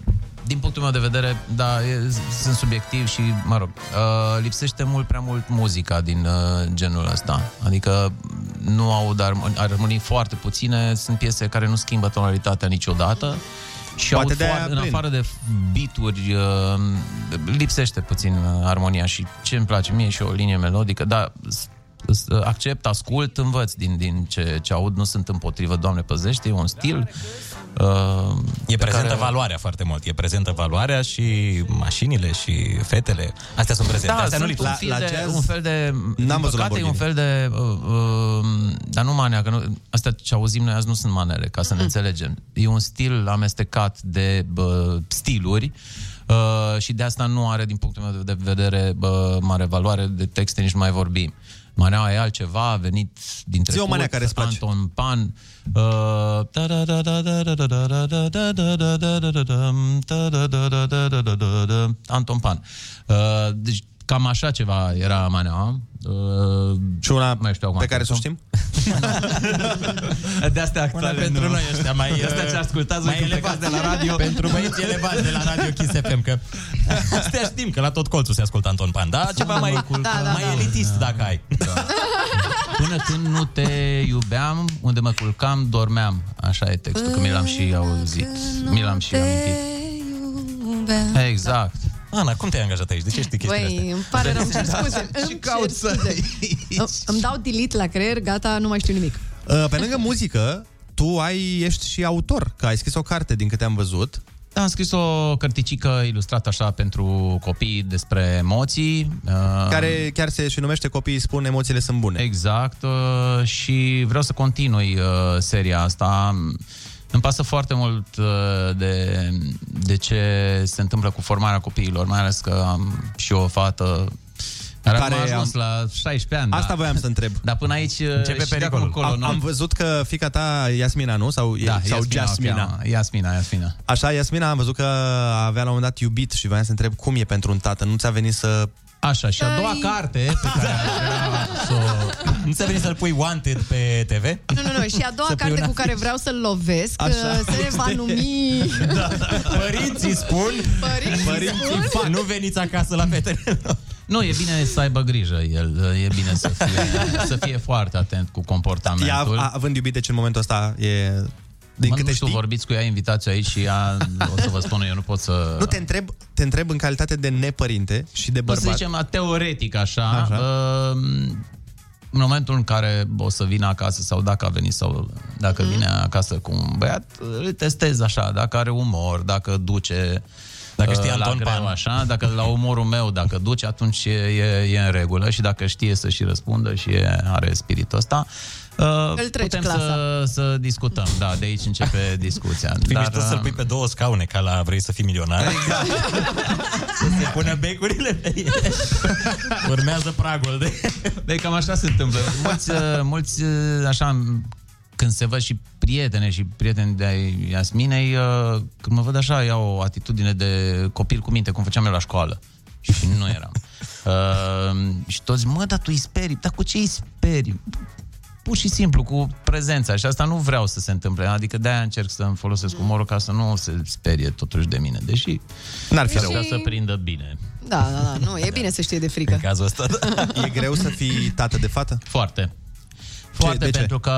[SPEAKER 21] din punctul meu de vedere, da, e, sunt subiectiv și, mă rog, uh, lipsește mult prea mult muzica din uh, genul ăsta. Adică nu aud armonii, armonii foarte puține, sunt piese care nu schimbă tonalitatea niciodată. Și
[SPEAKER 8] Poate
[SPEAKER 21] aud
[SPEAKER 8] de-aia
[SPEAKER 21] foarte, în
[SPEAKER 8] prind.
[SPEAKER 21] afară de bituri, uh, lipsește puțin uh, armonia și ce îmi place mie e și o linie melodică, dar s- s- accept, ascult, învăț din, din ce, ce aud, nu sunt împotrivă, Doamne păzește, e un stil. Uh,
[SPEAKER 9] E
[SPEAKER 21] pe
[SPEAKER 9] prezentă valoarea foarte mult. E prezentă valoarea și mașinile și fetele. Astea sunt prezente.
[SPEAKER 21] Da,
[SPEAKER 9] Astea nu
[SPEAKER 21] sunt un
[SPEAKER 9] lipsesc.
[SPEAKER 21] fel, de, un fel de...
[SPEAKER 9] văzut
[SPEAKER 21] N-am păcate, e
[SPEAKER 9] Lamborghini.
[SPEAKER 21] un fel de... Uh, uh, dar nu manea, că nu, astea ce auzim noi azi nu sunt manele, ca să ne înțelegem. E un stil amestecat de bă, stiluri uh, și de asta nu are, din punctul meu de vedere, bă, mare valoare de texte, nici nu mai vorbim. Maneaua e altceva, a venit din
[SPEAKER 8] Zi o
[SPEAKER 21] trecut,
[SPEAKER 8] manea care îți place.
[SPEAKER 21] Anton Pan. Uh, Anton Pan. Uh, Deci cam așa ceva era maneaua. Uh,
[SPEAKER 8] și una
[SPEAKER 21] mai știu acum
[SPEAKER 8] pe care să o știm?
[SPEAKER 21] De astea
[SPEAKER 9] Una pentru noi ăștia mai...
[SPEAKER 21] Astea ce ascultați
[SPEAKER 9] mai
[SPEAKER 21] voi când
[SPEAKER 9] elevați de
[SPEAKER 21] plecați.
[SPEAKER 9] la radio. pentru băieți elevați de la radio Kiss FM, că astea știm că la tot colțul se ascultă Anton Pan, da? Ceva mai,
[SPEAKER 21] mă culcă.
[SPEAKER 9] mai elitist da. dacă ai.
[SPEAKER 21] Până când nu te iubeam, unde mă culcam, dormeam. Așa e textul, că mi l-am și auzit. Mi l-am și amintit. Exact.
[SPEAKER 9] Ana, cum te-ai angajat aici? De ce știi chestiile
[SPEAKER 10] Băi,
[SPEAKER 9] astea?
[SPEAKER 10] îmi pare rău, îmi cer scuze. Îmi cer scuze. Îmi- Îmi dau delete la creier, gata, nu mai știu nimic.
[SPEAKER 8] Uh, Pe lângă muzică, tu ai, ești și autor, că ai scris o carte din câte am văzut.
[SPEAKER 21] Da, am scris o cărticică ilustrată așa pentru copii despre emoții. uh,
[SPEAKER 8] Care chiar se și numește Copiii spun emoțiile sunt bune.
[SPEAKER 21] Exact uh, și vreau să continui uh, seria asta. Îmi pasă foarte mult uh, de, de ce se întâmplă cu formarea copiilor, mai ales că am și o fată care, care
[SPEAKER 8] Care
[SPEAKER 21] am ajuns
[SPEAKER 8] am-
[SPEAKER 21] am... la 16 ani. da.
[SPEAKER 8] Asta voiam să întreb.
[SPEAKER 21] Dar până aici uh, și de acum Încolo,
[SPEAKER 8] am,
[SPEAKER 21] nu?
[SPEAKER 8] am văzut că fica ta, Iasmina, nu? Sau,
[SPEAKER 21] Da,
[SPEAKER 8] sau
[SPEAKER 21] Iasmina o
[SPEAKER 8] Jasmina.
[SPEAKER 21] cheamă. Iasmina, Iasmina.
[SPEAKER 8] Așa, Iasmina, am văzut că avea la un moment dat iubit și voiam să întreb cum e pentru un tată. Nu ți-a venit să...
[SPEAKER 21] Așa, și a doua carte pe care
[SPEAKER 9] Nu ți-a venit să-l pui Wanted pe TV?
[SPEAKER 10] Nu, nu, nu. Și a doua
[SPEAKER 9] Să pui
[SPEAKER 10] carte
[SPEAKER 9] un
[SPEAKER 10] cu care vreau să-l lovesc
[SPEAKER 9] Așa.
[SPEAKER 10] uh, se va numi...
[SPEAKER 9] Da. Părinții spun...
[SPEAKER 10] Părinții spun.
[SPEAKER 9] fac. Nu veniți acasă la fetele.
[SPEAKER 21] Nu, e bine să aibă grijă el, e bine să fie, să fie foarte atent cu
[SPEAKER 8] Ea,
[SPEAKER 21] comportamentul.
[SPEAKER 8] a- având iubit, deci în momentul ăsta e... Din
[SPEAKER 21] Mă,
[SPEAKER 8] câte
[SPEAKER 21] nu știu,
[SPEAKER 8] știi?
[SPEAKER 21] vorbiți cu ea, invitați aici și ea, o să vă spun, eu nu pot să...
[SPEAKER 8] Nu, te întreb, te întreb în calitate de nepărinte și de
[SPEAKER 21] Pot
[SPEAKER 8] bărbat.
[SPEAKER 21] să zicem, a, teoretic așa, așa. în momentul în care o să vină acasă sau dacă a venit sau
[SPEAKER 10] Mhm.
[SPEAKER 21] dacă vine acasă cu un băiat, îl testez așa, dacă are umor, dacă duce
[SPEAKER 9] Dacă
[SPEAKER 21] uh,
[SPEAKER 9] știe
[SPEAKER 21] la
[SPEAKER 9] Anton
[SPEAKER 21] greu,
[SPEAKER 9] Pan.
[SPEAKER 21] așa, dacă la umorul meu, dacă duce, atunci e, e, e în regulă și dacă știe să și răspundă și e, are spiritul ăsta, uh,
[SPEAKER 10] Îl treci
[SPEAKER 21] putem
[SPEAKER 10] clasa.
[SPEAKER 21] să, să discutăm. Da, de aici începe discuția.
[SPEAKER 9] fi mișto să-l pui
[SPEAKER 21] pe două scaune, ca la vrei să fii milionar. Exact.
[SPEAKER 9] Se pune becurile pe ele. Urmează pragul de...
[SPEAKER 21] Deci cam așa se întâmplă. Mulți, uh, mulți uh, așa, când se văd și prietene și prieteni de ai Iasminei, uh, când mă văd așa, iau o atitudine de copil cu minte, cum făceam eu la școală. Și nu eram. Uh, și toți, zic, mă, dar tu îi speri, dar cu ce îi speri? Pur și simplu, cu prezența. Și asta nu vreau să se întâmple. Adică de-aia încerc să-mi folosesc umorul ca să nu se sperie totuși de mine. Deși
[SPEAKER 8] N-ar fi
[SPEAKER 10] Deși-
[SPEAKER 21] rău. Ca să prindă bine.
[SPEAKER 10] Da, da, da. Nu, e bine să știe de frică.
[SPEAKER 21] cazul ăsta.
[SPEAKER 8] E greu să fii tată de fată?
[SPEAKER 21] Foarte. Foarte,
[SPEAKER 8] de ce?
[SPEAKER 21] pentru că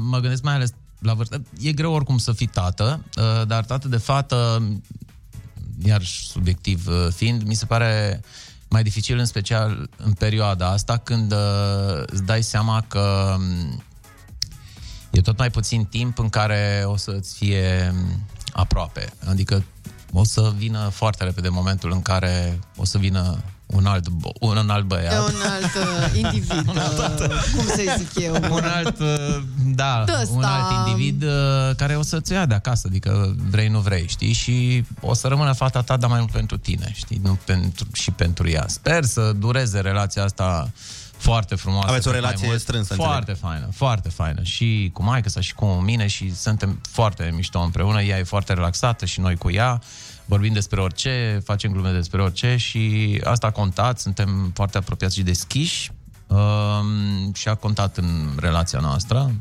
[SPEAKER 21] mă gândesc mai ales la vârstă. E greu oricum să fii tată, uh, dar tată de fată, iar subiectiv uh, fiind, mi se pare mai dificil, în special în perioada asta, când uh, îți dai seama că um, e tot mai puțin timp în care o să-ți fie um, aproape. Adică o să vină foarte repede momentul în care o să vină un alt, bo- un alt
[SPEAKER 10] E
[SPEAKER 21] băiat.
[SPEAKER 10] un alt uh, individ, uh, cum să zic eu.
[SPEAKER 21] un alt, uh, da,
[SPEAKER 10] Ăsta.
[SPEAKER 21] un alt individ uh, care o să-ți ia de acasă, adică vrei, nu vrei, știi? Și o să rămână fata ta, dar mai mult pentru tine, știi? Nu pentru, și pentru ea. Sper să dureze relația asta foarte frumoasă.
[SPEAKER 8] Aveți o
[SPEAKER 21] cât mai
[SPEAKER 8] relație
[SPEAKER 21] mult.
[SPEAKER 8] strânsă,
[SPEAKER 21] Foarte faină, foarte faină. Și cu maica sa și cu mine și suntem foarte mișto împreună. Ea e foarte relaxată și noi cu ea. Vorbim despre orice, facem glume despre orice și asta a contat. Suntem foarte apropiați și deschiși um, și a contat în relația noastră.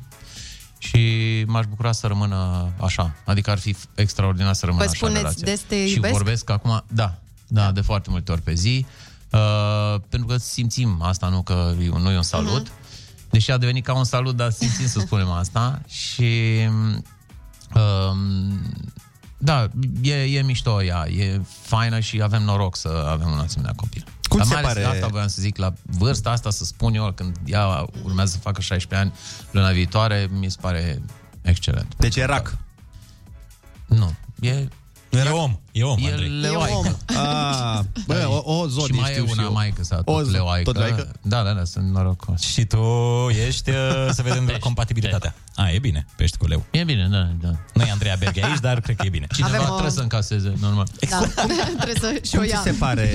[SPEAKER 21] Și m-aș bucura să rămână așa. Adică ar fi extraordinar să rămână
[SPEAKER 10] Păi
[SPEAKER 21] așa în
[SPEAKER 10] spuneți
[SPEAKER 21] relație.
[SPEAKER 10] des te
[SPEAKER 21] și
[SPEAKER 10] iubesc?
[SPEAKER 21] vorbesc acum, da, da, de foarte multe ori pe zi. Uh, pentru că simțim asta, nu că e un- nu e un salut.
[SPEAKER 10] Mhm.
[SPEAKER 21] Deși a devenit ca un salut, dar simțim să spunem asta. Și um, da, e, e mișto ea, e faină și avem noroc să avem un asemenea copil.
[SPEAKER 8] Cum
[SPEAKER 21] Dar
[SPEAKER 8] ți se
[SPEAKER 21] mai ales
[SPEAKER 8] pare-
[SPEAKER 21] Asta voiam să zic, la vârsta asta să spun eu, când ea urmează să facă 16 ani luna viitoare, mi se pare excelent.
[SPEAKER 8] Deci e rac.
[SPEAKER 21] Nu, e...
[SPEAKER 8] E
[SPEAKER 21] om, e om, Andrei. E leoaică.
[SPEAKER 8] Ah, bă, o, o
[SPEAKER 21] Și
[SPEAKER 8] zodie
[SPEAKER 21] mai e
[SPEAKER 8] știu și
[SPEAKER 21] una
[SPEAKER 8] eu.
[SPEAKER 21] maică sa,
[SPEAKER 8] O
[SPEAKER 21] tot
[SPEAKER 8] zi-
[SPEAKER 21] leoaică.
[SPEAKER 8] tot leoaică?
[SPEAKER 21] Da, da, da, sunt norocos.
[SPEAKER 9] Și tu ești, uh, să vedem compatibilitatea. A, e bine, pești cu leu.
[SPEAKER 21] E bine, da, da.
[SPEAKER 9] Nu e Andreea Berghe aici, dar cred că e bine.
[SPEAKER 21] Cineva Avem o- trebuie să încaseze, normal.
[SPEAKER 10] Da, trebuie să și o
[SPEAKER 8] Cum ți
[SPEAKER 10] ia.
[SPEAKER 8] se pare,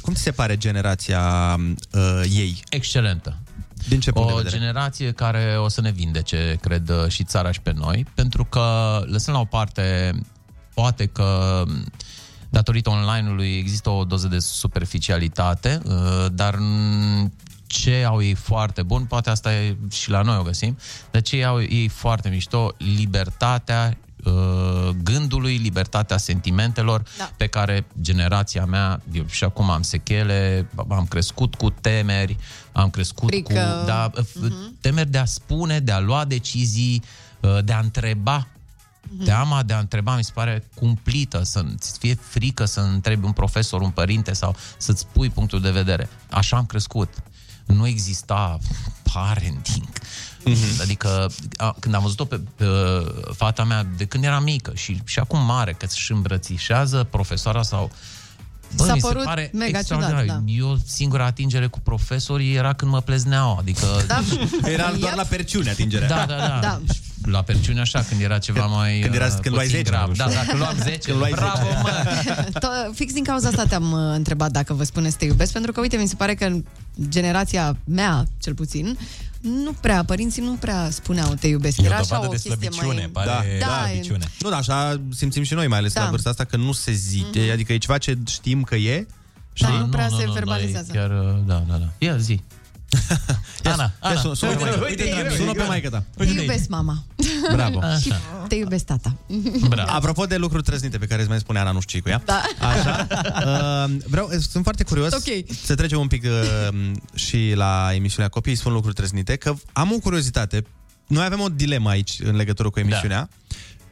[SPEAKER 8] cum ți se pare generația uh, ei?
[SPEAKER 21] Excelentă.
[SPEAKER 8] Din ce punct
[SPEAKER 21] o
[SPEAKER 8] de vedere?
[SPEAKER 21] generație care o să ne vindece, cred, uh, și țara și pe noi, pentru că, lăsând la o parte, poate că datorită online-ului există o doză de superficialitate, uh, dar mm, ce au ei foarte bun, poate asta e și la noi o găsim, dar ce au ei foarte mișto, libertatea uh, gândului, libertatea sentimentelor da. pe care generația mea, eu și acum am sechele, am crescut cu temeri, am crescut
[SPEAKER 10] Frică. Mhm.
[SPEAKER 21] cu da, uh-huh. temeri de a spune, de a lua decizii, uh, de a întreba
[SPEAKER 10] Mhm.
[SPEAKER 21] Teama de a întreba mi se pare cumplită, să-ți fie frică să întrebi un profesor, un părinte sau să-ți pui punctul de vedere. Așa am crescut. Nu exista parenting. Mm-hmm. Adică a, când am văzut-o pe, pe fata mea de când era mică și, și acum mare, că își îmbrățișează profesoara sau... Bă,
[SPEAKER 10] S-a
[SPEAKER 21] mi se
[SPEAKER 10] părut
[SPEAKER 21] pare
[SPEAKER 10] mega
[SPEAKER 21] extraordinar.
[SPEAKER 10] ciudat, da.
[SPEAKER 21] Eu singura atingere cu profesorii era când mă plezneau, adică...
[SPEAKER 10] Da.
[SPEAKER 21] Era
[SPEAKER 10] doar
[SPEAKER 21] la perciune atingerea. Da, da, da.
[SPEAKER 10] da.
[SPEAKER 21] La perciune așa, când era ceva mai
[SPEAKER 8] când era-
[SPEAKER 21] uh,
[SPEAKER 8] când luai
[SPEAKER 21] puțin
[SPEAKER 8] 10,
[SPEAKER 21] grav.
[SPEAKER 8] nu știu.
[SPEAKER 21] Da, da, când luam 10,
[SPEAKER 8] Când luai
[SPEAKER 21] bravo,
[SPEAKER 8] 10,
[SPEAKER 21] mă!
[SPEAKER 10] To- fix din cauza asta te-am uh, întrebat dacă vă spuneți te iubesc, pentru că, uite, mi se pare că în generația mea, cel puțin, nu prea, părinții nu prea spuneau te iubesc. Era așa o chestie mai...
[SPEAKER 8] da,
[SPEAKER 10] da,
[SPEAKER 8] da,
[SPEAKER 10] slăbiciune.
[SPEAKER 8] Nu, da, așa simțim și noi, mai ales
[SPEAKER 10] Da. Mhm.
[SPEAKER 8] da. la vârsta asta, că nu se zice, mm-hmm. adică e ceva ce știm că e. Da,
[SPEAKER 10] Dar nu prea se verbalizează.
[SPEAKER 21] Chiar, uh, da, da, da. Ia zi. Ana, Ana.
[SPEAKER 8] sună- sună pe maică. Uite, sună pe maică ta.
[SPEAKER 10] Te iubesc, mama.
[SPEAKER 8] Păi Bravo.
[SPEAKER 10] Și te iubesc, tata.
[SPEAKER 8] Bravo. Apropo de lucruri trăznite pe care îți mai spune Ana, nu știu ce cu ea.
[SPEAKER 10] Da.
[SPEAKER 8] Așa. Uh, vreau, sunt foarte curios.
[SPEAKER 10] Ok.
[SPEAKER 8] Să trecem un pic uh, și la emisiunea Copiii spun lucruri trăznite, că am o curiozitate. Noi avem o dilemă aici în legătură cu emisiunea. Da.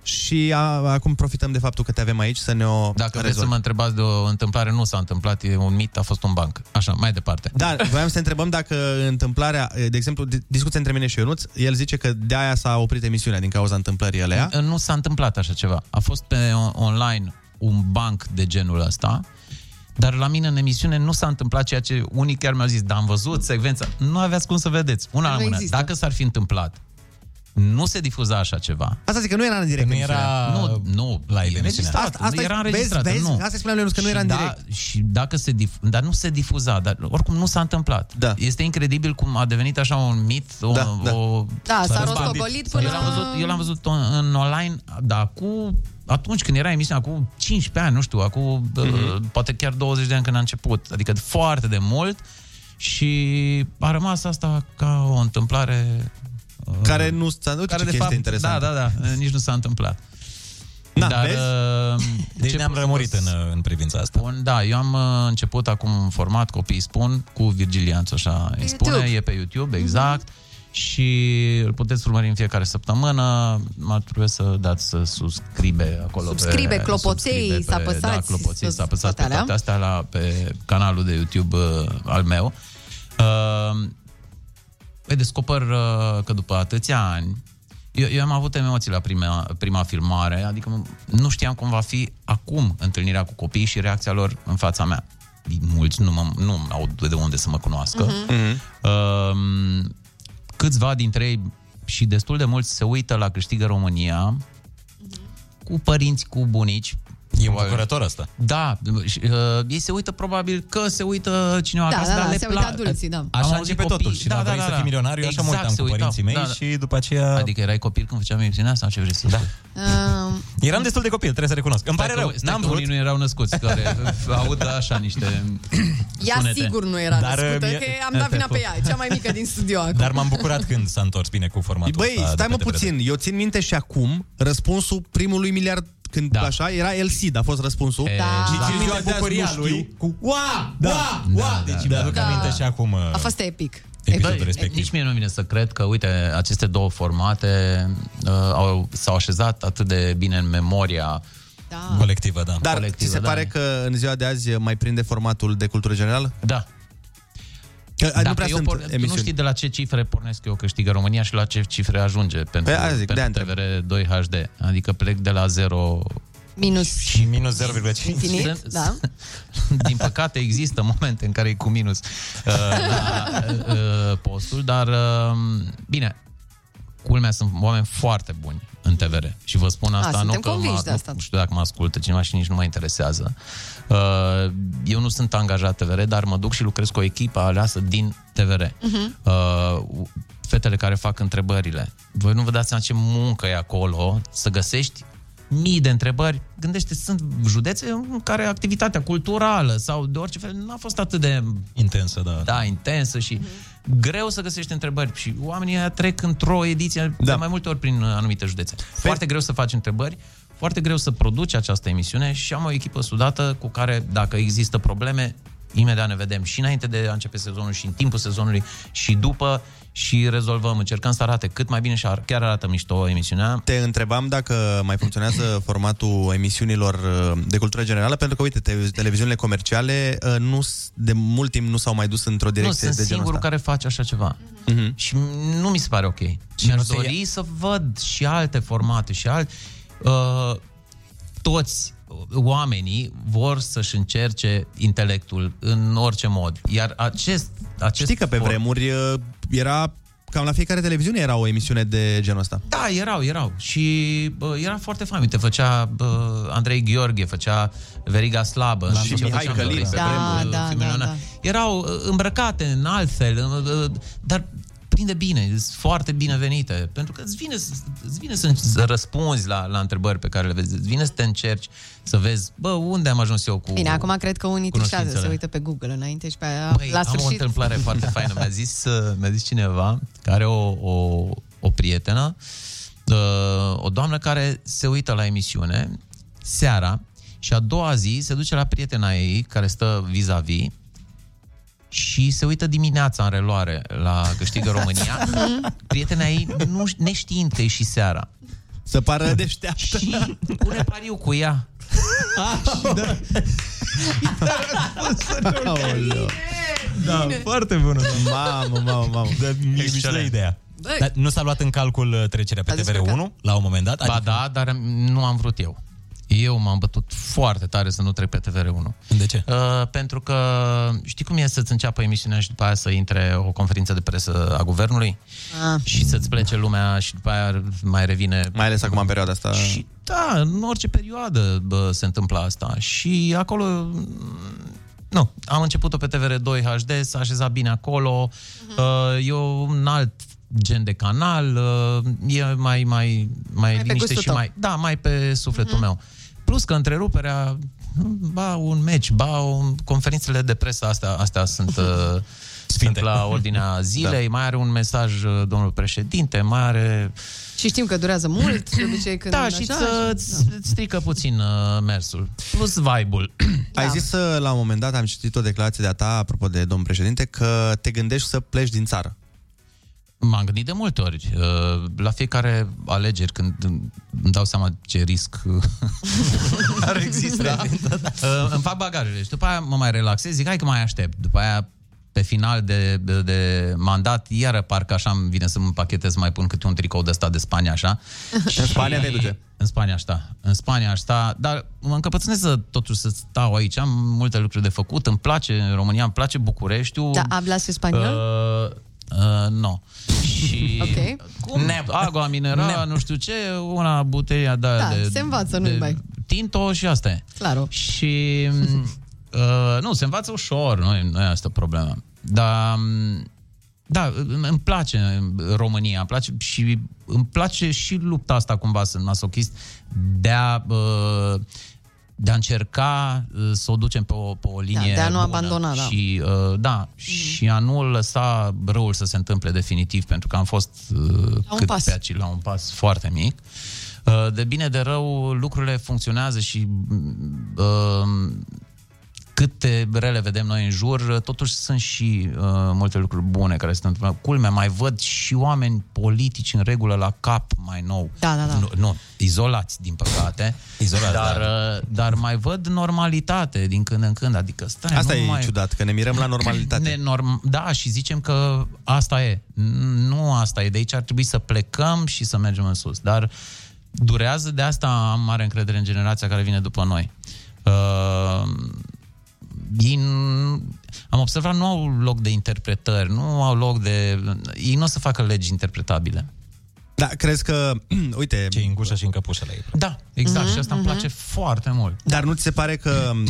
[SPEAKER 8] Și a, acum profităm de faptul că te avem aici să ne o
[SPEAKER 21] Dacă vreți să
[SPEAKER 8] rezolvi.
[SPEAKER 21] mă întrebați de o întâmplare, nu s-a întâmplat, e un mit, a fost un banc. Așa, mai departe.
[SPEAKER 8] Da, voiam să te întrebăm dacă întâmplarea, eh, de exemplu, di- discuția între mine și Ionuț, el zice că de-aia s-a oprit emisiunea din cauza întâmplării alea.
[SPEAKER 21] N- Nu s-a întâmplat așa ceva. A fost pe on- online un banc de genul ăsta, dar la mine în emisiune nu s-a întâmplat ceea ce unii chiar mi-au zis, dar am văzut secvența. Nu aveați cum să vedeți. Una
[SPEAKER 8] Nu
[SPEAKER 21] la mână.
[SPEAKER 8] există.
[SPEAKER 21] Dacă s-ar fi întâmplat, nu se difuza așa ceva.
[SPEAKER 8] Asta zic că nu era în direct.
[SPEAKER 21] Nu era-
[SPEAKER 8] emisiunea.
[SPEAKER 21] nu, nu, la
[SPEAKER 8] Asta,
[SPEAKER 21] înregistrat.
[SPEAKER 8] asta
[SPEAKER 21] era
[SPEAKER 8] era
[SPEAKER 21] înregistrat.
[SPEAKER 8] Vezi, vezi?
[SPEAKER 21] nu.
[SPEAKER 8] Asta îi spuneam lui Ionuț, că nu
[SPEAKER 21] Și
[SPEAKER 8] era în
[SPEAKER 21] da,
[SPEAKER 8] direct.
[SPEAKER 21] Și dacă se dif- dar nu se difuza, dar oricum nu s-a întâmplat. Da. Este incredibil cum a devenit așa un mit, o, da, da. o
[SPEAKER 10] Da, s-a
[SPEAKER 21] răzbandit.
[SPEAKER 10] rostogolit până-
[SPEAKER 21] Eu l-am văzut, eu l-am văzut on- în online, dar cu atunci când era emisiunea, acum 15 ani, nu știu, acum mm-hmm. poate chiar 20 de ani când a început, adică foarte de mult și a rămas asta ca o întâmplare uh,
[SPEAKER 8] Care nu s-a... Uite
[SPEAKER 21] care
[SPEAKER 8] ce
[SPEAKER 21] de
[SPEAKER 8] chestie
[SPEAKER 21] fapt,
[SPEAKER 8] interesantă.
[SPEAKER 21] Da, da, da, nici nu s-a întâmplat.
[SPEAKER 8] Na,
[SPEAKER 21] Dar,
[SPEAKER 8] vezi?
[SPEAKER 21] uh,
[SPEAKER 8] Deci
[SPEAKER 21] ce
[SPEAKER 8] ne-am
[SPEAKER 21] pot
[SPEAKER 8] rămurit
[SPEAKER 21] să
[SPEAKER 8] în-
[SPEAKER 21] în privința asta. Bun, da, eu am uh, început acum un format, copiii spun, cu Virgilianțu, așa îi spune,
[SPEAKER 4] YouTube.
[SPEAKER 21] e pe YouTube, exact. Și îl puteți urmări în fiecare săptămână. Ar trebui să dați să subscribe acolo.
[SPEAKER 10] Subscribe,
[SPEAKER 21] pe,
[SPEAKER 10] clopoței,
[SPEAKER 21] subscribe
[SPEAKER 10] să apăsați,
[SPEAKER 21] Da, clopoței,
[SPEAKER 10] să-
[SPEAKER 21] să apăsați pe
[SPEAKER 10] toate alea.
[SPEAKER 21] toate astea la, pe canalul de YouTube uh, al meu. Uh, Păi descoper uh, că după atâția ani, eu, eu am avut emoții la prima, prima filmare, adică m- nu știam cum va fi acum întâlnirea cu copiii și reacția lor în fața mea. Mulți nu, mă, nu au de unde să mă cunoască.
[SPEAKER 4] Mhm.
[SPEAKER 21] Uh-huh. Uh, câțiva dintre ei și destul de mulți se uită la Câștigă România cu părinți, cu bunici. E
[SPEAKER 9] îmbucurător asta.
[SPEAKER 21] Da, și, uh, ei se uită probabil că se uită cineva
[SPEAKER 10] Da,
[SPEAKER 21] acasă,
[SPEAKER 10] da,
[SPEAKER 21] dar
[SPEAKER 10] da,
[SPEAKER 21] le
[SPEAKER 10] se
[SPEAKER 21] pla-
[SPEAKER 10] uită adulții, da.
[SPEAKER 21] am
[SPEAKER 9] Așa
[SPEAKER 21] auzit
[SPEAKER 9] începe
[SPEAKER 21] copii. da,
[SPEAKER 9] totul. Și dacă vrei să fii milionar, eu așa mă uitam
[SPEAKER 21] Exact, se
[SPEAKER 9] cu părinții mei și
[SPEAKER 21] după aceea... Adică erai copil când făceam emisiunea asta? Ce vrei să da.
[SPEAKER 10] Um,
[SPEAKER 21] Eram destul de copil, trebuie să recunosc. Îmi
[SPEAKER 9] pare rău, n-am vrut.
[SPEAKER 21] Unii nu erau născuți, care aud așa niște
[SPEAKER 10] ea
[SPEAKER 9] Sunete.
[SPEAKER 10] sigur nu era
[SPEAKER 9] Dar,
[SPEAKER 10] născută,
[SPEAKER 9] mie-
[SPEAKER 10] că am dat vina pe ea, e cea mai mică din studio acum.
[SPEAKER 9] Dar m-am bucurat când s-a întors bine cu formatul
[SPEAKER 8] Băi,
[SPEAKER 9] ăsta de
[SPEAKER 8] stai mă
[SPEAKER 9] pe TVR.
[SPEAKER 8] puțin, eu țin minte și acum răspunsul primului miliard când da. așa era El Cid, a fost răspunsul.
[SPEAKER 10] Da.
[SPEAKER 8] Nici
[SPEAKER 10] Exact.
[SPEAKER 8] în ziua de azi
[SPEAKER 9] Bucuria
[SPEAKER 8] nu știu.
[SPEAKER 9] lui.
[SPEAKER 8] Cu...
[SPEAKER 9] Ua!
[SPEAKER 8] Da!
[SPEAKER 9] Ua! Deci îmi aduc
[SPEAKER 10] da.
[SPEAKER 9] aminte și acum... uh,
[SPEAKER 10] A fost epic.
[SPEAKER 21] Băi, Nici mie nu vine să cred că, uite, aceste două formate uh, au, s-au așezat atât de bine în memoria
[SPEAKER 10] da.
[SPEAKER 21] colectivă, da.
[SPEAKER 8] Dar
[SPEAKER 21] colectivă,
[SPEAKER 8] ți se
[SPEAKER 21] da.
[SPEAKER 8] pare că în ziua de azi mai prinde formatul de cultură generală?
[SPEAKER 21] Da.
[SPEAKER 8] Că,
[SPEAKER 21] Dacă
[SPEAKER 8] uh, nu prea
[SPEAKER 21] eu
[SPEAKER 8] sunt
[SPEAKER 21] porn- tu nu
[SPEAKER 8] emisiuni.
[SPEAKER 21] știi de la ce cifre pornesc eu câștigă România și la ce cifre ajunge pentru,
[SPEAKER 8] Păi, aia zic,
[SPEAKER 21] pentru TVR 2 HD. Adică plec de la 0
[SPEAKER 10] Minus.
[SPEAKER 21] și minus
[SPEAKER 9] 0,5.
[SPEAKER 10] Infinit, da.
[SPEAKER 21] Din păcate există momente în care e cu minus uh, la, uh, postul, dar uh, bine, culmea sunt oameni foarte buni în TVR și vă spun
[SPEAKER 4] A,
[SPEAKER 21] asta, nu
[SPEAKER 4] Ah, suntem
[SPEAKER 21] că
[SPEAKER 4] convinși
[SPEAKER 21] mă,
[SPEAKER 4] de asta.
[SPEAKER 21] Nu, știu dacă mă ascultă cineva și nici nu mă interesează. Uh, eu nu sunt angajat TVR, dar mă duc și lucrez cu o echipă aleasă din TVR.
[SPEAKER 4] Mhm.
[SPEAKER 21] Uh, fetele care fac întrebările. Voi nu vă dați seama ce muncă e acolo să găsești mii de întrebări. Gândește, sunt județe în care activitatea culturală sau de orice fel n-a fost atât de... Intensă, da. Da, intensă și greu să găsești întrebări și oamenii aia trec într-o ediție da. de mai multe ori prin uh, anumite județe. Foarte greu să faci întrebări, foarte greu să produci această emisiune și am o echipă sudată cu care, dacă există probleme, imediat ne vedem și înainte de a începe sezonul și în timpul sezonului și după și rezolvăm, încercăm să arate cât mai bine și ar- chiar arată mișto emisiunea.
[SPEAKER 8] Te întrebam dacă mai funcționează formatul emisiunilor uh, de cultură generală, pentru că, uite, te- televiziunile comerciale uh, nu, s- de mult timp nu s-au mai dus într-o
[SPEAKER 21] Nu,
[SPEAKER 8] direcție
[SPEAKER 21] sunt
[SPEAKER 8] de genul
[SPEAKER 21] singurul
[SPEAKER 8] ăsta.
[SPEAKER 21] care face așa ceva.
[SPEAKER 8] Mhm.
[SPEAKER 21] Și nu mi se pare ok. Mi-aș
[SPEAKER 8] nu se
[SPEAKER 21] dori să văd și alte formate și alt... Uh, toți oamenii vor să-și încerce intelectul în orice mod. Iar acest... acest
[SPEAKER 8] Știi că pe
[SPEAKER 21] for-
[SPEAKER 8] vremuri uh, era cam la fiecare televiziune era o emisiune de genul ăsta.
[SPEAKER 21] Da, erau, erau. Și bă, era foarte fain. Uite, făcea bă, Andrei Gheorghe, făcea Veriga Slabă.
[SPEAKER 8] Da,
[SPEAKER 21] știi
[SPEAKER 8] și
[SPEAKER 21] ce
[SPEAKER 8] Mihai
[SPEAKER 21] făceam
[SPEAKER 8] Călin
[SPEAKER 21] noi
[SPEAKER 8] pe
[SPEAKER 21] pe vremuri,
[SPEAKER 10] da,
[SPEAKER 21] filmele
[SPEAKER 10] da,
[SPEAKER 21] alea.
[SPEAKER 10] da.
[SPEAKER 21] Erau uh, îmbrăcate în altfel, în, uh, dar prinde bine, sunt foarte binevenite. Pentru că îți vine, să- îți vine să, să răspunzi la, la întrebări pe care le vezi. Îți vine să te încerci să vezi, bă, unde am ajuns eu cu...
[SPEAKER 10] Bine, acum cred că unii trișează, se
[SPEAKER 21] cunoștințele.
[SPEAKER 10] uită pe Google înainte și pe
[SPEAKER 21] Băi,
[SPEAKER 10] la
[SPEAKER 21] Păi, am o
[SPEAKER 10] sfârșit.
[SPEAKER 21] întâmplare foarte faină. Mi-a zis, uh, mi-a zis cineva care are o, o, o prietenă, uh, o doamnă care se uită la emisiune seara și a doua zi se duce la prietena ei care stă vis-a-vis și se uită dimineața în reloare la Câștigă România.
[SPEAKER 10] Mhm.
[SPEAKER 21] Prietena ei, nu, neștiind că e și seara.
[SPEAKER 8] Să pară deșteaptă.
[SPEAKER 21] Și pune pariu cu ea. Ah, da.
[SPEAKER 8] Aoleu.
[SPEAKER 9] Da,
[SPEAKER 8] foarte bună. Mamă, mamă, mamă. Da,
[SPEAKER 9] mi-e mișto ideea.
[SPEAKER 10] Băi.
[SPEAKER 9] Dar nu s-a luat în calcul uh, trecerea pe TVR1 la un moment dat? Adică-
[SPEAKER 21] Ba da, dar nu am vrut eu. Eu m-am bătut foarte tare să nu trec pe TVR1.
[SPEAKER 9] De ce?
[SPEAKER 21] Uh, pentru că știi cum e să-ți înceapă emisiunea și după aia să intre o conferință de presă a guvernului
[SPEAKER 10] Ah.
[SPEAKER 21] și să-ți plece lumea și după aia mai revine...
[SPEAKER 8] Mai ales acum în perioada asta.
[SPEAKER 21] Și da, în orice perioadă bă, se întâmplă asta. Și acolo... mm, Nu, am început-o pe TVR2 HD, s-a așezat bine acolo, uh-huh. uh, e un alt gen de canal, uh, e mai, mai, mai, mai liniște
[SPEAKER 9] gustul
[SPEAKER 21] și
[SPEAKER 9] tău.
[SPEAKER 21] mai... Da, mai pe sufletul uh-huh. meu. Plus că întreruperea, mm, ba un meci, ba un, conferințele de presă, astea, astea sunt... Uh, Sunt la ordinea zilei, da. mai are un mesaj uh, domnul președinte, mai are
[SPEAKER 10] Și știm că durează mult, de obicei când
[SPEAKER 21] da,
[SPEAKER 10] așa,
[SPEAKER 21] și
[SPEAKER 10] așa.
[SPEAKER 21] să-ți îți strică puțin uh, mersul. Plus vibe-ul.
[SPEAKER 8] Ai zis uh, la un moment dat, am citit o declarație de-a ta, apropo de domn președinte, că te gândești să pleci din țară.
[SPEAKER 21] M-am gândit de multe ori. uh, La fiecare alegeri, când îmi dau seama ce risc uh, ar exista,
[SPEAKER 9] Da.
[SPEAKER 21] uh, îmi fac bagajele și după aia mă mai relaxez, zic hai că mai aștept. După aia pe final de, de, de mandat, iară parcă așa îmi vine să mă împachetez, să mai pun câte un tricou de ăsta de Spania, așa.
[SPEAKER 8] În Spania te duce.
[SPEAKER 21] În Spania aș sta. În Spania aș sta, dar mă încăpățânez să, totuși să stau aici. Am multe lucruri de făcut, îmi place România, îmi place Bucureștiul.
[SPEAKER 10] Da, hablas español?
[SPEAKER 21] Uh, uh, nu. Și...
[SPEAKER 10] Ok.
[SPEAKER 21] Cum? Agua mineral, nu știu ce, una butelia de,
[SPEAKER 10] Da,
[SPEAKER 21] de,
[SPEAKER 10] se învață, nu-i bai.
[SPEAKER 21] Tinto și asta e.
[SPEAKER 10] Claro.
[SPEAKER 21] Și mm, uh, nu, se învață ușor, nu, nu e asta problema. Dar m, da, îmi îmi place România, îmi place și îmi place și lupta asta cumva, sunt masochist, de a, uh, de a încerca uh, să o ducem pe o, pe o linie
[SPEAKER 10] Da, de a nu
[SPEAKER 21] bună
[SPEAKER 10] abandona, da. Mhm.
[SPEAKER 21] și, uh, da, și a nu lăsa răul să se întâmple definitiv, pentru că am fost uh,
[SPEAKER 10] un
[SPEAKER 21] cât
[SPEAKER 10] pas.
[SPEAKER 21] pe aici, la un pas foarte mic. Uh, De bine, de rău, lucrurile funcționează și mm, uh, câte rele vedem noi în jur, totuși sunt și uh, multe lucruri bune care se întâmplă. Culmea, mai văd și oameni politici în regulă la cap mai nou.
[SPEAKER 10] Da, da, da.
[SPEAKER 21] Nu, nu izolați, din păcate.
[SPEAKER 9] Izolați,
[SPEAKER 21] dar,
[SPEAKER 9] da.
[SPEAKER 21] uh, dar mai văd normalitate din când în când. Adică, stai,
[SPEAKER 8] Asta
[SPEAKER 21] nu
[SPEAKER 8] e
[SPEAKER 21] mai...
[SPEAKER 8] ciudat, că ne mirăm la normalitate.
[SPEAKER 21] Ne norm... Da, și zicem că asta e. Nu asta e. De aici ar trebui să plecăm și să mergem în sus. Dar durează, de asta am mare încredere în generația care vine după noi. Uh, ei, n- am observat, nu au loc de interpretări, nu au loc de... Ei nu o să facă legi interpretabile.
[SPEAKER 8] Da, crezi că, uite... Ce
[SPEAKER 9] în gușa și în căpușa la ei.
[SPEAKER 21] Da, exact. Mm-hmm, și asta îmi place foarte mult.
[SPEAKER 8] Dar nu ți se pare că um,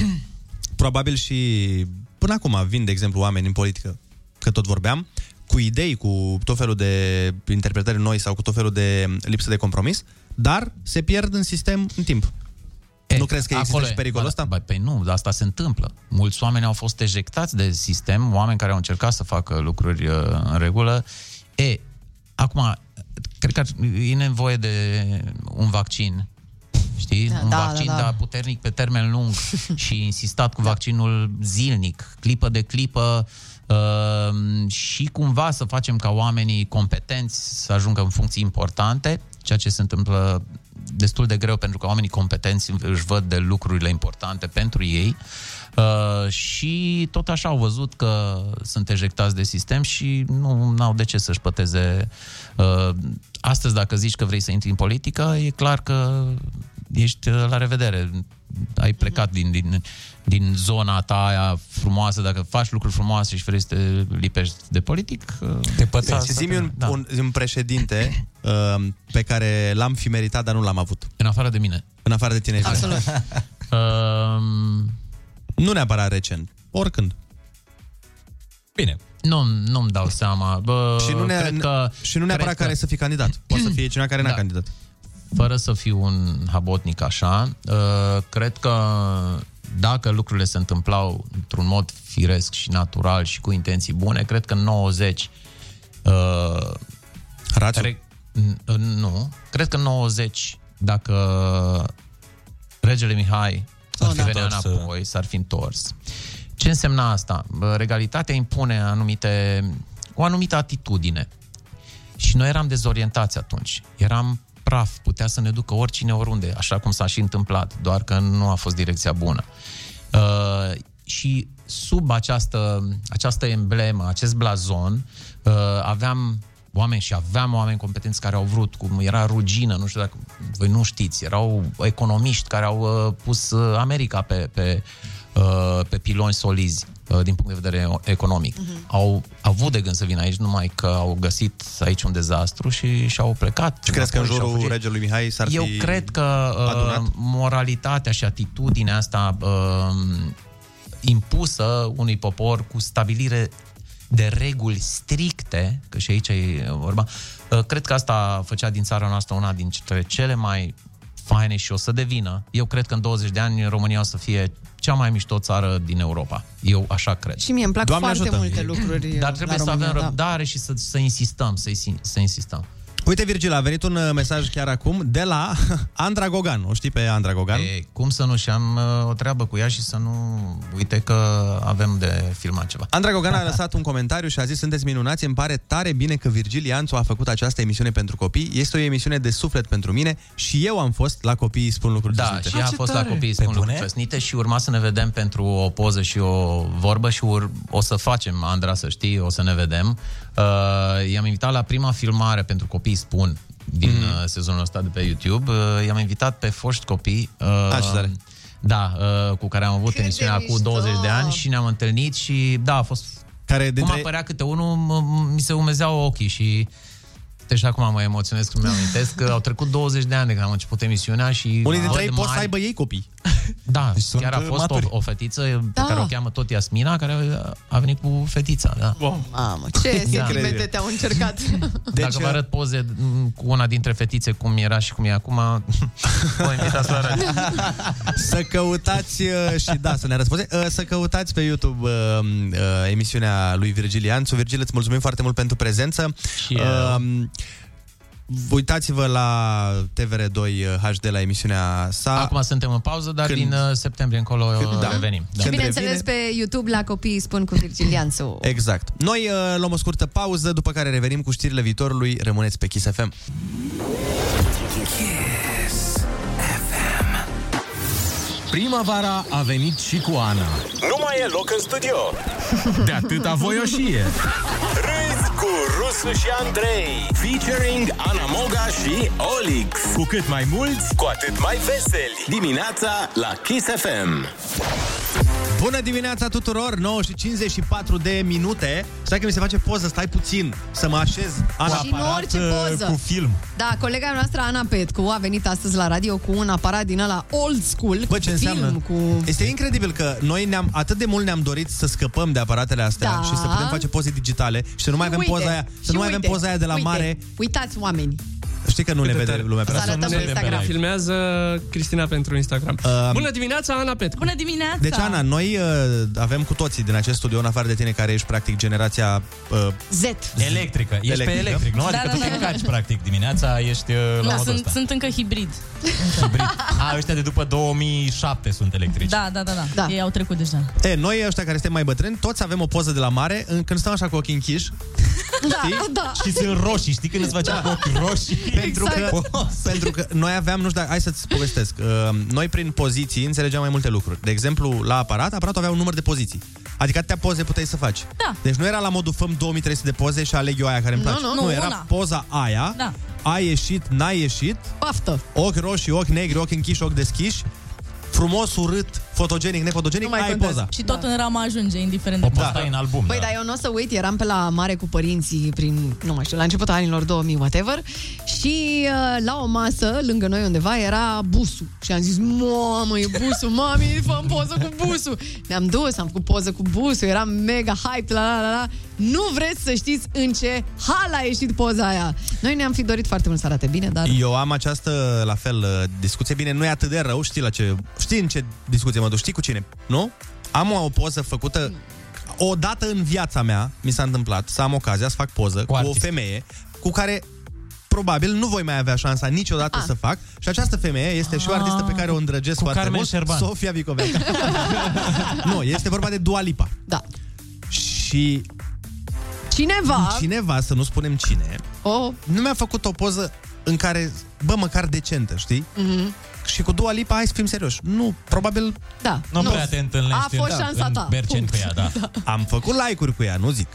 [SPEAKER 8] probabil și până acum vin, de exemplu, oameni în politică, că tot vorbeam, cu idei, cu tot felul de interpretări noi sau cu tot felul de lipsă de compromis, dar se pierd în sistem în timp.
[SPEAKER 21] E,
[SPEAKER 8] nu crezi că există
[SPEAKER 21] acolo
[SPEAKER 8] și
[SPEAKER 21] e.
[SPEAKER 8] pericolul
[SPEAKER 21] Ba,
[SPEAKER 8] ăsta?
[SPEAKER 21] Ba, păi nu, dar asta se întâmplă. Mulți oameni au fost ejectați de sistem, oameni care au încercat să facă lucruri uh, în regulă. E, acum, cred că ar- e nevoie de un vaccin știi?
[SPEAKER 10] Da,
[SPEAKER 21] un
[SPEAKER 10] da,
[SPEAKER 21] vaccin,
[SPEAKER 10] da, da.
[SPEAKER 21] dar puternic pe termen lung și insistat cu vaccinul zilnic, clipă de clipă, uh, și cumva să facem ca oamenii competenți să ajungă în funcții importante, ceea ce se întâmplă destul de greu pentru că oamenii competenți își văd de lucrurile importante pentru ei uh, și tot așa au văzut că sunt ejectați de sistem și nu au de ce să-și păteze. Uh, astăzi, dacă zici că vrei să intri în politică, e clar că ești uh, la revedere. Ai plecat din, din, din zona ta aia frumoasă, dacă faci lucruri frumoase și vrei să te lipești de politic... uh,
[SPEAKER 8] Păteți.
[SPEAKER 21] s-a-
[SPEAKER 8] Zi-mi un,
[SPEAKER 21] da.
[SPEAKER 8] da. un, un președinte uh, pe care l-am fi meritat, dar nu l-am avut.
[SPEAKER 21] În afară de mine.
[SPEAKER 8] În afară de tine.
[SPEAKER 21] Absolut. um...
[SPEAKER 8] Nu neapărat recent, oricând.
[SPEAKER 21] Bine. Nu, nu-mi dau seama. Bă,
[SPEAKER 8] și nu, ne,
[SPEAKER 21] Uh, cred că,
[SPEAKER 8] și nu neapărat
[SPEAKER 21] cred
[SPEAKER 8] care să fie candidat. Poate să fie cineva care n-a
[SPEAKER 21] Da.
[SPEAKER 8] candidat.
[SPEAKER 21] fără să fiu un habotnic așa, uh, cred că dacă lucrurile se întâmplau într-un mod firesc și natural și cu intenții bune, cred că 90 uh, re- n- n- nu, cred că 90 dacă regele Mihai ar
[SPEAKER 9] Oh,
[SPEAKER 21] fi
[SPEAKER 9] da.
[SPEAKER 21] venit
[SPEAKER 9] Întors,
[SPEAKER 21] înapoi, s-ar fi întors. Ce însemna asta? Bă, Regalitatea impune anumite, o anumită atitudine. Și noi eram dezorientați atunci. Eram praf, putea să ne ducă oricine oriunde, așa cum s-a și întâmplat, doar că nu a fost direcția bună. Uh, și sub această, această emblemă, acest blazon, uh, aveam oameni și aveam oameni competenți care au vrut, cum era Rugină, nu știu dacă voi nu știți, erau economiști care au uh, pus uh, America pe, pe, uh, pe piloni solizi uh, din punct de vedere economic. Uh-huh. Au avut de gând să vină aici, numai că au găsit aici un dezastru și și-au plecat.
[SPEAKER 8] Și crezi că în
[SPEAKER 21] înapoi și-au
[SPEAKER 8] jurul
[SPEAKER 21] fugit.
[SPEAKER 8] regelui Mihai s-ar
[SPEAKER 21] Eu
[SPEAKER 8] fi
[SPEAKER 21] cred că
[SPEAKER 8] adunat?
[SPEAKER 21] uh, moralitatea și atitudinea asta uh, impusă unui popor cu stabilire de reguli stricte, că și aici e vorba, uh, cred că asta făcea din țara noastră una dintre cele mai faine și o să devină. Eu cred că în 20 de ani România o să fie cea mai mișto țară din Europa. Eu așa cred.
[SPEAKER 10] Și mie îmi plac foarte multe lucruri
[SPEAKER 21] Dar trebuie
[SPEAKER 10] la
[SPEAKER 21] să
[SPEAKER 10] România,
[SPEAKER 21] avem
[SPEAKER 10] da.
[SPEAKER 21] răbdare și să, să insistăm, să, să insistăm.
[SPEAKER 8] Uite, Virgil, a venit un uh, mesaj chiar acum de la Andra Gogan. O știi pe Andra Gogan?
[SPEAKER 21] E, cum să nu? Și am uh, o treabă cu ea și să nu uite că avem de filmat ceva.
[SPEAKER 8] Andra Gogan a lăsat un comentariu și a zis Sunteți minunați, îmi pare tare bine că Virgil Ianțu a făcut această emisiune pentru copii. Este o emisiune de suflet pentru mine și eu am fost la copiii spun lucruri
[SPEAKER 21] Da,
[SPEAKER 8] Ciustite."
[SPEAKER 21] și ea a fost la copii spun lucruri fesnite și urma să ne vedem pentru o poză și o vorbă și ur- o să facem, Andra, să știi, o să ne vedem. Uh, i-am invitat la prima filmare pentru copii spun din
[SPEAKER 8] Mhm.
[SPEAKER 21] mm. uh, sezonul ăsta de pe YouTube. Uh, i-am invitat pe foști copii. Uh,
[SPEAKER 8] Ah, ce tare.
[SPEAKER 21] Da, uh, cu care am avut
[SPEAKER 8] Cât de
[SPEAKER 21] emisiunea cu
[SPEAKER 8] mișto!
[SPEAKER 21] 20 de ani și ne-am întâlnit și da, a fost...
[SPEAKER 8] Care
[SPEAKER 21] dintre... Cum apărea câte unul, m- m- mi se umezeau ochii și... Deci acum mă emoționez când mi-amintesc că au trecut 20 de ani de când am început emisiunea și...
[SPEAKER 8] Unii dintre
[SPEAKER 21] văd
[SPEAKER 8] ei pot să
[SPEAKER 21] mari-
[SPEAKER 8] aibă ei copii.
[SPEAKER 21] Da,
[SPEAKER 8] sunt
[SPEAKER 21] chiar a
[SPEAKER 8] uh,
[SPEAKER 21] fost o,
[SPEAKER 8] maturi.
[SPEAKER 21] o fetiță pe
[SPEAKER 10] Da.
[SPEAKER 21] care o cheamă tot Iasmina, care uh, a venit cu fetița, da.
[SPEAKER 1] Wow.
[SPEAKER 21] Mamă,
[SPEAKER 10] Ce
[SPEAKER 8] Da.
[SPEAKER 10] sentimente te-au încercat?
[SPEAKER 21] Deci, Dacă
[SPEAKER 8] uh,
[SPEAKER 21] vă arăt poze m, cu una dintre fetițe cum era și cum e acum, o invitați la radio.
[SPEAKER 8] Să căutați uh, și da, să ne răspunde. Uh, Să căutați pe YouTube uh, uh, emisiunea lui Virgil Ianțu. Virgil, îți mulțumim foarte mult pentru prezență. Și Uitați-vă la TVR2 HD uh, la emisiunea sa.
[SPEAKER 21] Acum suntem în pauză, dar
[SPEAKER 8] Când- da.
[SPEAKER 21] din uh, septembrie încolo uh, revenim.
[SPEAKER 10] Și bineînțeles pe YouTube la copii spun cu Virgilianțu.
[SPEAKER 8] Exact. Noi uh, luăm o scurtă pauză, după care revenim cu știrile viitorului. Rămâneți pe Kiss FM.
[SPEAKER 16] Primăvara a venit și cu Ana.
[SPEAKER 7] Nu mai e loc în studio.
[SPEAKER 16] De atâta voioșie.
[SPEAKER 7] Râzi cu Rusu și Andrei. Featuring Ana Moga și Olix.
[SPEAKER 16] Cu cât mai mulți,
[SPEAKER 7] cu atât mai veseli. Dimineața la Kiss FM.
[SPEAKER 8] Bună dimineața tuturor! 9 și 54 de minute. Stai că mi se face poză, stai puțin să mă așez. Ana,
[SPEAKER 10] Și nu
[SPEAKER 8] aparat,
[SPEAKER 10] orice
[SPEAKER 8] uh,
[SPEAKER 10] poză.
[SPEAKER 8] Cu film.
[SPEAKER 10] Da, colega noastră Ana Petcu a venit astăzi la radio cu un aparat din ăla old school,
[SPEAKER 8] Bă,
[SPEAKER 10] cu
[SPEAKER 8] ce
[SPEAKER 10] film,
[SPEAKER 8] înseamnă?
[SPEAKER 10] cu...
[SPEAKER 8] Este incredibil că noi ne-am atât de mult ne-am dorit să scăpăm de aparatele astea
[SPEAKER 10] Da.
[SPEAKER 8] și să putem face poze digitale și să nu mai avem
[SPEAKER 10] Uite,
[SPEAKER 8] poza aia, să
[SPEAKER 10] și
[SPEAKER 8] nu mai avem
[SPEAKER 10] uite,
[SPEAKER 8] poza aia de la
[SPEAKER 10] uite,
[SPEAKER 8] mare
[SPEAKER 10] Uitați oameni.
[SPEAKER 8] Știi că nu ne vede lumea prea
[SPEAKER 1] Să arătăm
[SPEAKER 8] mult.
[SPEAKER 1] pe Instagram. Filmează Cristina pentru Instagram.
[SPEAKER 8] Uh,
[SPEAKER 1] Bună dimineața, Ana Petru!
[SPEAKER 4] Bună dimineața!
[SPEAKER 10] Da.
[SPEAKER 8] Deci, Ana, noi uh, avem cu toții din acest studio, în afară de tine, care ești practic generația... Uh,
[SPEAKER 4] Z.
[SPEAKER 9] Electrică. Ești pe electric, nu?
[SPEAKER 4] Da,
[SPEAKER 9] Adică
[SPEAKER 4] da,
[SPEAKER 9] tu
[SPEAKER 4] da.
[SPEAKER 9] te încarci, practic, dimineața ești uh, la
[SPEAKER 4] Da,
[SPEAKER 9] modul
[SPEAKER 4] sunt,
[SPEAKER 9] ăsta.
[SPEAKER 4] sunt încă hibrid.
[SPEAKER 9] A, ăștia de după 2007 sunt
[SPEAKER 8] Deci-
[SPEAKER 9] electrici.
[SPEAKER 4] Da, da, da, da, da. Ei au trecut deja.
[SPEAKER 8] E, noi ăștia care suntem mai bătrâni, toți avem o poză de la mare în, când stăm așa cu ochii închiși.
[SPEAKER 4] Da, da. Exact.
[SPEAKER 8] Și sunt roșii, știi când îți facem da. ochii roșii? Pentru, că, pentru că noi aveam, nu știu, dacă- hai să-ți povestesc. Uh, Noi prin poziții înțelegeam mai multe lucruri. De exemplu, la aparat, aparatul avea un număr de poziții. Adică atâtea poze puteai să faci.
[SPEAKER 4] Da.
[SPEAKER 8] Deci nu era la modul făm 2300 de poze și aleg eu aia care îmi
[SPEAKER 4] Nu,
[SPEAKER 8] place.
[SPEAKER 4] nu, nu,
[SPEAKER 8] era
[SPEAKER 4] una.
[SPEAKER 8] poza aia,
[SPEAKER 4] Da.
[SPEAKER 8] a ieșit, n-a ieșit,
[SPEAKER 10] Paftă.
[SPEAKER 8] ochi roșii, ochi negri, ochi închiși, ochi deschiși, frumos, urât, fotogenic, nefotogenic, ai poza. Da.
[SPEAKER 4] Și
[SPEAKER 10] Da.
[SPEAKER 4] Păi, tot în rama ajunge, indiferent
[SPEAKER 8] O
[SPEAKER 4] de
[SPEAKER 8] postai în album,
[SPEAKER 10] Băi, Păi, dar eu nu o să uit, eram pe la mare cu părinții prin, nu mai știu, la începutul anilor 2000, whatever, și uh, la o masă, lângă noi undeva, era busul. Și am zis, mamă, e busul, mami, fă poză cu busul. Ne-am dus, am făcut poză cu busul, eram mega hype, la la la la. Nu vreți să știți în ce hal a ieșit poza aia. Noi ne-am fi dorit foarte mult să arate bine, dar...
[SPEAKER 8] Eu am această, la fel, uh, discuție. Bine, nu e atât de rău, știi la ce... Știi în ce discuție mă duc, știi cu cine, nu? Am o, o poză făcută... O dată în viața mea mi s-a întâmplat să am ocazia să fac poză cu, cu o femeie cu care probabil nu voi mai avea șansa
[SPEAKER 10] Ah.
[SPEAKER 8] niciodată să fac și această femeie este și o artistă pe care o îndrăgesc foarte
[SPEAKER 21] Carmen
[SPEAKER 8] mult,
[SPEAKER 21] Șerban.
[SPEAKER 8] Sofia Vicoveca. nu, este vorba de Dua Lipa.
[SPEAKER 10] Da.
[SPEAKER 8] Și
[SPEAKER 10] Cineva...
[SPEAKER 8] cineva, să nu spunem cine,
[SPEAKER 10] oh.
[SPEAKER 8] nu mi-a făcut o poză în care, bă, măcar decentă, știi?
[SPEAKER 10] Mhm.
[SPEAKER 8] Și cu Dua Lipa, hai să fim serioși. Nu, probabil...
[SPEAKER 10] Da.
[SPEAKER 9] Nu nu. prea te întâlnești
[SPEAKER 10] A fost în- șansa în ta. Berceni Punct. cu ea, da.
[SPEAKER 8] Am făcut like-uri cu ea, nu zic.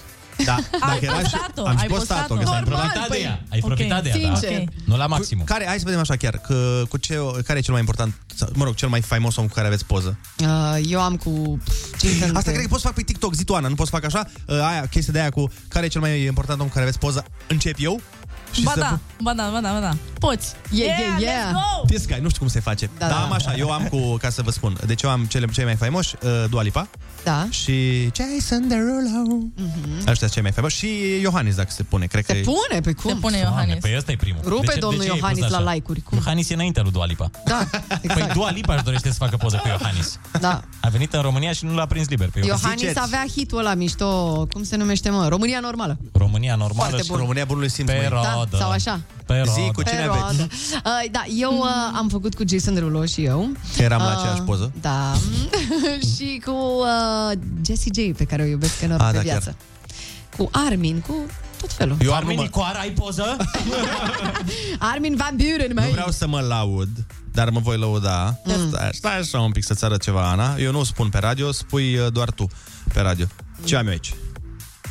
[SPEAKER 8] Da,
[SPEAKER 9] Ai
[SPEAKER 8] dacă era și,
[SPEAKER 9] postat-o,
[SPEAKER 8] am și
[SPEAKER 9] ai
[SPEAKER 8] postat-o,
[SPEAKER 9] postat-o.
[SPEAKER 8] că s-a
[SPEAKER 9] Normal,
[SPEAKER 8] profitat
[SPEAKER 9] păi. Ok, sincer. Ok.
[SPEAKER 8] Nu la maximum. Care, hai să vedem așa chiar, că, cu ce, care e cel mai important, sau, mă rog, cel mai faimos om cu care aveți poză?
[SPEAKER 10] Uh, eu am cu...
[SPEAKER 8] Asta cred că poți să fac pe TikTok, zi tu, Ana, nu poți să fac așa, uh, aia, chestia de aia cu care e cel mai important om cu care aveți poză, încep eu? Și
[SPEAKER 4] Ba
[SPEAKER 8] să
[SPEAKER 4] da, ba da, ba da, ba da. Poți.
[SPEAKER 10] Yeah, yeah, yeah.
[SPEAKER 4] let's go!
[SPEAKER 8] This guy, nu știu cum se face.
[SPEAKER 4] Da,
[SPEAKER 8] Da, Dar
[SPEAKER 4] da.
[SPEAKER 8] am așa, eu am cu, ca să vă spun, deci eu am cele, cei mai faimoși, uh, Dua Lipa.
[SPEAKER 10] Da.
[SPEAKER 8] Și Jason Derulo. Mm-hmm. ăștia cei mai faimoși. Și Iohannis, dacă se pune, cred că e-
[SPEAKER 10] Mhm. Pune, pe cum?
[SPEAKER 4] Se pune Iohannis.
[SPEAKER 9] Păi ăsta e primul.
[SPEAKER 10] Rupe domnul
[SPEAKER 9] ai pus
[SPEAKER 10] Iohannis la
[SPEAKER 9] așa?
[SPEAKER 10] like-uri,
[SPEAKER 9] Iohannis e înaintea lui Dua Lipa.
[SPEAKER 10] Da,
[SPEAKER 9] Păi Dua Lipa își dorește să facă poză cu Iohannis.
[SPEAKER 10] Da.
[SPEAKER 9] A venit în România și nu l-a prins liber pe Iohannis.
[SPEAKER 10] Iohannis avea hitul ăla mișto, cum se numește, mă? România normală.
[SPEAKER 9] România normală
[SPEAKER 10] Foarte
[SPEAKER 9] și
[SPEAKER 10] bun.
[SPEAKER 8] România bunului simț.
[SPEAKER 9] Pe
[SPEAKER 10] Da,
[SPEAKER 9] rodă.
[SPEAKER 10] sau așa.
[SPEAKER 9] Pe rodă.
[SPEAKER 8] Zi cu cine
[SPEAKER 10] Pe
[SPEAKER 8] aveți.
[SPEAKER 10] roadă. Uh, da, eu uh, am făcut cu Jason Derulo și eu.
[SPEAKER 8] Eram la
[SPEAKER 10] Uh,
[SPEAKER 8] aceeași poză.
[SPEAKER 10] Da. și cu uh, Jessie J, pe care o iubesc enorm
[SPEAKER 8] Ah,
[SPEAKER 10] pe
[SPEAKER 8] da, chiar.
[SPEAKER 10] viață. Cu Armin, cu tot felul.
[SPEAKER 8] Eu am numai-
[SPEAKER 9] Nicoara, ai poză?
[SPEAKER 10] Armin Van Buren,
[SPEAKER 8] Nu
[SPEAKER 10] mai.
[SPEAKER 8] vreau să mă laud, dar mă voi lăuda. Stai, stai așa un pic să-ți arăt ceva, Ana. Eu nu spun pe radio, spui uh, doar tu pe radio. Ce am eu aici?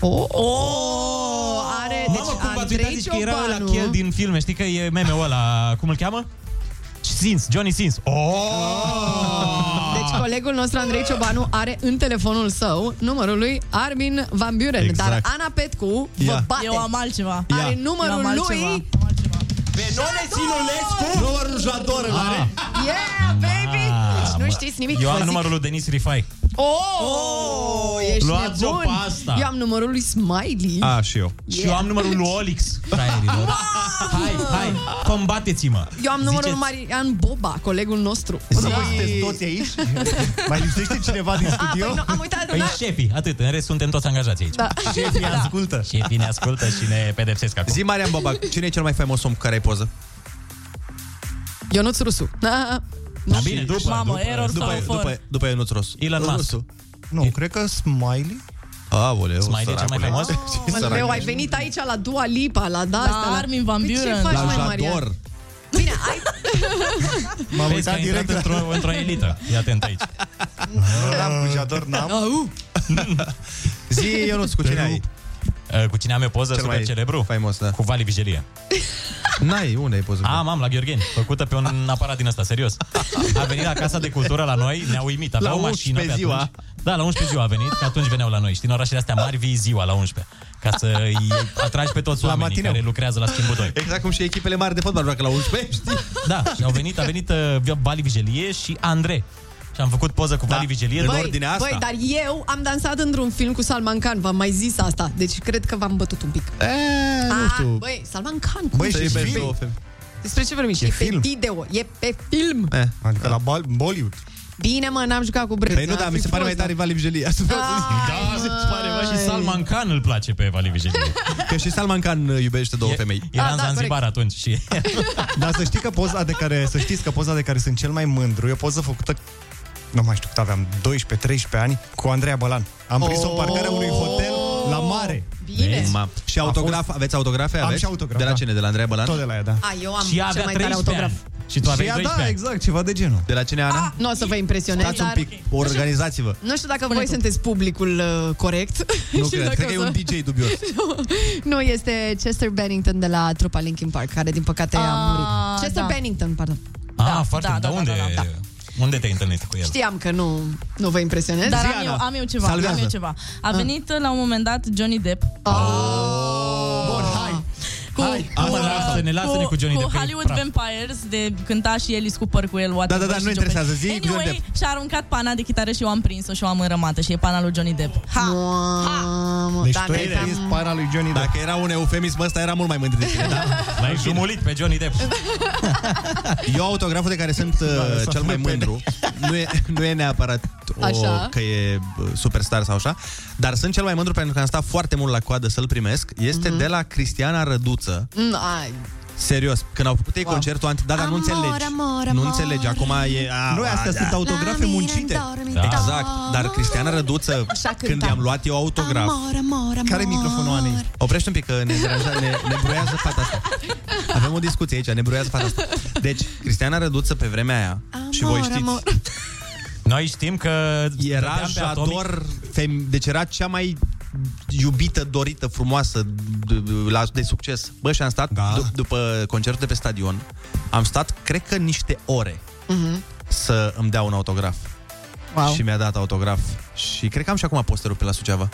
[SPEAKER 10] Oh, oh, are, deci,
[SPEAKER 9] Mamă, cum v-ați uitat,
[SPEAKER 10] Andrei
[SPEAKER 9] zici că era ăla
[SPEAKER 10] Ciobanu...
[SPEAKER 9] chel din filme, știi că e meme-ul ăla, cum îl cheamă? Sins, Johnny Sins. Oh!
[SPEAKER 10] Deci colegul nostru Andrei Ciobanu are în telefonul său numărul lui Armin Van Buren,
[SPEAKER 9] Exact.
[SPEAKER 10] dar Ana Petcu vă
[SPEAKER 9] Ia.
[SPEAKER 10] bate.
[SPEAKER 4] Eu am altceva.
[SPEAKER 10] Are
[SPEAKER 9] Ia.
[SPEAKER 10] numărul
[SPEAKER 4] Eu am
[SPEAKER 10] lui.
[SPEAKER 4] altceva.
[SPEAKER 9] Benone Sinulescu?
[SPEAKER 8] Numărul Jador îl are.
[SPEAKER 10] Ah. Yeah, baby! Deci nu știți nimic.
[SPEAKER 9] Eu
[SPEAKER 10] vă
[SPEAKER 9] am
[SPEAKER 10] zic.
[SPEAKER 9] Ah, numărul lui Denis Rifai.
[SPEAKER 10] Oh, ești
[SPEAKER 9] Luați-o
[SPEAKER 10] nebun.
[SPEAKER 9] pe asta. Ah,
[SPEAKER 10] Eu am numărul lui Smiley.
[SPEAKER 8] A, și eu.
[SPEAKER 9] Și eu am numărul lui Olix, fraierilor.
[SPEAKER 10] Da.
[SPEAKER 9] Hai, hai, combateți-mă.
[SPEAKER 10] Eu am numărul lui Marian Boba, colegul nostru.
[SPEAKER 9] sunteți toți aici? Mai lipsește cineva din
[SPEAKER 10] studio? păi nu, am uitat,
[SPEAKER 9] Păi
[SPEAKER 10] da.
[SPEAKER 9] șefii, atât. În rest suntem toți angajați aici.
[SPEAKER 10] Da.
[SPEAKER 9] Șefii
[SPEAKER 10] Da.
[SPEAKER 9] ascultă. Șefii ne ascultă și ne pedepsesc acum.
[SPEAKER 8] Zi, Marian Boba, cine e cel mai faimos om cu care ai poză?
[SPEAKER 10] Ionuț Rusu. Da.
[SPEAKER 8] Da,
[SPEAKER 9] bine, după, Mamă, după, error
[SPEAKER 8] după,
[SPEAKER 9] sau
[SPEAKER 8] după,
[SPEAKER 9] for.
[SPEAKER 8] după, după Ionuț Rosu.
[SPEAKER 9] Elon Musk.
[SPEAKER 8] Rusu.
[SPEAKER 22] Nu, cred că Smiley.
[SPEAKER 8] Aoleu,
[SPEAKER 9] Smiley e cel mai
[SPEAKER 8] săracule.
[SPEAKER 9] faimos?
[SPEAKER 8] Ce
[SPEAKER 10] Mă,
[SPEAKER 8] sărac
[SPEAKER 10] Leo, ai
[SPEAKER 8] ești.
[SPEAKER 10] venit aici la Dua Lipa, la da,
[SPEAKER 4] La Armin Van
[SPEAKER 10] Ce
[SPEAKER 4] Buren.
[SPEAKER 10] faci,
[SPEAKER 8] La
[SPEAKER 10] mai, Marian?
[SPEAKER 8] Jador.
[SPEAKER 10] Bine, ai...
[SPEAKER 9] M-am uitat direct într-o, într-o elită. Fii atent aici.
[SPEAKER 22] N-am cu Jador, n-am.
[SPEAKER 10] Au.
[SPEAKER 22] uh.
[SPEAKER 8] Zi, Ionuț, cu cine ai?
[SPEAKER 9] Uh, Cu cine am eu poză
[SPEAKER 8] Cel
[SPEAKER 9] super
[SPEAKER 8] mai
[SPEAKER 9] celebru?
[SPEAKER 8] faimos, da.
[SPEAKER 9] Cu Vali Vigelie.
[SPEAKER 8] N-ai, unde ai poză?
[SPEAKER 9] Am, am, la Gheorgheni, făcută pe un aparat din ăsta, serios. A venit la Casa de Cultură la noi, ne-a uimit, avea
[SPEAKER 8] La
[SPEAKER 9] o mașină
[SPEAKER 8] 11
[SPEAKER 9] pe
[SPEAKER 8] ziua.
[SPEAKER 9] atunci. Da, la 11 ziua a venit, că atunci veneau la noi. Știi, în orașele astea mari vii ziua la 11, ca să îi atragi pe toți
[SPEAKER 8] La
[SPEAKER 9] oamenii
[SPEAKER 8] matineu.
[SPEAKER 9] care lucrează la schimbul 2.
[SPEAKER 8] Exact cum și echipele mari de fotbal joacă la 11, știi?
[SPEAKER 9] Da, și au venit, a venit uh, Vali Vigelie și Andre. Și am făcut poză cu
[SPEAKER 8] Da.
[SPEAKER 9] Vali Vigelie
[SPEAKER 10] Băi, Băi, dar eu am dansat într-un film cu Salman Khan, v-am mai zis asta, deci cred că v-am bătut un pic.
[SPEAKER 8] E,
[SPEAKER 22] Eh,
[SPEAKER 10] Ah, Băi, Salman Khan, cum
[SPEAKER 8] Băi,
[SPEAKER 10] să
[SPEAKER 8] și
[SPEAKER 10] iubești
[SPEAKER 8] iubești
[SPEAKER 10] pe-
[SPEAKER 8] două femei.
[SPEAKER 10] Despre ce vorbim?
[SPEAKER 22] E
[SPEAKER 10] E, e pe
[SPEAKER 22] film.
[SPEAKER 10] video, e pe film.
[SPEAKER 22] Eh, adică la Bol- Bollywood.
[SPEAKER 10] Bine, mă, n-am jucat cu brânză.
[SPEAKER 22] Păi nu, dar mi se pare mai tare Vali Vigelie.
[SPEAKER 10] Da,
[SPEAKER 9] Și Salman Khan îl place pe Vali Vigelie.
[SPEAKER 22] Că și Salman Khan uh, iubește două femei.
[SPEAKER 9] Era
[SPEAKER 10] Ah, da,
[SPEAKER 9] în Zanzibar atunci și...
[SPEAKER 22] Dar să știi că poza de care, să știți că poza de care sunt cel mai mândru e o poză făcută nu mai știu cât aveam, 12-13 ani, cu Andreea Bălan. Am prins-o în parcarea unui hotel la mare.
[SPEAKER 10] Bine.
[SPEAKER 22] Ma-
[SPEAKER 8] Și autograf, aveți autografe?
[SPEAKER 22] Am
[SPEAKER 8] Aveți?
[SPEAKER 22] și autograf,
[SPEAKER 8] De la
[SPEAKER 22] da.
[SPEAKER 8] cine? De la Andreea Bălan?
[SPEAKER 22] Tot de la ea, da.
[SPEAKER 10] A, eu am cel mai tare autograf.
[SPEAKER 22] ea, da, exact, ceva de genul. De la cine, Ana?
[SPEAKER 10] Nu o să vă impresionez,
[SPEAKER 8] Stați un
[SPEAKER 10] dar...
[SPEAKER 8] pic, organizați-vă.
[SPEAKER 10] Nu știu dacă voi sunteți publicul uh, corect.
[SPEAKER 8] Nu
[SPEAKER 10] Și
[SPEAKER 8] cred,
[SPEAKER 10] dacă
[SPEAKER 8] cred
[SPEAKER 10] o
[SPEAKER 8] că e
[SPEAKER 10] să-
[SPEAKER 8] un DJ dubios.
[SPEAKER 10] nu, este Chester Bennington de la trupa Linkin Park, care din păcate a,
[SPEAKER 9] Ah,
[SPEAKER 10] murit. Chester
[SPEAKER 9] da.
[SPEAKER 10] Bennington, pardon.
[SPEAKER 9] Ah, foarte,
[SPEAKER 10] da,
[SPEAKER 9] da,
[SPEAKER 10] da,
[SPEAKER 9] unde...
[SPEAKER 10] da, da, da.
[SPEAKER 9] Unde te-ai întâlnit cu el?
[SPEAKER 10] Știam că nu, nu vă impresionez.
[SPEAKER 4] Dar am eu, am eu ceva, am eu ceva.
[SPEAKER 9] Ah.
[SPEAKER 4] A venit la un moment dat Johnny Depp. Oh. Bun, hai. Cu,
[SPEAKER 9] Hai,
[SPEAKER 4] cu,
[SPEAKER 9] asta ne lasă-ne, lasă-ne cu Johnny Depp, că e
[SPEAKER 4] Hollywood
[SPEAKER 9] praf.
[SPEAKER 4] Vampires de cânta și Alice Cooper cu el
[SPEAKER 8] Da, da, da, nu interesează, zi,
[SPEAKER 4] anyway,
[SPEAKER 8] Johnny Depp.
[SPEAKER 4] și-a aruncat pana de chitară și eu am prins-o și o am în rămată și e pana lui Johnny Depp Ha! ha.
[SPEAKER 9] Da,
[SPEAKER 8] Deci tu ai prins para lui Johnny Depp. Dacă era un eufemism ăsta, era mult mai mândri de tine, da?
[SPEAKER 9] L-ai jumulit pe Johnny Depp. Da,
[SPEAKER 8] Eu autograful de care sunt uh,
[SPEAKER 22] lăsat
[SPEAKER 8] cel mai
[SPEAKER 22] pe pene.
[SPEAKER 8] mândru, nu e, nu e neapărat o,
[SPEAKER 22] Așa.
[SPEAKER 8] că e uh, superstar sau așa, dar sunt cel mai mândru pentru că am stat foarte mult la coadă să-l primesc, este de la Cristiana Răduță.
[SPEAKER 10] Mm, ai.
[SPEAKER 8] Serios, când au făcut ei
[SPEAKER 10] Wow.
[SPEAKER 8] concertul, am- da, dar nu
[SPEAKER 10] Amor,
[SPEAKER 8] înțelegi.
[SPEAKER 10] amor,
[SPEAKER 8] nu
[SPEAKER 10] amor.
[SPEAKER 8] înțelegi, acum e... A,
[SPEAKER 22] Nu, astea
[SPEAKER 8] a,
[SPEAKER 22] sunt autografe muncite.
[SPEAKER 8] Da. Exact, dar Cristiana Răduță,
[SPEAKER 10] Așa
[SPEAKER 8] când
[SPEAKER 10] cânta.
[SPEAKER 8] i-am luat eu autograf...
[SPEAKER 10] Amor, amor, amor.
[SPEAKER 8] Care-i microfonul Anei? Oprește un pic, că ne, deranjează, ne, ne bruiază fata asta. Avem o discuție aici, ne bruiază fata asta. Deci, Cristiana Răduță pe vremea aia, și voi știți,
[SPEAKER 10] amor.
[SPEAKER 9] Noi știm că...
[SPEAKER 8] era
[SPEAKER 9] dădeam pe Atomic.
[SPEAKER 8] jador, fem- deci era cea mai iubită, dorită, frumoasă d- d- la- de succes. Bă, și am stat da. d- după concertul de pe stadion, am stat, cred că, niște ore
[SPEAKER 10] Mhm.
[SPEAKER 8] să îmi dea un autograf.
[SPEAKER 10] Wow.
[SPEAKER 8] Și mi-a dat autograf. Și cred că am și acum posterul pe la Suceava.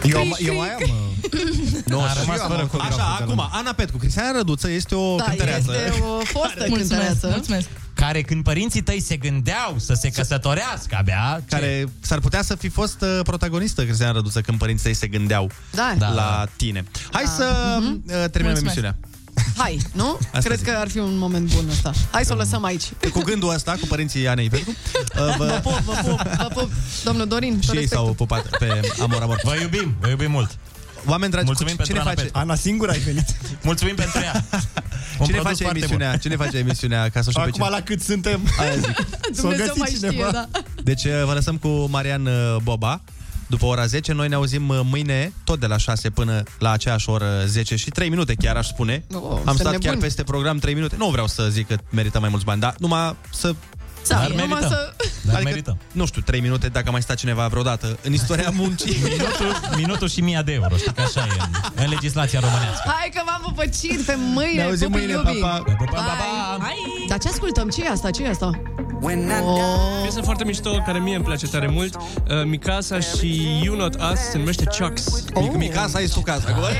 [SPEAKER 10] Păi
[SPEAKER 22] Eu am- eu mai am, mă.
[SPEAKER 8] Nu,
[SPEAKER 22] A
[SPEAKER 8] și
[SPEAKER 22] rămas
[SPEAKER 8] eu am
[SPEAKER 22] fără
[SPEAKER 8] autograf.
[SPEAKER 22] autograful
[SPEAKER 8] Așa,
[SPEAKER 22] de la
[SPEAKER 8] acum, Ana Petcu, Cristiana Răduță este o
[SPEAKER 10] Da,
[SPEAKER 8] cântăreață.
[SPEAKER 10] este o fostă cântăreață.
[SPEAKER 4] mulțumesc.
[SPEAKER 9] Care când părinții tăi se gândeau să se căsătorească abia...
[SPEAKER 8] Care s-ar putea să fi fost uh, protagonistă Cristiana Răduță când părinții tăi se gândeau
[SPEAKER 10] Da.
[SPEAKER 8] la tine. Hai
[SPEAKER 10] Da.
[SPEAKER 8] să
[SPEAKER 10] Mhm.
[SPEAKER 8] uh, terminăm
[SPEAKER 10] Mulțumesc.
[SPEAKER 8] emisiunea.
[SPEAKER 10] Hai, nu?
[SPEAKER 8] Asta
[SPEAKER 10] Cred
[SPEAKER 8] zic.
[SPEAKER 10] că ar fi un moment bun ăsta. Hai să o lăsăm aici.
[SPEAKER 8] Cu gândul ăsta, cu părinții Anei Petcu, uh,
[SPEAKER 10] Vă
[SPEAKER 8] vă...
[SPEAKER 10] pup, vă pup, vă pup. Domnul Dorin, tot
[SPEAKER 8] și ei
[SPEAKER 10] respect.
[SPEAKER 8] s-au pupat pe Amor Amor.
[SPEAKER 9] Vă iubim, vă iubim mult.
[SPEAKER 8] Oameni dragi,
[SPEAKER 9] Mulțumim
[SPEAKER 8] cu-
[SPEAKER 9] pentru
[SPEAKER 8] cine
[SPEAKER 9] Ana
[SPEAKER 8] face?
[SPEAKER 9] Petru.
[SPEAKER 22] Ana singură ai venit.
[SPEAKER 9] Mulțumim pentru ea.
[SPEAKER 8] Cine
[SPEAKER 22] produs
[SPEAKER 8] face
[SPEAKER 22] foarte
[SPEAKER 8] emisiunea?
[SPEAKER 22] bun.
[SPEAKER 8] Cine face emisiunea ca să știu pe
[SPEAKER 22] Acum
[SPEAKER 8] cine?
[SPEAKER 22] la cât suntem?
[SPEAKER 8] Aia zic.
[SPEAKER 22] S-o găsit cineva.
[SPEAKER 10] da.
[SPEAKER 8] Deci uh, vă lăsăm cu Marian uh, Boba după ora 10. Noi ne auzim uh, mâine tot de la 6 până la aceeași oră 10 și 3 minute chiar aș spune.
[SPEAKER 10] Oh,
[SPEAKER 8] Am
[SPEAKER 10] suntem
[SPEAKER 8] stat chiar
[SPEAKER 10] nebuni.
[SPEAKER 8] peste program 3 minute. Nu vreau să zic că merită mai mulți bani, dar numai să... Adică,
[SPEAKER 10] Să Dar fie, numai merităm. să- Adică
[SPEAKER 9] Dar merităm.
[SPEAKER 8] Nu știu, 3 minute dacă a mai stat cineva vreodată în istoria muncii.
[SPEAKER 9] Minutul, minutul și mia de euro, știi că așa e în, în legislația românească.
[SPEAKER 10] Hai că v-am păpăcit pe
[SPEAKER 9] Ne
[SPEAKER 10] mâine.
[SPEAKER 9] auzim
[SPEAKER 10] Pupii
[SPEAKER 9] mâine,
[SPEAKER 10] iubii.
[SPEAKER 9] pa, pa. Pa, pa, pa,
[SPEAKER 10] Bye. Dar ce ascultăm? ce e asta? ce e asta?
[SPEAKER 1] Oh. O piesă foarte mișto, care mie îmi place tare mult. Uh, Micasa și You Not Us se numește Chucks.
[SPEAKER 8] Micasa e sucasa.